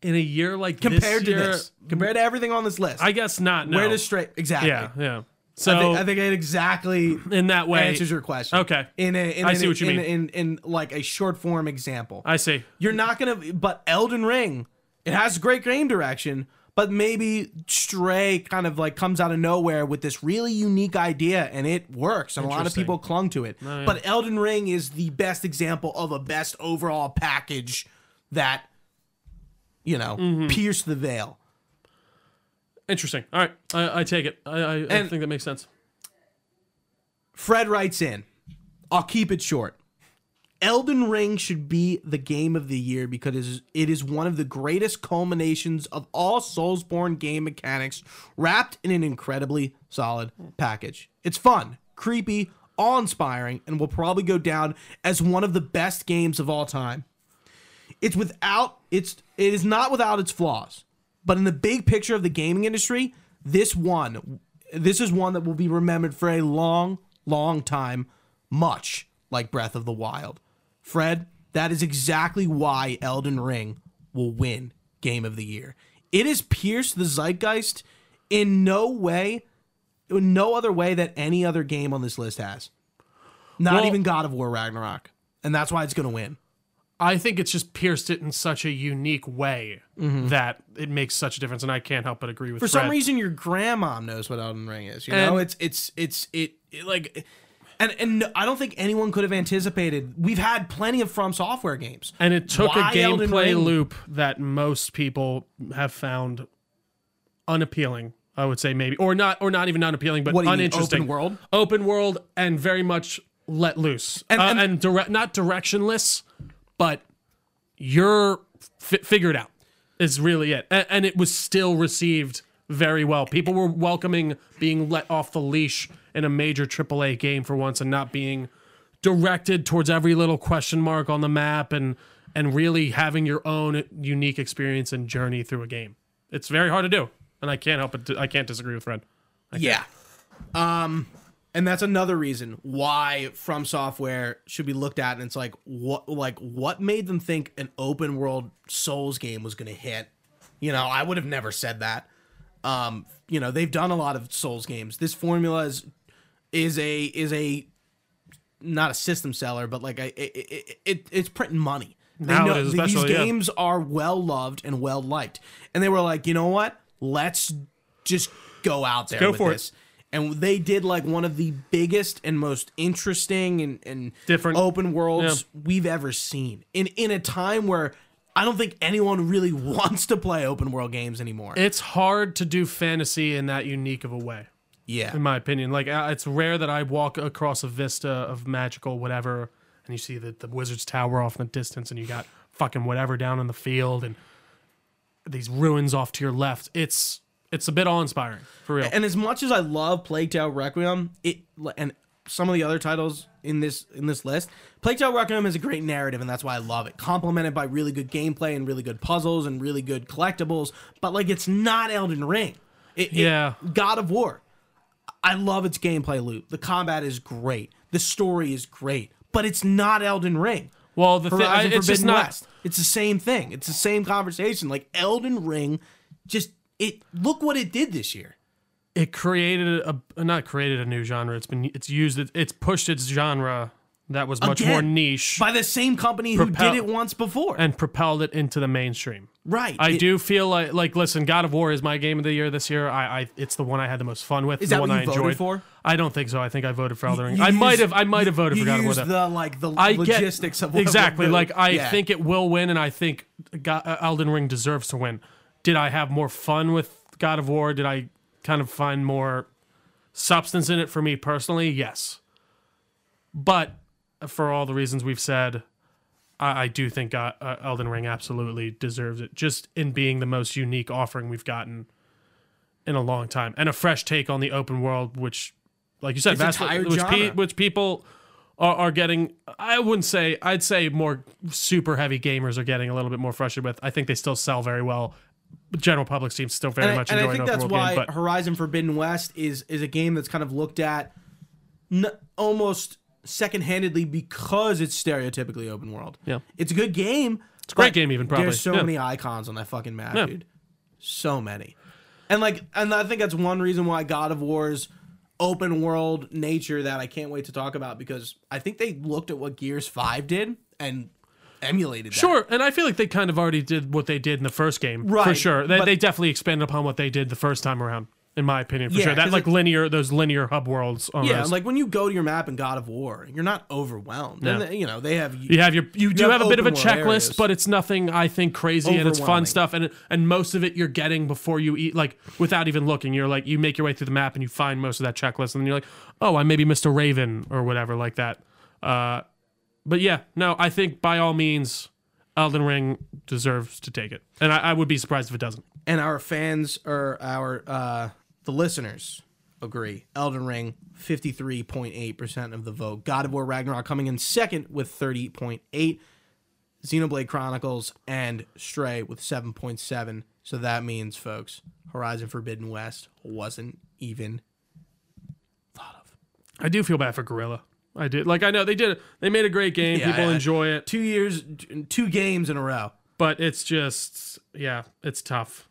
[SPEAKER 2] in a year like
[SPEAKER 1] compared
[SPEAKER 2] this
[SPEAKER 1] to
[SPEAKER 2] year,
[SPEAKER 1] this? Compared to everything on this list,
[SPEAKER 2] I guess not. No.
[SPEAKER 1] where does Stray exactly?
[SPEAKER 2] yeah, yeah.
[SPEAKER 1] I
[SPEAKER 2] So
[SPEAKER 1] think, I think it exactly
[SPEAKER 2] in that way,
[SPEAKER 1] answers your question.
[SPEAKER 2] Okay.
[SPEAKER 1] in a, in
[SPEAKER 2] I
[SPEAKER 1] in
[SPEAKER 2] see
[SPEAKER 1] a-
[SPEAKER 2] what you
[SPEAKER 1] in,
[SPEAKER 2] mean.
[SPEAKER 1] In, in like a short form example,
[SPEAKER 2] I see.
[SPEAKER 1] You're not gonna, but Elden Ring, it has great game direction, but maybe Stray kind of like comes out of nowhere with this really unique idea, and it works, and a lot of
[SPEAKER 2] Interesting.
[SPEAKER 1] people clung to it. But Elden Ring is the best example of a best overall package that, you know, pierced the veil.
[SPEAKER 2] Interesting. All right, I, I take it. I, I, I
[SPEAKER 1] And-
[SPEAKER 2] think that makes sense.
[SPEAKER 1] Fred writes in, I'll keep it short. Elden Ring should be the game of the year because it is, it is one of the greatest culminations of all Soulsborne game mechanics wrapped in an incredibly solid package. It's fun, creepy, awe inspiring, and will probably go down as one of the best games of all time. It's without it's it is not without its flaws, but in the big picture of the gaming industry, this one this is one that will be remembered for a long, long time, much like Breath of the Wild. Fred, that is exactly why Elden Ring will win Game of the Year. It has pierced the zeitgeist in no way, in no other way that any other game on this list has. Not
[SPEAKER 2] Well-
[SPEAKER 1] even God of War Ragnarok. And that's why it's going to win.
[SPEAKER 2] I think it's just pierced it in such a unique way that it makes such a difference, and I can't help but agree with.
[SPEAKER 1] Mm-hmm. For some
[SPEAKER 2] Fred.
[SPEAKER 1] reason, your grandma knows what Elden Ring is. You know,
[SPEAKER 2] And-
[SPEAKER 1] it's it's it's it, it like, and and no- I don't think anyone could have anticipated. We've had plenty of From Software games.
[SPEAKER 2] and it took
[SPEAKER 1] Why
[SPEAKER 2] a
[SPEAKER 1] Elden
[SPEAKER 2] gameplay
[SPEAKER 1] Ring?
[SPEAKER 2] loop that most people have found unappealing. I would say maybe, or not, or not even unappealing, but
[SPEAKER 1] What do you mean,
[SPEAKER 2] uninteresting.
[SPEAKER 1] open world?
[SPEAKER 2] open world, and very much let loose
[SPEAKER 1] And-
[SPEAKER 2] and,
[SPEAKER 1] and-
[SPEAKER 2] and, direct, not directionless, but you're fi- figured out is really it, and, and it was still received very well. People were welcoming being let off the leash in a major AAA game for once, and not being directed towards every little question mark on the map and and really having your own unique experience and journey through a game. It's very hard to do, and I can't help but I can't disagree with Fred.
[SPEAKER 1] Yeah. Um, and that's another reason why From Software should be looked at, and it's like what like what made them think an open world Souls game was going to hit? You know, I would have never said that. Um, you know, they've done a lot of Souls games. This formula is is a is a not a system seller, but like a, it, it, it it's printing money. They
[SPEAKER 2] Now it
[SPEAKER 1] know
[SPEAKER 2] is,
[SPEAKER 1] that these
[SPEAKER 2] especially, yeah.
[SPEAKER 1] games are well loved and well liked, and they were like, you know what? Let's just go out there
[SPEAKER 2] go
[SPEAKER 1] with
[SPEAKER 2] for it.
[SPEAKER 1] this. And they did like one of the biggest and most interesting and, and
[SPEAKER 2] Different-
[SPEAKER 1] open worlds we've ever seen. In in a time where I don't think anyone really wants to play open world games anymore.
[SPEAKER 2] It's hard to do fantasy in that unique of a way.
[SPEAKER 1] yeah.
[SPEAKER 2] in my opinion. Like uh, it's rare that I walk across a vista of magical whatever, and you see the, the wizard's tower off in the distance, and you got fucking whatever down in the field, and these ruins off to your left. It's it's a bit awe inspiring for real.
[SPEAKER 1] and as much as I love Plague Tale Requiem, it and some of the other titles in this in this list, Plague Tale Requiem is a great narrative, and that's why I love it. Complemented by really good gameplay and really good puzzles and really good collectibles, but like it's not Elden Ring. It, it-
[SPEAKER 2] Yeah.
[SPEAKER 1] God of War. I love its gameplay loop. The combat is great. The story is great, but it's not Elden Ring.
[SPEAKER 2] well, the thing
[SPEAKER 1] Horizon
[SPEAKER 2] it's
[SPEAKER 1] Forbidden
[SPEAKER 2] just not.
[SPEAKER 1] West. It's the same thing. It's the same conversation. Like Elden Ring, just it. Look what it did this year.
[SPEAKER 2] It created a not created a new genre. It's been it's used it- it's pushed its genre that was much more
[SPEAKER 1] Again,
[SPEAKER 2] niche
[SPEAKER 1] by the same company
[SPEAKER 2] Propel-
[SPEAKER 1] who did it once before.
[SPEAKER 2] and propelled it into the mainstream.
[SPEAKER 1] right.
[SPEAKER 2] I
[SPEAKER 1] It-
[SPEAKER 2] do feel like like listen, God of War is my game of the year this year. I, I it's the one I had the most fun with.
[SPEAKER 1] Is
[SPEAKER 2] the
[SPEAKER 1] that
[SPEAKER 2] one
[SPEAKER 1] what
[SPEAKER 2] I
[SPEAKER 1] you voted
[SPEAKER 2] enjoyed.
[SPEAKER 1] for?
[SPEAKER 2] I don't think so. I think I voted for Elden Ring.
[SPEAKER 1] you
[SPEAKER 2] I might
[SPEAKER 1] used-
[SPEAKER 2] have I might have
[SPEAKER 1] you-
[SPEAKER 2] voted
[SPEAKER 1] you
[SPEAKER 2] for God of War.
[SPEAKER 1] used
[SPEAKER 2] though.
[SPEAKER 1] the like the
[SPEAKER 2] I get-
[SPEAKER 1] logistics of what
[SPEAKER 2] exactly
[SPEAKER 1] we're
[SPEAKER 2] like
[SPEAKER 1] doing.
[SPEAKER 2] I
[SPEAKER 1] Yeah.
[SPEAKER 2] think it will win, and I think God, uh, Elden Ring deserves to win. Did I have more fun with God of War? Did I kind of find more substance in it for me personally? Yes, but uh, for all the reasons we've said, I, I do think God, uh, Elden Ring absolutely deserves it, just in being the most unique offering we've gotten in a long time, and a fresh take on the open world, which, like you said,
[SPEAKER 1] a
[SPEAKER 2] vastly-
[SPEAKER 1] tired
[SPEAKER 2] which, pe-
[SPEAKER 1] genre.
[SPEAKER 2] which people are, are getting. I wouldn't say. I'd say more super heavy gamers are getting a little bit more frustrated with. I think they still sell very well. The general public seems still very
[SPEAKER 1] and I,
[SPEAKER 2] much
[SPEAKER 1] and I
[SPEAKER 2] enjoying
[SPEAKER 1] think
[SPEAKER 2] open
[SPEAKER 1] that's
[SPEAKER 2] world
[SPEAKER 1] why
[SPEAKER 2] game, but
[SPEAKER 1] Horizon Forbidden West is is a game that's kind of looked at n- almost second-handedly because it's stereotypically open world.
[SPEAKER 2] Yeah.
[SPEAKER 1] It's a good game. It's a
[SPEAKER 2] great game even, probably.
[SPEAKER 1] There's so
[SPEAKER 2] Yeah.
[SPEAKER 1] many icons on that fucking map, dude. So many. And like and I think that's one reason why God of War's open world nature that I can't wait to talk about because I think they looked at what Gears 5 did and emulated that.
[SPEAKER 2] Sure, and I feel like they kind of already did what they did in the first game, for
[SPEAKER 1] Right,
[SPEAKER 2] sure. They,
[SPEAKER 1] but-
[SPEAKER 2] they definitely expanded upon what they did the first time around, in my opinion, for
[SPEAKER 1] Yeah,
[SPEAKER 2] sure.
[SPEAKER 1] 'cause
[SPEAKER 2] That like
[SPEAKER 1] it-
[SPEAKER 2] linear, those linear hub worlds. Almost.
[SPEAKER 1] Yeah, like when you go to your map in God of War, you're not overwhelmed. And they- you know, they have
[SPEAKER 2] you have your, you do have,
[SPEAKER 1] have
[SPEAKER 2] a bit of a
[SPEAKER 1] open world
[SPEAKER 2] checklist,
[SPEAKER 1] areas.
[SPEAKER 2] but it's nothing I think crazy, and it's
[SPEAKER 1] Overwhelming.
[SPEAKER 2] fun stuff, and and most of it you're getting before you eat, like without even looking. You're like you make your way through the map and you find most of that checklist, and then you're like, oh, I maybe missed a raven or whatever like that. Uh, But yeah, no, I think by all means, Elden Ring deserves to take it, and I, I would be surprised if it doesn't.
[SPEAKER 1] and our fans or our uh, the listeners agree. Elden Ring, fifty three point eight percent of the vote. God of War Ragnarok coming in second with thirty point eight. Xenoblade Chronicles and Stray with seven point seven. So that means, folks, Horizon Forbidden West wasn't even
[SPEAKER 2] I do feel bad for Gorilla. I did. Like I know they did. They made a great game.
[SPEAKER 1] Yeah,
[SPEAKER 2] People
[SPEAKER 1] I-
[SPEAKER 2] enjoy it,
[SPEAKER 1] two years, two games in a row.
[SPEAKER 2] but it's just yeah, it's tough.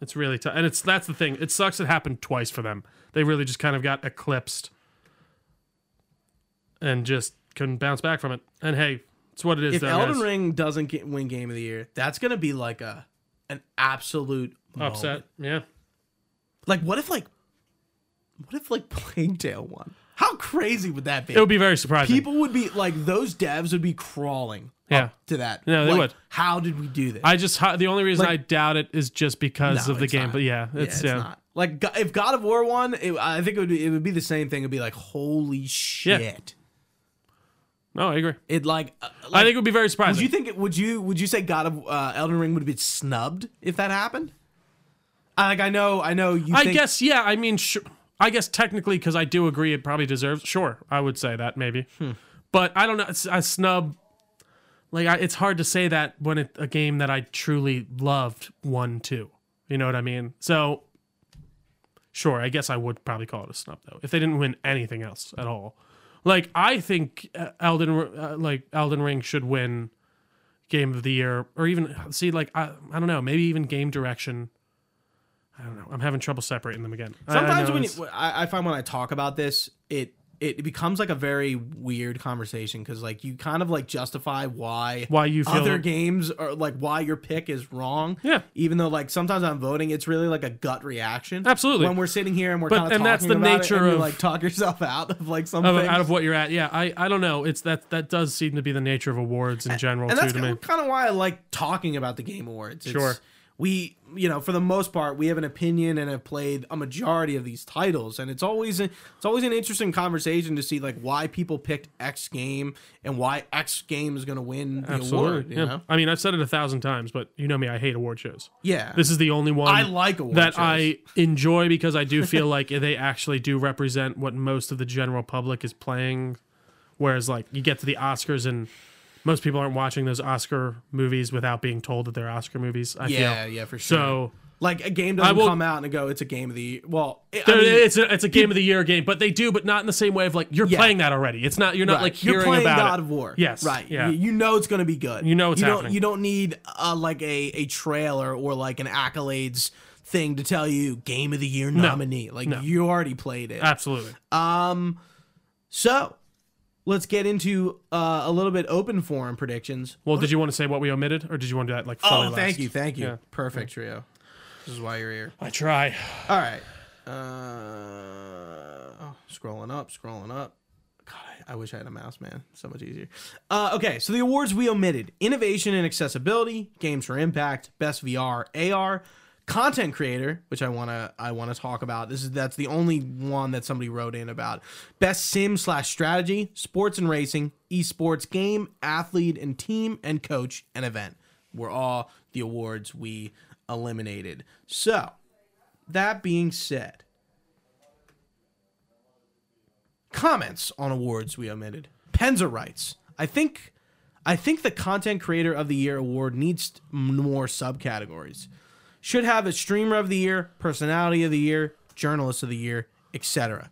[SPEAKER 2] It's really tough, and it's that's the thing. It sucks. It happened twice for them. They really just kind of got eclipsed, and just couldn't bounce back from it. And hey, it's what it is.
[SPEAKER 1] If
[SPEAKER 2] though,
[SPEAKER 1] Elden
[SPEAKER 2] guys.
[SPEAKER 1] Ring doesn't get, win Game of the Year, that's gonna be like a an absolute moment.
[SPEAKER 2] upset, yeah.
[SPEAKER 1] Like, what if like, what if like Plague Tale won? How crazy would that be?
[SPEAKER 2] It would be very surprising.
[SPEAKER 1] People would be like, those devs would be crawling
[SPEAKER 2] yeah.
[SPEAKER 1] to that.
[SPEAKER 2] Yeah, they
[SPEAKER 1] Like,
[SPEAKER 2] would.
[SPEAKER 1] How did we do this?
[SPEAKER 2] I just hi- the only reason
[SPEAKER 1] Like-
[SPEAKER 2] I doubt it is just because
[SPEAKER 1] No,
[SPEAKER 2] of the
[SPEAKER 1] it's
[SPEAKER 2] game.
[SPEAKER 1] not.
[SPEAKER 2] But yeah, it's yeah,
[SPEAKER 1] yeah, not. Like Go- if God of War won, it, I think it would be, it would be the same thing. It'd be like, holy shit!
[SPEAKER 2] no, I agree.
[SPEAKER 1] It like, uh, like
[SPEAKER 2] I think it would be very surprising.
[SPEAKER 1] Would you think? it- Would you? Would you say God of uh, Elden Ring would have been snubbed if that happened? I like. I know. I know. You.
[SPEAKER 2] I
[SPEAKER 1] think,
[SPEAKER 2] guess yeah. I mean, sh- I guess technically because I do agree it probably deserves. Sure, I would say that maybe,
[SPEAKER 1] Hmm.
[SPEAKER 2] but I don't know. It's a snub. Like I, it's hard to say that when it, a game that I truly loved won too. You know what I mean? So sure, I guess I would probably call it a snub though if they didn't win anything else at all. Like I think uh, Elden R- uh, like Elden Ring should win game of the year or even see like I I don't know maybe even game direction. I don't know. I'm having trouble separating them again. I- I
[SPEAKER 1] Sometimes
[SPEAKER 2] know
[SPEAKER 1] when
[SPEAKER 2] it's-
[SPEAKER 1] you, I, I find when I talk about this, it it becomes like a very weird conversation because like you kind of like justify why
[SPEAKER 2] why you feel
[SPEAKER 1] other games are like why your pick is wrong.
[SPEAKER 2] Yeah.
[SPEAKER 1] Even though like sometimes I'm voting, it's really like a gut reaction.
[SPEAKER 2] Absolutely.
[SPEAKER 1] When we're sitting here and we're
[SPEAKER 2] But-
[SPEAKER 1] kind of
[SPEAKER 2] and that's the nature
[SPEAKER 1] and you,
[SPEAKER 2] of-
[SPEAKER 1] like talk yourself out of like something.
[SPEAKER 2] of- out of what you're at. Yeah, I, I don't know. It's that that does seem to be the nature of awards in general
[SPEAKER 1] and
[SPEAKER 2] too
[SPEAKER 1] that's
[SPEAKER 2] to me.
[SPEAKER 1] kind of why I like talking about the game awards. It's-
[SPEAKER 2] Sure.
[SPEAKER 1] We, you know, for the most part, we have an opinion and have played a majority of these titles, and it's always it's always an interesting conversation to see like why people picked X game and why X game is going to win the award. You
[SPEAKER 2] yeah.
[SPEAKER 1] know,
[SPEAKER 2] I mean, I've said it a thousand times, but you know me. I hate award shows.
[SPEAKER 1] yeah.
[SPEAKER 2] This is the only one
[SPEAKER 1] I like award
[SPEAKER 2] that
[SPEAKER 1] shows.
[SPEAKER 2] I enjoy because I do feel like they actually do represent what most of the general public is playing. Whereas, like, you get to the Oscars and most people aren't watching those Oscar movies without being told that they're Oscar movies. I
[SPEAKER 1] yeah,
[SPEAKER 2] feel.
[SPEAKER 1] yeah, for sure.
[SPEAKER 2] So
[SPEAKER 1] like a game doesn't
[SPEAKER 2] will-
[SPEAKER 1] come out and go, it's a game of the well. I
[SPEAKER 2] there-
[SPEAKER 1] mean,
[SPEAKER 2] it's a it's a game of the year game, but they do, but not in the same way of like you're
[SPEAKER 1] Yeah.
[SPEAKER 2] playing that already. It's not you're not
[SPEAKER 1] Right.
[SPEAKER 2] like
[SPEAKER 1] you're
[SPEAKER 2] hearing
[SPEAKER 1] playing
[SPEAKER 2] about
[SPEAKER 1] God
[SPEAKER 2] it.
[SPEAKER 1] of War.
[SPEAKER 2] Yes,
[SPEAKER 1] right.
[SPEAKER 2] yeah.
[SPEAKER 1] You, you know it's going to be good.
[SPEAKER 2] You know it's
[SPEAKER 1] you don't,
[SPEAKER 2] happening.
[SPEAKER 1] You don't need uh, like a a trailer or like an accolades thing to tell you game of the year nominee. Like you already played it.
[SPEAKER 2] Absolutely.
[SPEAKER 1] so let's get into uh, a little bit open forum predictions.
[SPEAKER 2] Well, did you want to say what we omitted, or did you want to do that like?
[SPEAKER 1] Oh,
[SPEAKER 2] fully
[SPEAKER 1] thank
[SPEAKER 2] last?
[SPEAKER 1] you, thank you.
[SPEAKER 2] Yeah.
[SPEAKER 1] Perfect trio. This is why you're here.
[SPEAKER 2] I try.
[SPEAKER 1] All right. Uh, oh, scrolling up, scrolling up. God, I, I wish I had a mouse, man. So much easier. Uh, okay, so the awards we omitted innovation and accessibility, games for impact, best VR, AR, content creator, which I wanna I wanna talk about. This is that's the only one that somebody wrote in about. Best sim slash strategy, sports and racing, esports game, athlete and team, and coach and event were all the awards we eliminated. So that being said, comments on awards we omitted. Penza writes, "I think, I think the Content Creator of the Year award needs m- more subcategories. Should have a Streamer of the Year, Personality of the Year, Journalist of the Year, etc."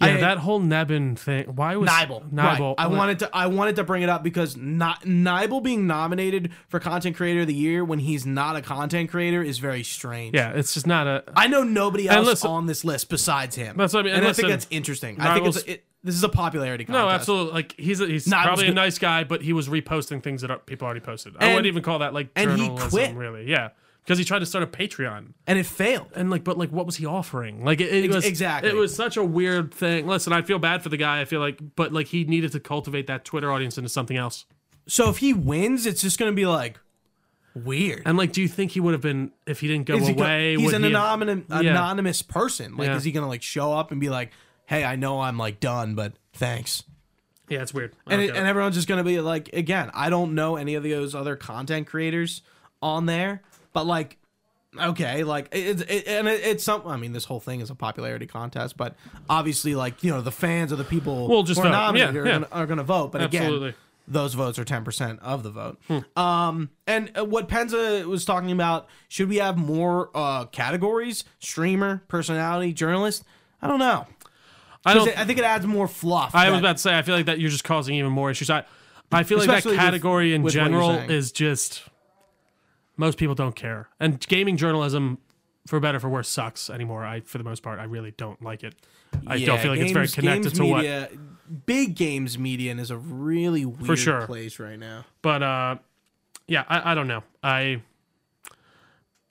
[SPEAKER 2] Yeah,
[SPEAKER 1] I-
[SPEAKER 2] that whole Nebin thing. Why was
[SPEAKER 1] Nibel.
[SPEAKER 2] Nibel?
[SPEAKER 1] Right. I wanted to I wanted to bring it up because not Nibel being nominated for Content Creator of the Year when he's not a content creator is very strange.
[SPEAKER 2] Yeah, it's just not a.
[SPEAKER 1] I know nobody else
[SPEAKER 2] listen-
[SPEAKER 1] on this list besides him.
[SPEAKER 2] That's what I mean,
[SPEAKER 1] And,
[SPEAKER 2] and
[SPEAKER 1] I think
[SPEAKER 2] listen,
[SPEAKER 1] that's interesting. I think it's,
[SPEAKER 2] Nibel's-
[SPEAKER 1] it, this is a popularity contest.
[SPEAKER 2] No, absolutely. Like he's a, he's
[SPEAKER 1] Nibel's
[SPEAKER 2] probably a
[SPEAKER 1] good.
[SPEAKER 2] nice guy, but he was reposting things that are- people already posted. I
[SPEAKER 1] And-
[SPEAKER 2] wouldn't even call that like
[SPEAKER 1] and he
[SPEAKER 2] journalism,
[SPEAKER 1] quit.
[SPEAKER 2] really. Yeah, because he tried to start a Patreon.
[SPEAKER 1] And it failed.
[SPEAKER 2] and like but like what was he offering like it, it was
[SPEAKER 1] exactly.
[SPEAKER 2] it was such a weird thing listen i feel bad for the guy i feel like but like he needed to cultivate that twitter audience into something else
[SPEAKER 1] So if he wins, it's just going to be like weird.
[SPEAKER 2] and like do you think he would have been if he didn't go
[SPEAKER 1] Is he go-
[SPEAKER 2] away
[SPEAKER 1] he's
[SPEAKER 2] would
[SPEAKER 1] an
[SPEAKER 2] he have-
[SPEAKER 1] anonymous,
[SPEAKER 2] yeah.
[SPEAKER 1] anonymous person. Like,
[SPEAKER 2] Yeah.
[SPEAKER 1] is he going to like show up and be like, "Hey, I know I'm like done, but thanks."
[SPEAKER 2] Yeah, it's weird. I
[SPEAKER 1] and,
[SPEAKER 2] don't
[SPEAKER 1] it,
[SPEAKER 2] get
[SPEAKER 1] and
[SPEAKER 2] it.
[SPEAKER 1] everyone's just gonna be like again i don't know any of those other content creators on there but like okay like it's it, and it, it's some i mean this whole thing is a popularity contest but obviously like you know the fans of the people
[SPEAKER 2] We'll just
[SPEAKER 1] who are
[SPEAKER 2] vote.
[SPEAKER 1] nominated
[SPEAKER 2] Yeah,
[SPEAKER 1] are,
[SPEAKER 2] yeah.
[SPEAKER 1] Gonna, are gonna vote but
[SPEAKER 2] Absolutely. Hmm.
[SPEAKER 1] again those votes are 10% of the vote um and uh, what penza was talking about should we have more uh categories streamer personality journalist i don't know
[SPEAKER 2] I
[SPEAKER 1] 'Cause
[SPEAKER 2] don't.
[SPEAKER 1] it- i think it adds more fluff
[SPEAKER 2] I was
[SPEAKER 1] that-
[SPEAKER 2] about to say. I feel like that you're just causing even more issues. I, I feel like that
[SPEAKER 1] Especially with-
[SPEAKER 2] category in
[SPEAKER 1] with what you're
[SPEAKER 2] general
[SPEAKER 1] saying.
[SPEAKER 2] is just most people don't care, and gaming journalism, for better or for worse, sucks anymore. I, for the most part, I really don't like it. I don't feel like it's very connected to what
[SPEAKER 1] what big games median is a really weird
[SPEAKER 2] sure.
[SPEAKER 1] place right now.
[SPEAKER 2] But uh, yeah, I, I don't know. I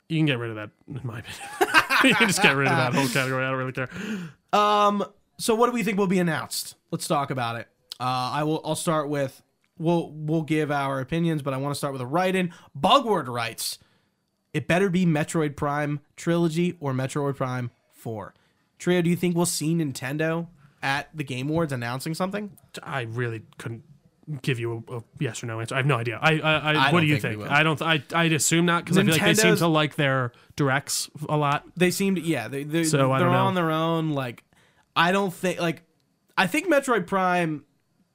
[SPEAKER 2] you can get rid of that, in my opinion. you can just get rid of that whole category. I don't really care.
[SPEAKER 1] So what do we think will be announced? Let's talk about it. Uh, I will. I'll start with. We'll we'll give our opinions, but I want to start with a write-in. Bugword writes, "It better be Metroid Prime trilogy or Metroid Prime Four. Trio, do you think we'll see Nintendo at the Game Awards announcing something?
[SPEAKER 2] I really couldn't give you a, a yes or no answer. I have no idea. I, I, I,
[SPEAKER 1] don't
[SPEAKER 2] what do you
[SPEAKER 1] think
[SPEAKER 2] think?
[SPEAKER 1] we will.
[SPEAKER 2] I don't. I, I'd assume not because I feel like they seem
[SPEAKER 1] Nintendo's-
[SPEAKER 2] to like their directs a lot.
[SPEAKER 1] They seemed yeah, they they
[SPEAKER 2] So, I
[SPEAKER 1] they're
[SPEAKER 2] don't know.
[SPEAKER 1] on their own. Like I don't think like I think Metroid Prime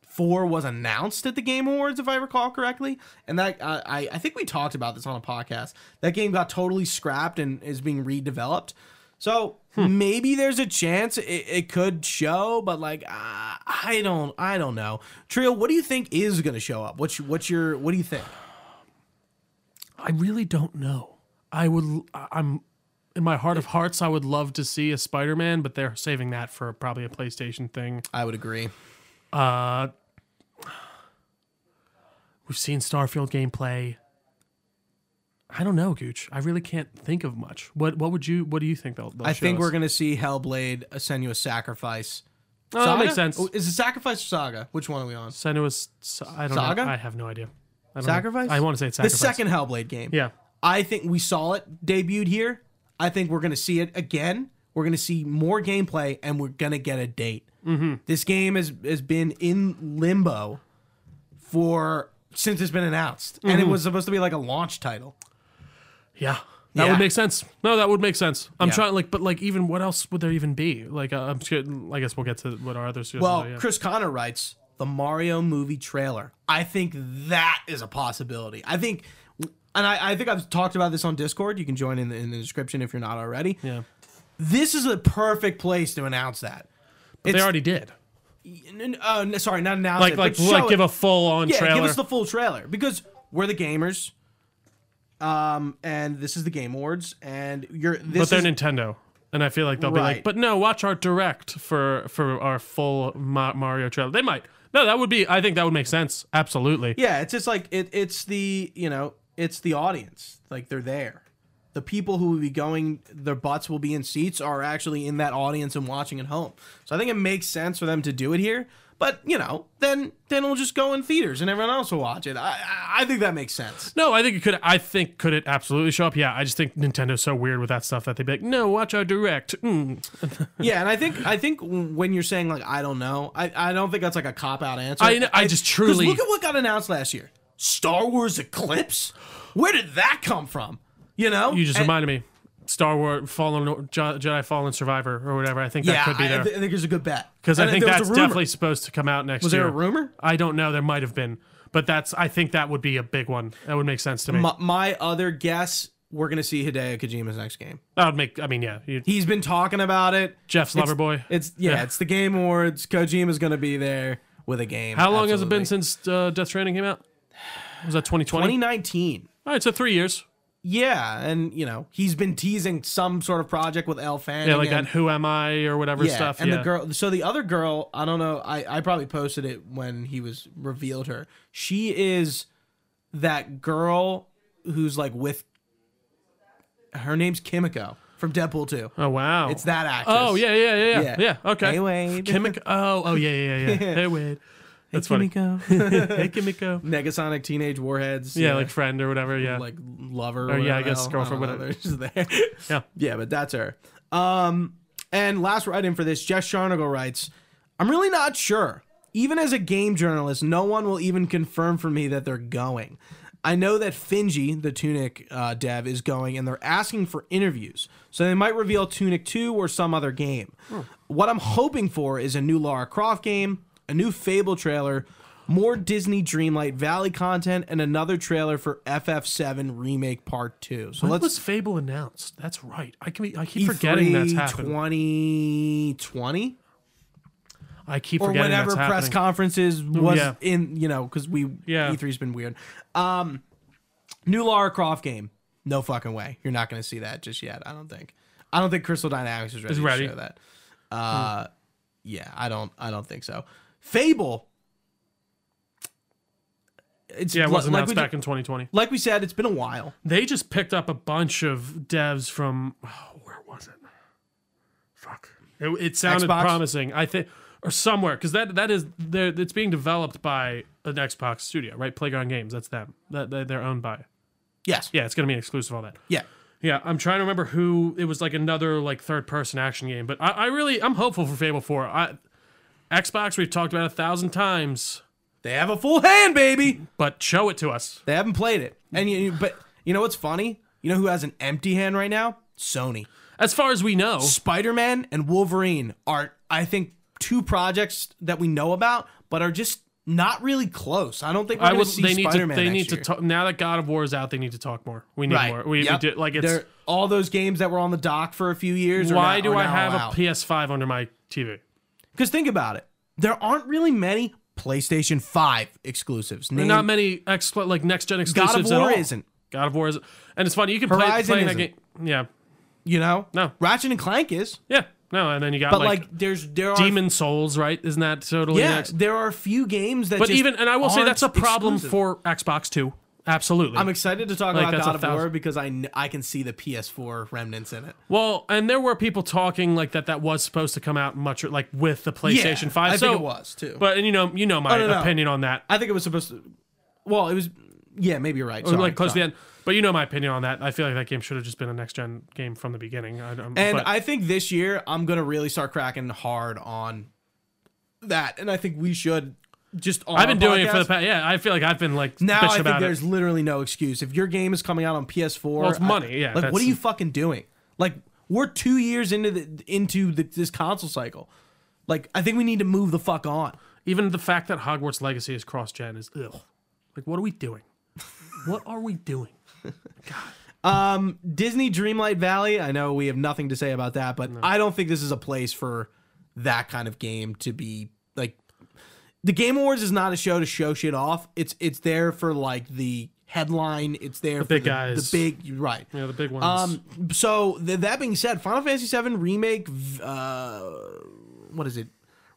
[SPEAKER 1] Four was announced at the Game Awards if I recall correctly, and that I I I think we talked about this on a podcast. That game got totally scrapped and is being redeveloped. So
[SPEAKER 2] Hmm.
[SPEAKER 1] maybe there's a chance it, it could show, but like uh, I don't I don't know. Trio, what do you think is going to show up? What's what's your what do you think?
[SPEAKER 2] I really don't know. I would. I- I'm in my heart of hearts. I would love to see a Spider-Man, but they're saving that for probably a PlayStation thing.
[SPEAKER 1] I would agree.
[SPEAKER 2] Uh, we've seen Starfield gameplay. I don't know, Gooch. I really can't think of much. What What would you What do you think they'll? they'll
[SPEAKER 1] I
[SPEAKER 2] show
[SPEAKER 1] think
[SPEAKER 2] us?
[SPEAKER 1] we're gonna see Hellblade uh, send you a sacrifice.
[SPEAKER 2] Oh, that makes sense.
[SPEAKER 1] Oh, Is it sacrifice or saga? Which one are we on?
[SPEAKER 2] Senua's. s- I don't
[SPEAKER 1] Saga?
[SPEAKER 2] know. I have no idea. I don't know.
[SPEAKER 1] Sacrifice.
[SPEAKER 2] I want to say it's sacrifice.
[SPEAKER 1] The second Hellblade game.
[SPEAKER 2] Yeah.
[SPEAKER 1] I think we saw it debuted here. I think we're gonna see it again. We're gonna see more gameplay, and we're gonna get a date. Mm-hmm. This game has has been in limbo for since it's been announced, and it
[SPEAKER 2] Mm-hmm.
[SPEAKER 1] was supposed to be like a launch title.
[SPEAKER 2] Yeah. That
[SPEAKER 1] Yeah.
[SPEAKER 2] would make sense. No, that would make sense. I'm
[SPEAKER 1] Yeah.
[SPEAKER 2] trying like, but like, even what else would there even be? Like, uh, I'm scared. I guess we'll get to what our other suggestions
[SPEAKER 1] Well,
[SPEAKER 2] are, Oh, yeah.
[SPEAKER 1] Chris Connor writes the Mario movie trailer. I think that is a possibility. I think, and I, I think I've talked about this on Discord. You can join in the, in the description if you're not already.
[SPEAKER 2] yeah.
[SPEAKER 1] This is the perfect place to announce that.
[SPEAKER 2] But they
[SPEAKER 1] it's-
[SPEAKER 2] already did.
[SPEAKER 1] N- n- Uh, n- sorry, not announce
[SPEAKER 2] Like,
[SPEAKER 1] it,
[SPEAKER 2] like,
[SPEAKER 1] but show
[SPEAKER 2] like,
[SPEAKER 1] it.
[SPEAKER 2] give a full on
[SPEAKER 1] yeah,
[SPEAKER 2] trailer.
[SPEAKER 1] give us the full trailer because we're the gamers. Um, and this is the Game Awards, and you're
[SPEAKER 2] but
[SPEAKER 1] this
[SPEAKER 2] they're
[SPEAKER 1] is
[SPEAKER 2] Nintendo, and I feel like they'll be
[SPEAKER 1] Right.
[SPEAKER 2] like, but no, watch our direct for for our full Ma- Mario trailer. They might. No, that would be. I think that would make sense. Absolutely.
[SPEAKER 1] Yeah, it's just like it, it's the you know it's the audience. Like they're there. The people who will be going, their butts will be in seats, are actually in that audience and watching at home. So I think it makes sense for them to do it here. But you know, then then we'll just go in theaters and everyone else will watch it. I I, I think that makes sense.
[SPEAKER 2] No, I think it could. I think could it absolutely show up? Yeah, I just think Nintendo's so weird with that stuff that they'd be like, no, watch our direct. Mm.
[SPEAKER 1] Yeah, and I think I think when you're saying like I don't know, I, I don't think that's like a cop out answer.
[SPEAKER 2] I kn- I just
[SPEAKER 1] 'cause
[SPEAKER 2] truly-
[SPEAKER 1] look at what got announced last year: Star Wars Eclipse. Where did that come from? You know,
[SPEAKER 2] You just
[SPEAKER 1] And-
[SPEAKER 2] reminded me, Star Wars Fallen or- Je- Jedi Fallen Survivor or whatever. I think that
[SPEAKER 1] Yeah,
[SPEAKER 2] could be
[SPEAKER 1] I, I,
[SPEAKER 2] there
[SPEAKER 1] thi- I think it's a good bet
[SPEAKER 2] because I,
[SPEAKER 1] And
[SPEAKER 2] think
[SPEAKER 1] there was a
[SPEAKER 2] that's
[SPEAKER 1] rumor.
[SPEAKER 2] definitely supposed to come out next
[SPEAKER 1] Was
[SPEAKER 2] year.
[SPEAKER 1] there a rumor?
[SPEAKER 2] I don't know. There might have been, but that's. I think that would be a big one. That would make sense to me.
[SPEAKER 1] My, my other guess: we're gonna see Hideo Kojima's next game.
[SPEAKER 2] that would make. I mean, yeah. You,
[SPEAKER 1] He's been talking about it.
[SPEAKER 2] Jeff's lover boy.
[SPEAKER 1] It's yeah,
[SPEAKER 2] Yeah.
[SPEAKER 1] it's the Game Awards. Kojima's gonna be there with a game.
[SPEAKER 2] How long has it been
[SPEAKER 1] absolutely.
[SPEAKER 2] since uh, Death Stranding came out? Was that 2020?
[SPEAKER 1] 2019.
[SPEAKER 2] All right, so three years.
[SPEAKER 1] Yeah, and you know he's been teasing some sort of project with Elle Fanning.
[SPEAKER 2] Yeah, like
[SPEAKER 1] and,
[SPEAKER 2] that Who Am I or whatever
[SPEAKER 1] Yeah,
[SPEAKER 2] stuff.
[SPEAKER 1] and
[SPEAKER 2] yeah.
[SPEAKER 1] the girl. So the other girl, I don't know. I I probably posted it when he was revealed her. She is that girl who's like with. Her name's Kimiko from Deadpool Two.
[SPEAKER 2] oh, wow.
[SPEAKER 1] It's that actress.
[SPEAKER 2] Oh, yeah, yeah, yeah, yeah.
[SPEAKER 1] Yeah.
[SPEAKER 2] Yeah, okay.
[SPEAKER 1] Hey, Wade.
[SPEAKER 2] Kimiko. Oh, oh, yeah, yeah, yeah. hey, Wade. That's funny.
[SPEAKER 1] Kimiko.
[SPEAKER 2] Hey, Kimiko.
[SPEAKER 1] Negasonic Teenage Warheads.
[SPEAKER 2] Yeah, like friend or whatever. Yeah.
[SPEAKER 1] like lover. Or whatever
[SPEAKER 2] yeah, I
[SPEAKER 1] the
[SPEAKER 2] guess
[SPEAKER 1] hell.
[SPEAKER 2] girlfriend,
[SPEAKER 1] I don't know.
[SPEAKER 2] whatever.
[SPEAKER 1] They're just there.
[SPEAKER 2] yeah.
[SPEAKER 1] Yeah, but that's her. Um, and last write in for this, Jess Sharnagle writes, I'm really not sure. even as a game journalist, no one will even confirm for me that they're going. I know that Finji, the Tunic uh, dev, is going, and they're asking for interviews. So they might reveal Tunic 2 or some other game.
[SPEAKER 2] Hmm.
[SPEAKER 1] What I'm hoping for is a new Lara Croft game, a new Fable trailer, more Disney Dreamlight Valley content, and another trailer for FF7 Remake Part 2. So
[SPEAKER 2] When
[SPEAKER 1] let's. E
[SPEAKER 2] was Fable announced? That's right. I can be, I keep forgetting that's
[SPEAKER 1] E3
[SPEAKER 2] happening.
[SPEAKER 1] 2020?
[SPEAKER 2] I keep
[SPEAKER 1] or
[SPEAKER 2] forgetting
[SPEAKER 1] whenever
[SPEAKER 2] that's
[SPEAKER 1] press
[SPEAKER 2] happening.
[SPEAKER 1] conferences was
[SPEAKER 2] yeah.
[SPEAKER 1] in you know because we
[SPEAKER 2] Yeah.
[SPEAKER 1] E3's been weird. Um, new Lara Croft game, no fucking way. You're not going to see that just yet. I don't think. I don't think Crystal Dynamics is ready,
[SPEAKER 2] Is ready.
[SPEAKER 1] to show that. Uh, Yeah, I don't. I don't think so. Fable. It's
[SPEAKER 2] yeah, it
[SPEAKER 1] li-
[SPEAKER 2] was
[SPEAKER 1] like
[SPEAKER 2] announced
[SPEAKER 1] we,
[SPEAKER 2] back
[SPEAKER 1] ju-
[SPEAKER 2] in 2020.
[SPEAKER 1] like we said, it's been a while.
[SPEAKER 2] They just picked up a bunch of devs from oh, where was it? Fuck. It, it sounded
[SPEAKER 1] Xbox?
[SPEAKER 2] promising. I think or somewhere because that that is they're- it's being developed by an Xbox studio, right? Playground Games. That's them. That that- they're owned by.
[SPEAKER 1] Yes.
[SPEAKER 2] Yeah, it's gonna be an exclusive. All that.
[SPEAKER 1] Yeah.
[SPEAKER 2] Yeah, I'm trying to remember who it was like another like third person action game, but I, I really I'm hopeful for Fable Four. I Xbox we've talked about it a thousand times,
[SPEAKER 1] They have a full hand, baby.
[SPEAKER 2] but show it to us.
[SPEAKER 1] They haven't played it, and you. But you know what's funny? You know who has an empty hand right now? Sony.
[SPEAKER 2] As far as we know,
[SPEAKER 1] Spider Man and Wolverine are, I think, two projects that we know about, but are just not really close. I don't think we're
[SPEAKER 2] I
[SPEAKER 1] going
[SPEAKER 2] would.
[SPEAKER 1] to see
[SPEAKER 2] They need
[SPEAKER 1] Spider
[SPEAKER 2] to.
[SPEAKER 1] Man.
[SPEAKER 2] They need to talk now that God of War is out. They need to talk more. We need more. We,
[SPEAKER 1] Yep.
[SPEAKER 2] we did like it's.
[SPEAKER 1] They're- all those games that were on the dock for a few years.
[SPEAKER 2] why do I have a PS5 under my TV?
[SPEAKER 1] Because think about it, there aren't really many PlayStation Five exclusives. Name,
[SPEAKER 2] Not many ex like next gen exclusives.
[SPEAKER 1] God of
[SPEAKER 2] at
[SPEAKER 1] War
[SPEAKER 2] all.
[SPEAKER 1] isn't.
[SPEAKER 2] God of War isn't. And it's funny you can play,
[SPEAKER 1] Horizon
[SPEAKER 2] play that
[SPEAKER 1] isn't.
[SPEAKER 2] game. Yeah,
[SPEAKER 1] You know,
[SPEAKER 2] No.
[SPEAKER 1] Ratchet and Clank is,
[SPEAKER 2] yeah. No, and then you got
[SPEAKER 1] but
[SPEAKER 2] like,
[SPEAKER 1] like, there's there are
[SPEAKER 2] Demon Souls, right? Isn't that totally
[SPEAKER 1] yeah,
[SPEAKER 2] next?
[SPEAKER 1] there are a few games that.
[SPEAKER 2] But
[SPEAKER 1] just
[SPEAKER 2] even and I will say
[SPEAKER 1] aren't
[SPEAKER 2] that's a problem
[SPEAKER 1] exclusive.
[SPEAKER 2] for Xbox too. Absolutely.
[SPEAKER 1] I'm excited to talk
[SPEAKER 2] Like,
[SPEAKER 1] about
[SPEAKER 2] that's a
[SPEAKER 1] God of War
[SPEAKER 2] thousand-
[SPEAKER 1] because I, kn- I can see the PS4 remnants in it.
[SPEAKER 2] well, and there were people talking like that that was supposed to come out much like with the PlayStation
[SPEAKER 1] Yeah,
[SPEAKER 2] 5.
[SPEAKER 1] I
[SPEAKER 2] so
[SPEAKER 1] think it was too.
[SPEAKER 2] But and you know you know my
[SPEAKER 1] no, no.
[SPEAKER 2] opinion on that.
[SPEAKER 1] I think it was supposed to. Well, it was. Yeah, maybe you're right. Sorry,
[SPEAKER 2] like close to
[SPEAKER 1] sorry.
[SPEAKER 2] the end. But you know my opinion on that. I feel like that game should have just been a next gen game from the beginning. I, I'm,
[SPEAKER 1] And
[SPEAKER 2] but
[SPEAKER 1] I think this year I'm gonna really start cracking hard on that, and I think we should just. On
[SPEAKER 2] I've been
[SPEAKER 1] our
[SPEAKER 2] doing it for the
[SPEAKER 1] podcast-
[SPEAKER 2] past. Yeah, I feel like I've been like
[SPEAKER 1] Now I
[SPEAKER 2] bitching
[SPEAKER 1] think
[SPEAKER 2] about
[SPEAKER 1] there's
[SPEAKER 2] it.
[SPEAKER 1] literally no excuse if your game is coming out on PS4.
[SPEAKER 2] Well, it's
[SPEAKER 1] I-
[SPEAKER 2] money, yeah,
[SPEAKER 1] Like, what
[SPEAKER 2] that's-
[SPEAKER 1] are you fucking doing? Like, we're two years into the into the, this console cycle. Like, I think we need to move the fuck on.
[SPEAKER 2] Even the fact that Hogwarts Legacy is cross gen is ugh. Like what are we doing? what are we doing?
[SPEAKER 1] Disney Dreamlight Valley, I know we have nothing to say about that, but I don't think this is a place for that kind of game to be like the Game Awards is not a show to show shit off. It's it's there for like the headline, it's there for
[SPEAKER 2] big
[SPEAKER 1] the,
[SPEAKER 2] guys.
[SPEAKER 1] the big you're right.
[SPEAKER 2] You know the big ones.
[SPEAKER 1] Um so th- that being said, Final Fantasy VII remake v- uh what is it?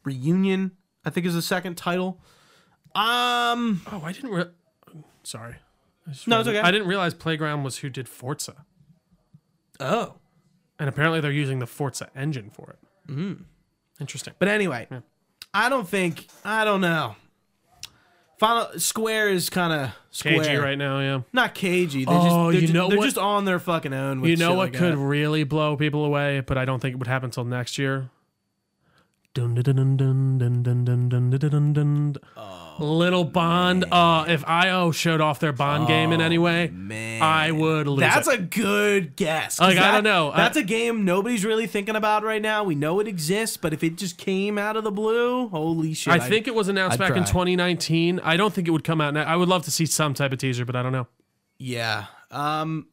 [SPEAKER 1] Reunion, I think is the second title. Um
[SPEAKER 2] oh, I didn't. Re- Sorry. I just
[SPEAKER 1] No, it's
[SPEAKER 2] realized-
[SPEAKER 1] okay.
[SPEAKER 2] I didn't realize Playground was who did Forza,
[SPEAKER 1] oh.
[SPEAKER 2] and apparently they're using the Forza engine for it. Mm. Interesting.
[SPEAKER 1] But anyway, I don't think I don't know. Final Square is kind of square,
[SPEAKER 2] AG right now, yeah.
[SPEAKER 1] Not cagey. They
[SPEAKER 2] Oh,
[SPEAKER 1] just, they're
[SPEAKER 2] you
[SPEAKER 1] ju-
[SPEAKER 2] know
[SPEAKER 1] they're
[SPEAKER 2] what-
[SPEAKER 1] just on their fucking own. With
[SPEAKER 2] You know
[SPEAKER 1] shit
[SPEAKER 2] what
[SPEAKER 1] like
[SPEAKER 2] could
[SPEAKER 1] that.
[SPEAKER 2] really blow people away, but I don't think it would happen until next year. Dun, dun, dun, dun, dun, dun, dun, dun, dun, dun, dun, dun.
[SPEAKER 1] Oh,
[SPEAKER 2] Little Bond. Uh, if IO showed off their Bond game in any way,
[SPEAKER 1] Oh, man.
[SPEAKER 2] I would lose.
[SPEAKER 1] That's
[SPEAKER 2] it.
[SPEAKER 1] a good guess. 'cause
[SPEAKER 2] Like, I
[SPEAKER 1] that-
[SPEAKER 2] don't know. I-
[SPEAKER 1] That's a game nobody's really thinking about right now. We know it exists, but if it just came out of the blue, holy shit!
[SPEAKER 2] I think it was announced
[SPEAKER 1] I'd
[SPEAKER 2] back in
[SPEAKER 1] try.
[SPEAKER 2] 2019. I don't think it would come out now. I would love to see some type of teaser, but I don't know.
[SPEAKER 1] Yeah. Um,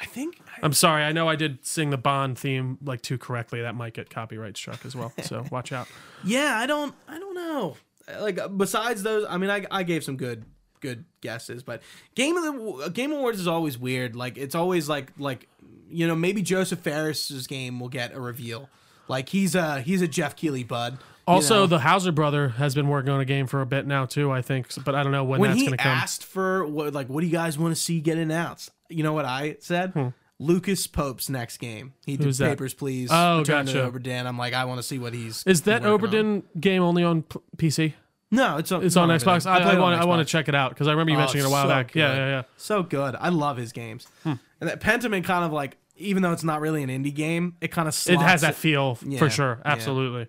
[SPEAKER 1] I think
[SPEAKER 2] I'm sorry. I know I did sing the Bond theme like too correctly. That might get copyright struck as well. So watch out.
[SPEAKER 1] Yeah, I don't I don't know. Uh, Like besides those, I mean I I gave some good good guesses, but Game of the uh, Game Awards is always weird. Like it's always like like you know, maybe Joseph Ferris's game will get a reveal. Like he's a he's a Jeff Keighley bud. you
[SPEAKER 2] Also,
[SPEAKER 1] know?
[SPEAKER 2] the Hauser brother has been working on a game for a bit now too. I think, but I don't know when,
[SPEAKER 1] when
[SPEAKER 2] that's
[SPEAKER 1] he
[SPEAKER 2] going to come.
[SPEAKER 1] asked for what like what do you guys want to see get announced? You know what I said? Lucas Pope's next game. He did
[SPEAKER 2] Hmm. Who's that?
[SPEAKER 1] Papers Please.
[SPEAKER 2] Oh,
[SPEAKER 1] Return to
[SPEAKER 2] gotcha.
[SPEAKER 1] Oberdin. I'm like I want to see what he's
[SPEAKER 2] Is that
[SPEAKER 1] working on.
[SPEAKER 2] Oberdin game only on p- PC?
[SPEAKER 1] No, it's on
[SPEAKER 2] It's on
[SPEAKER 1] everything.
[SPEAKER 2] Xbox. I,
[SPEAKER 1] played
[SPEAKER 2] I
[SPEAKER 1] it on
[SPEAKER 2] want. I want
[SPEAKER 1] Xbox.
[SPEAKER 2] to check it out because I remember you
[SPEAKER 1] Oh,
[SPEAKER 2] mentioning it a while
[SPEAKER 1] so
[SPEAKER 2] back. Yeah,
[SPEAKER 1] good.
[SPEAKER 2] yeah, Hmm. yeah.
[SPEAKER 1] So good. I love his games. And that Pentiment kind of like, even though it's not really an indie game, it kind of
[SPEAKER 2] It
[SPEAKER 1] slots
[SPEAKER 2] has that feel f-
[SPEAKER 1] Yeah,
[SPEAKER 2] for sure.
[SPEAKER 1] yeah.
[SPEAKER 2] Absolutely.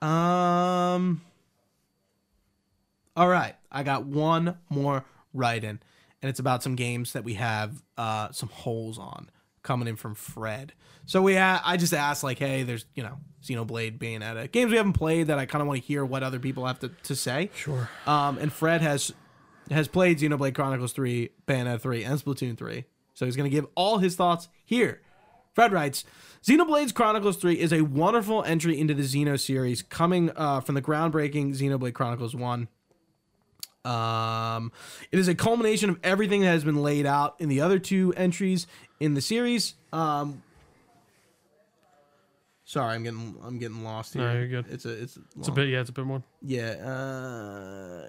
[SPEAKER 1] Um, All right, I got one more write in, and it's about some games that we have uh, some holes on coming in from Fred. So we, ha- I just asked like, hey, there's you know, Xenoblade, Bayonetta, games we haven't played that I kind of want to hear what other people have to, to say.
[SPEAKER 2] Sure.
[SPEAKER 1] Um, and Fred has has played Xenoblade Chronicles three, Bayonetta three, and Splatoon three. So he's going to give all his thoughts here. Fred writes, Xenoblade Chronicles 3 is a wonderful entry into the Xeno series, coming uh, from the groundbreaking Xenoblade Chronicles 1. Um, it is a culmination of everything that has been laid out in the other two entries in the series. Um, sorry, I'm getting I'm getting lost here.
[SPEAKER 2] No, you're good.
[SPEAKER 1] It's a it's a
[SPEAKER 2] It's a bit, yeah, it's a bit more.
[SPEAKER 1] yeah, uh,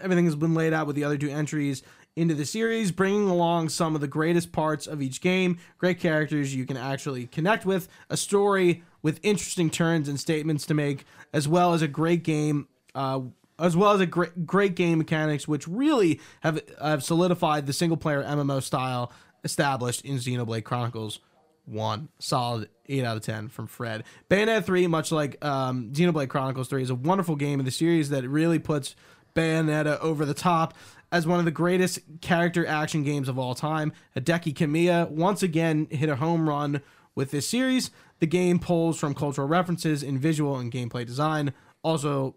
[SPEAKER 1] everything has been laid out with the other two entries into the series, bringing along some of the greatest parts of each game, great characters you can actually connect with, a story with interesting turns and statements to make, as well as a great game. Uh, as well as a great, great game mechanics, which really have have solidified the single player MMO style established in Xenoblade Chronicles one solid eight out of ten from Fred. Bayonetta three, much like um, Xenoblade Chronicles three, is a wonderful game in the series that really puts Bayonetta over the top as one of the greatest character action games of all time. Hideki Kamiya once again hit a home run with this series. The game pulls from cultural references in visual and gameplay design. Also,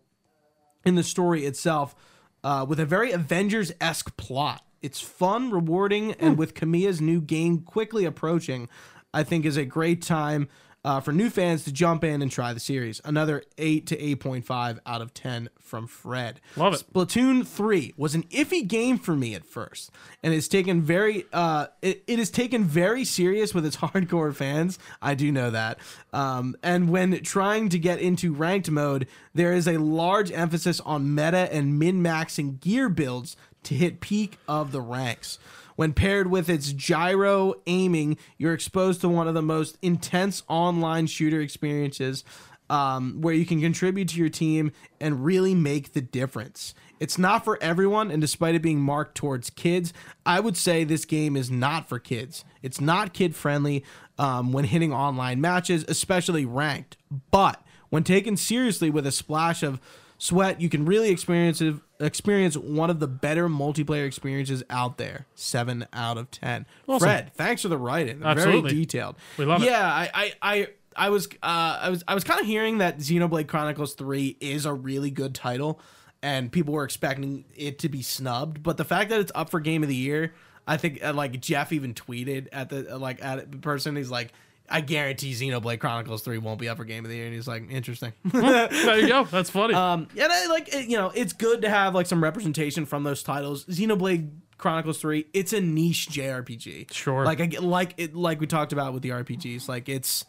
[SPEAKER 1] in the story itself uh, with a very Avengers esque plot. It's fun, rewarding,
[SPEAKER 2] Hmm.
[SPEAKER 1] and with Kamiya's new game quickly approaching, I think is a great time uh, for new fans to jump in and try the series. Another 8 to 8.5 out of 10 from Fred.
[SPEAKER 2] Love it.
[SPEAKER 1] Splatoon 3 was an iffy game for me at first, and it's taken very uh, it, it is taken very serious with its hardcore fans. I do know that. Um, and when trying to get into ranked mode, there is a large emphasis on meta and min-maxing gear builds to hit peak of the ranks. When paired with its gyro aiming, you're exposed to one of the most intense online shooter experiences um, where you can contribute to your team and really make the difference. It's not for everyone, and despite it being marked towards kids, I would say this game is not for kids. It's not kid friendly um, when hitting online matches, especially ranked. But when taken seriously with a splash of sweat, you can really experience it- experience one of the better multiplayer experiences out there. Seven out of ten. Fred, thanks for the writing. They're
[SPEAKER 2] Absolutely.
[SPEAKER 1] Very detailed.
[SPEAKER 2] We love it.
[SPEAKER 1] yeah, I, I, I, I was, uh, I was, I was kind of hearing that Xenoblade Chronicles Three is a really good title, and people were expecting it to be snubbed. But the fact that it's up for Game of the Year, I think, uh, like Jeff even tweeted at the uh, like at the person. He's like. I guarantee Xenoblade Chronicles 3 won't be up for Game of the Year. And he's like, interesting.
[SPEAKER 2] There you go. That's funny.
[SPEAKER 1] Um, and I like it, you know, it's good to have like some representation from those titles. Xenoblade Chronicles Three, it's a niche JRPG.
[SPEAKER 2] Sure.
[SPEAKER 1] Like I get- like it like we talked about with the RPGs, like it's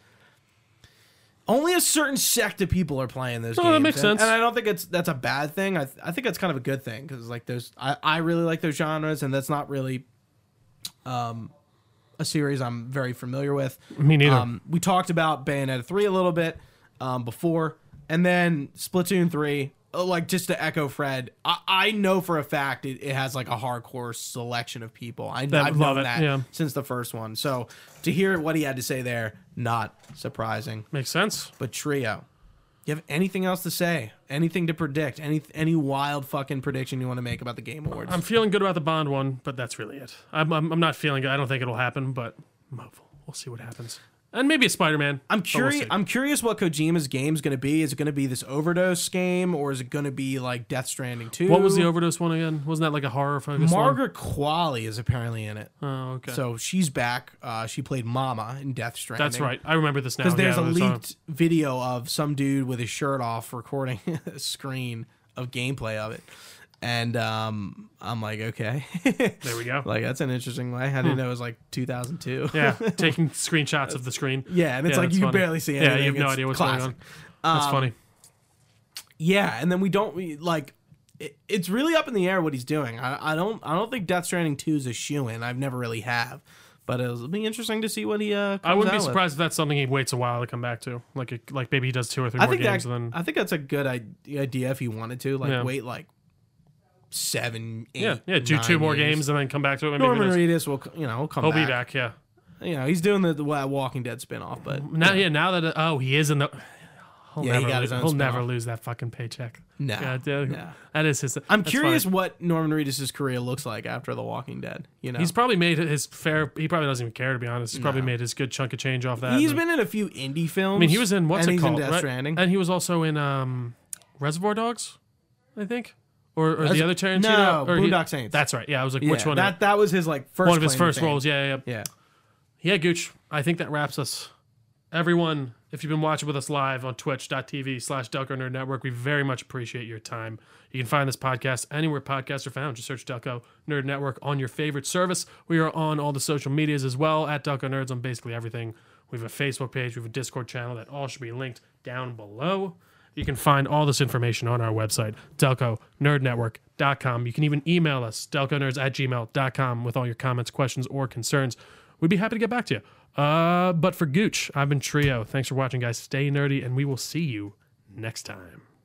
[SPEAKER 1] only a certain sect of people are playing those games.
[SPEAKER 2] Oh, that makes
[SPEAKER 1] and,
[SPEAKER 2] sense.
[SPEAKER 1] And I don't think it's that's a bad thing. I, th- I think that's kind of a good thing because like those I, I really like those genres, and that's not really um a series I'm very familiar with.
[SPEAKER 2] Me neither.
[SPEAKER 1] Um, we talked about Bayonetta 3 a little bit um, before, and then Splatoon 3. uh, Like just to echo Fred, I, I know for a fact it, it has like a hardcore selection of people. I,
[SPEAKER 2] That
[SPEAKER 1] I've
[SPEAKER 2] love
[SPEAKER 1] known
[SPEAKER 2] it,
[SPEAKER 1] that
[SPEAKER 2] yeah.
[SPEAKER 1] since the first one. So to hear what he had to say there, not surprising.
[SPEAKER 2] Makes sense.
[SPEAKER 1] But trio, you have anything else to say? Anything to predict? Any any wild fucking prediction you want to make about the Game Awards?
[SPEAKER 2] I'm feeling good about the Bond one, but that's really it. I'm, I'm, I'm not feeling good. I don't think it'll happen, but I'm hopeful. We'll see what happens. And maybe a Spider Man.
[SPEAKER 1] I'm curious. I'm curious what Kojima's game's going to be. Is it going to be this overdose game, or is it going to be like Death Stranding Two?
[SPEAKER 2] what was the overdose one again? Wasn't that like a horror focus?
[SPEAKER 1] Margaret Qualley is apparently in it,
[SPEAKER 2] One? Oh, okay.
[SPEAKER 1] so she's back. Uh, she played Mama in Death Stranding.
[SPEAKER 2] that's right. I remember this now.
[SPEAKER 1] Because there's
[SPEAKER 2] Yeah,
[SPEAKER 1] a
[SPEAKER 2] that's all-
[SPEAKER 1] leaked video of some dude with his shirt off recording a screen of gameplay of it, and um, I'm like, okay,
[SPEAKER 2] There we go.
[SPEAKER 1] like that's an interesting way. How do you know it was like 2002?
[SPEAKER 2] Hmm. yeah, taking screenshots of the screen.
[SPEAKER 1] Yeah, and it's
[SPEAKER 2] Yeah,
[SPEAKER 1] like
[SPEAKER 2] that's
[SPEAKER 1] you
[SPEAKER 2] funny.
[SPEAKER 1] barely see anything.
[SPEAKER 2] Yeah, you have no
[SPEAKER 1] It's
[SPEAKER 2] idea what's
[SPEAKER 1] classic. Um,
[SPEAKER 2] going on. That's funny.
[SPEAKER 1] Yeah, and then we don't we, like it, it's really up in the air what he's doing. I, I don't I don't think Death Stranding two is a shoe in. I've never really have, but it'll be interesting to see what he. Uh, comes
[SPEAKER 2] I wouldn't
[SPEAKER 1] out
[SPEAKER 2] be
[SPEAKER 1] with.
[SPEAKER 2] surprised if that's something he waits a while to come back to. Like, a, like maybe he does two or three
[SPEAKER 1] I
[SPEAKER 2] more
[SPEAKER 1] think
[SPEAKER 2] games,
[SPEAKER 1] that,
[SPEAKER 2] and then
[SPEAKER 1] I think that's a good i- idea if he wanted to like
[SPEAKER 2] Yeah.
[SPEAKER 1] wait like seven eight
[SPEAKER 2] yeah, yeah, do two
[SPEAKER 1] nine
[SPEAKER 2] more
[SPEAKER 1] years.
[SPEAKER 2] games and then come back to it. Maybe who
[SPEAKER 1] Norman
[SPEAKER 2] knows?
[SPEAKER 1] Reedus will c- you know come
[SPEAKER 2] he'll
[SPEAKER 1] back.
[SPEAKER 2] be back. Mm-hmm. Yeah.
[SPEAKER 1] You know he's doing the, the Walking Dead spin off, but
[SPEAKER 2] Now, yeah. Now that oh, he is in the. He'll
[SPEAKER 1] Yeah, he
[SPEAKER 2] never,
[SPEAKER 1] got his
[SPEAKER 2] lo-
[SPEAKER 1] own
[SPEAKER 2] he'll
[SPEAKER 1] spinoff.
[SPEAKER 2] never lose that fucking paycheck.
[SPEAKER 1] No,
[SPEAKER 2] God, dude,
[SPEAKER 1] no.
[SPEAKER 2] that is his.
[SPEAKER 1] I'm
[SPEAKER 2] that's
[SPEAKER 1] curious
[SPEAKER 2] fine.
[SPEAKER 1] what Norman Reedus' career looks like after The Walking Dead. You know,
[SPEAKER 2] He's probably made his fair. He probably doesn't even care to be honest. He's probably made his good chunk of change off that.
[SPEAKER 1] he's
[SPEAKER 2] and-
[SPEAKER 1] been in a few indie films.
[SPEAKER 2] I mean, he was in what's
[SPEAKER 1] and
[SPEAKER 2] it
[SPEAKER 1] he's
[SPEAKER 2] called?
[SPEAKER 1] In Death
[SPEAKER 2] right?
[SPEAKER 1] Stranding.
[SPEAKER 2] And he was also in um, Reservoir Dogs, I think, or, or the other
[SPEAKER 1] no,
[SPEAKER 2] Tarantino. or he-
[SPEAKER 1] Boondock Saints.
[SPEAKER 2] That's right. Yeah, I was like,
[SPEAKER 1] Yeah,
[SPEAKER 2] which one?
[SPEAKER 1] That that was his like first
[SPEAKER 2] one of his
[SPEAKER 1] claim to
[SPEAKER 2] first
[SPEAKER 1] fame.
[SPEAKER 2] roles. Yeah, yeah, yeah.
[SPEAKER 1] Yeah.
[SPEAKER 2] Yeah, Gooch. I think that wraps us. Everyone, if you've been watching with us live on twitch.tv slash Delco Nerd Network, we very much appreciate your time. You can find this podcast anywhere podcasts are found. Just search Delco Nerd Network on your favorite service. We are on all the social medias as well at Delco Nerds on basically everything. We have a Facebook page, we have a Discord channel that all should be linked down below. You can find all this information on our website, delconerdnetwork.com. You can even email us, delconerds at gmail.com, with all your comments, questions, or concerns. We'd be happy to get back to you. Uh, but for Gooch, I've been Trio. Thanks for watching, guys. Stay nerdy, and we will see you next time.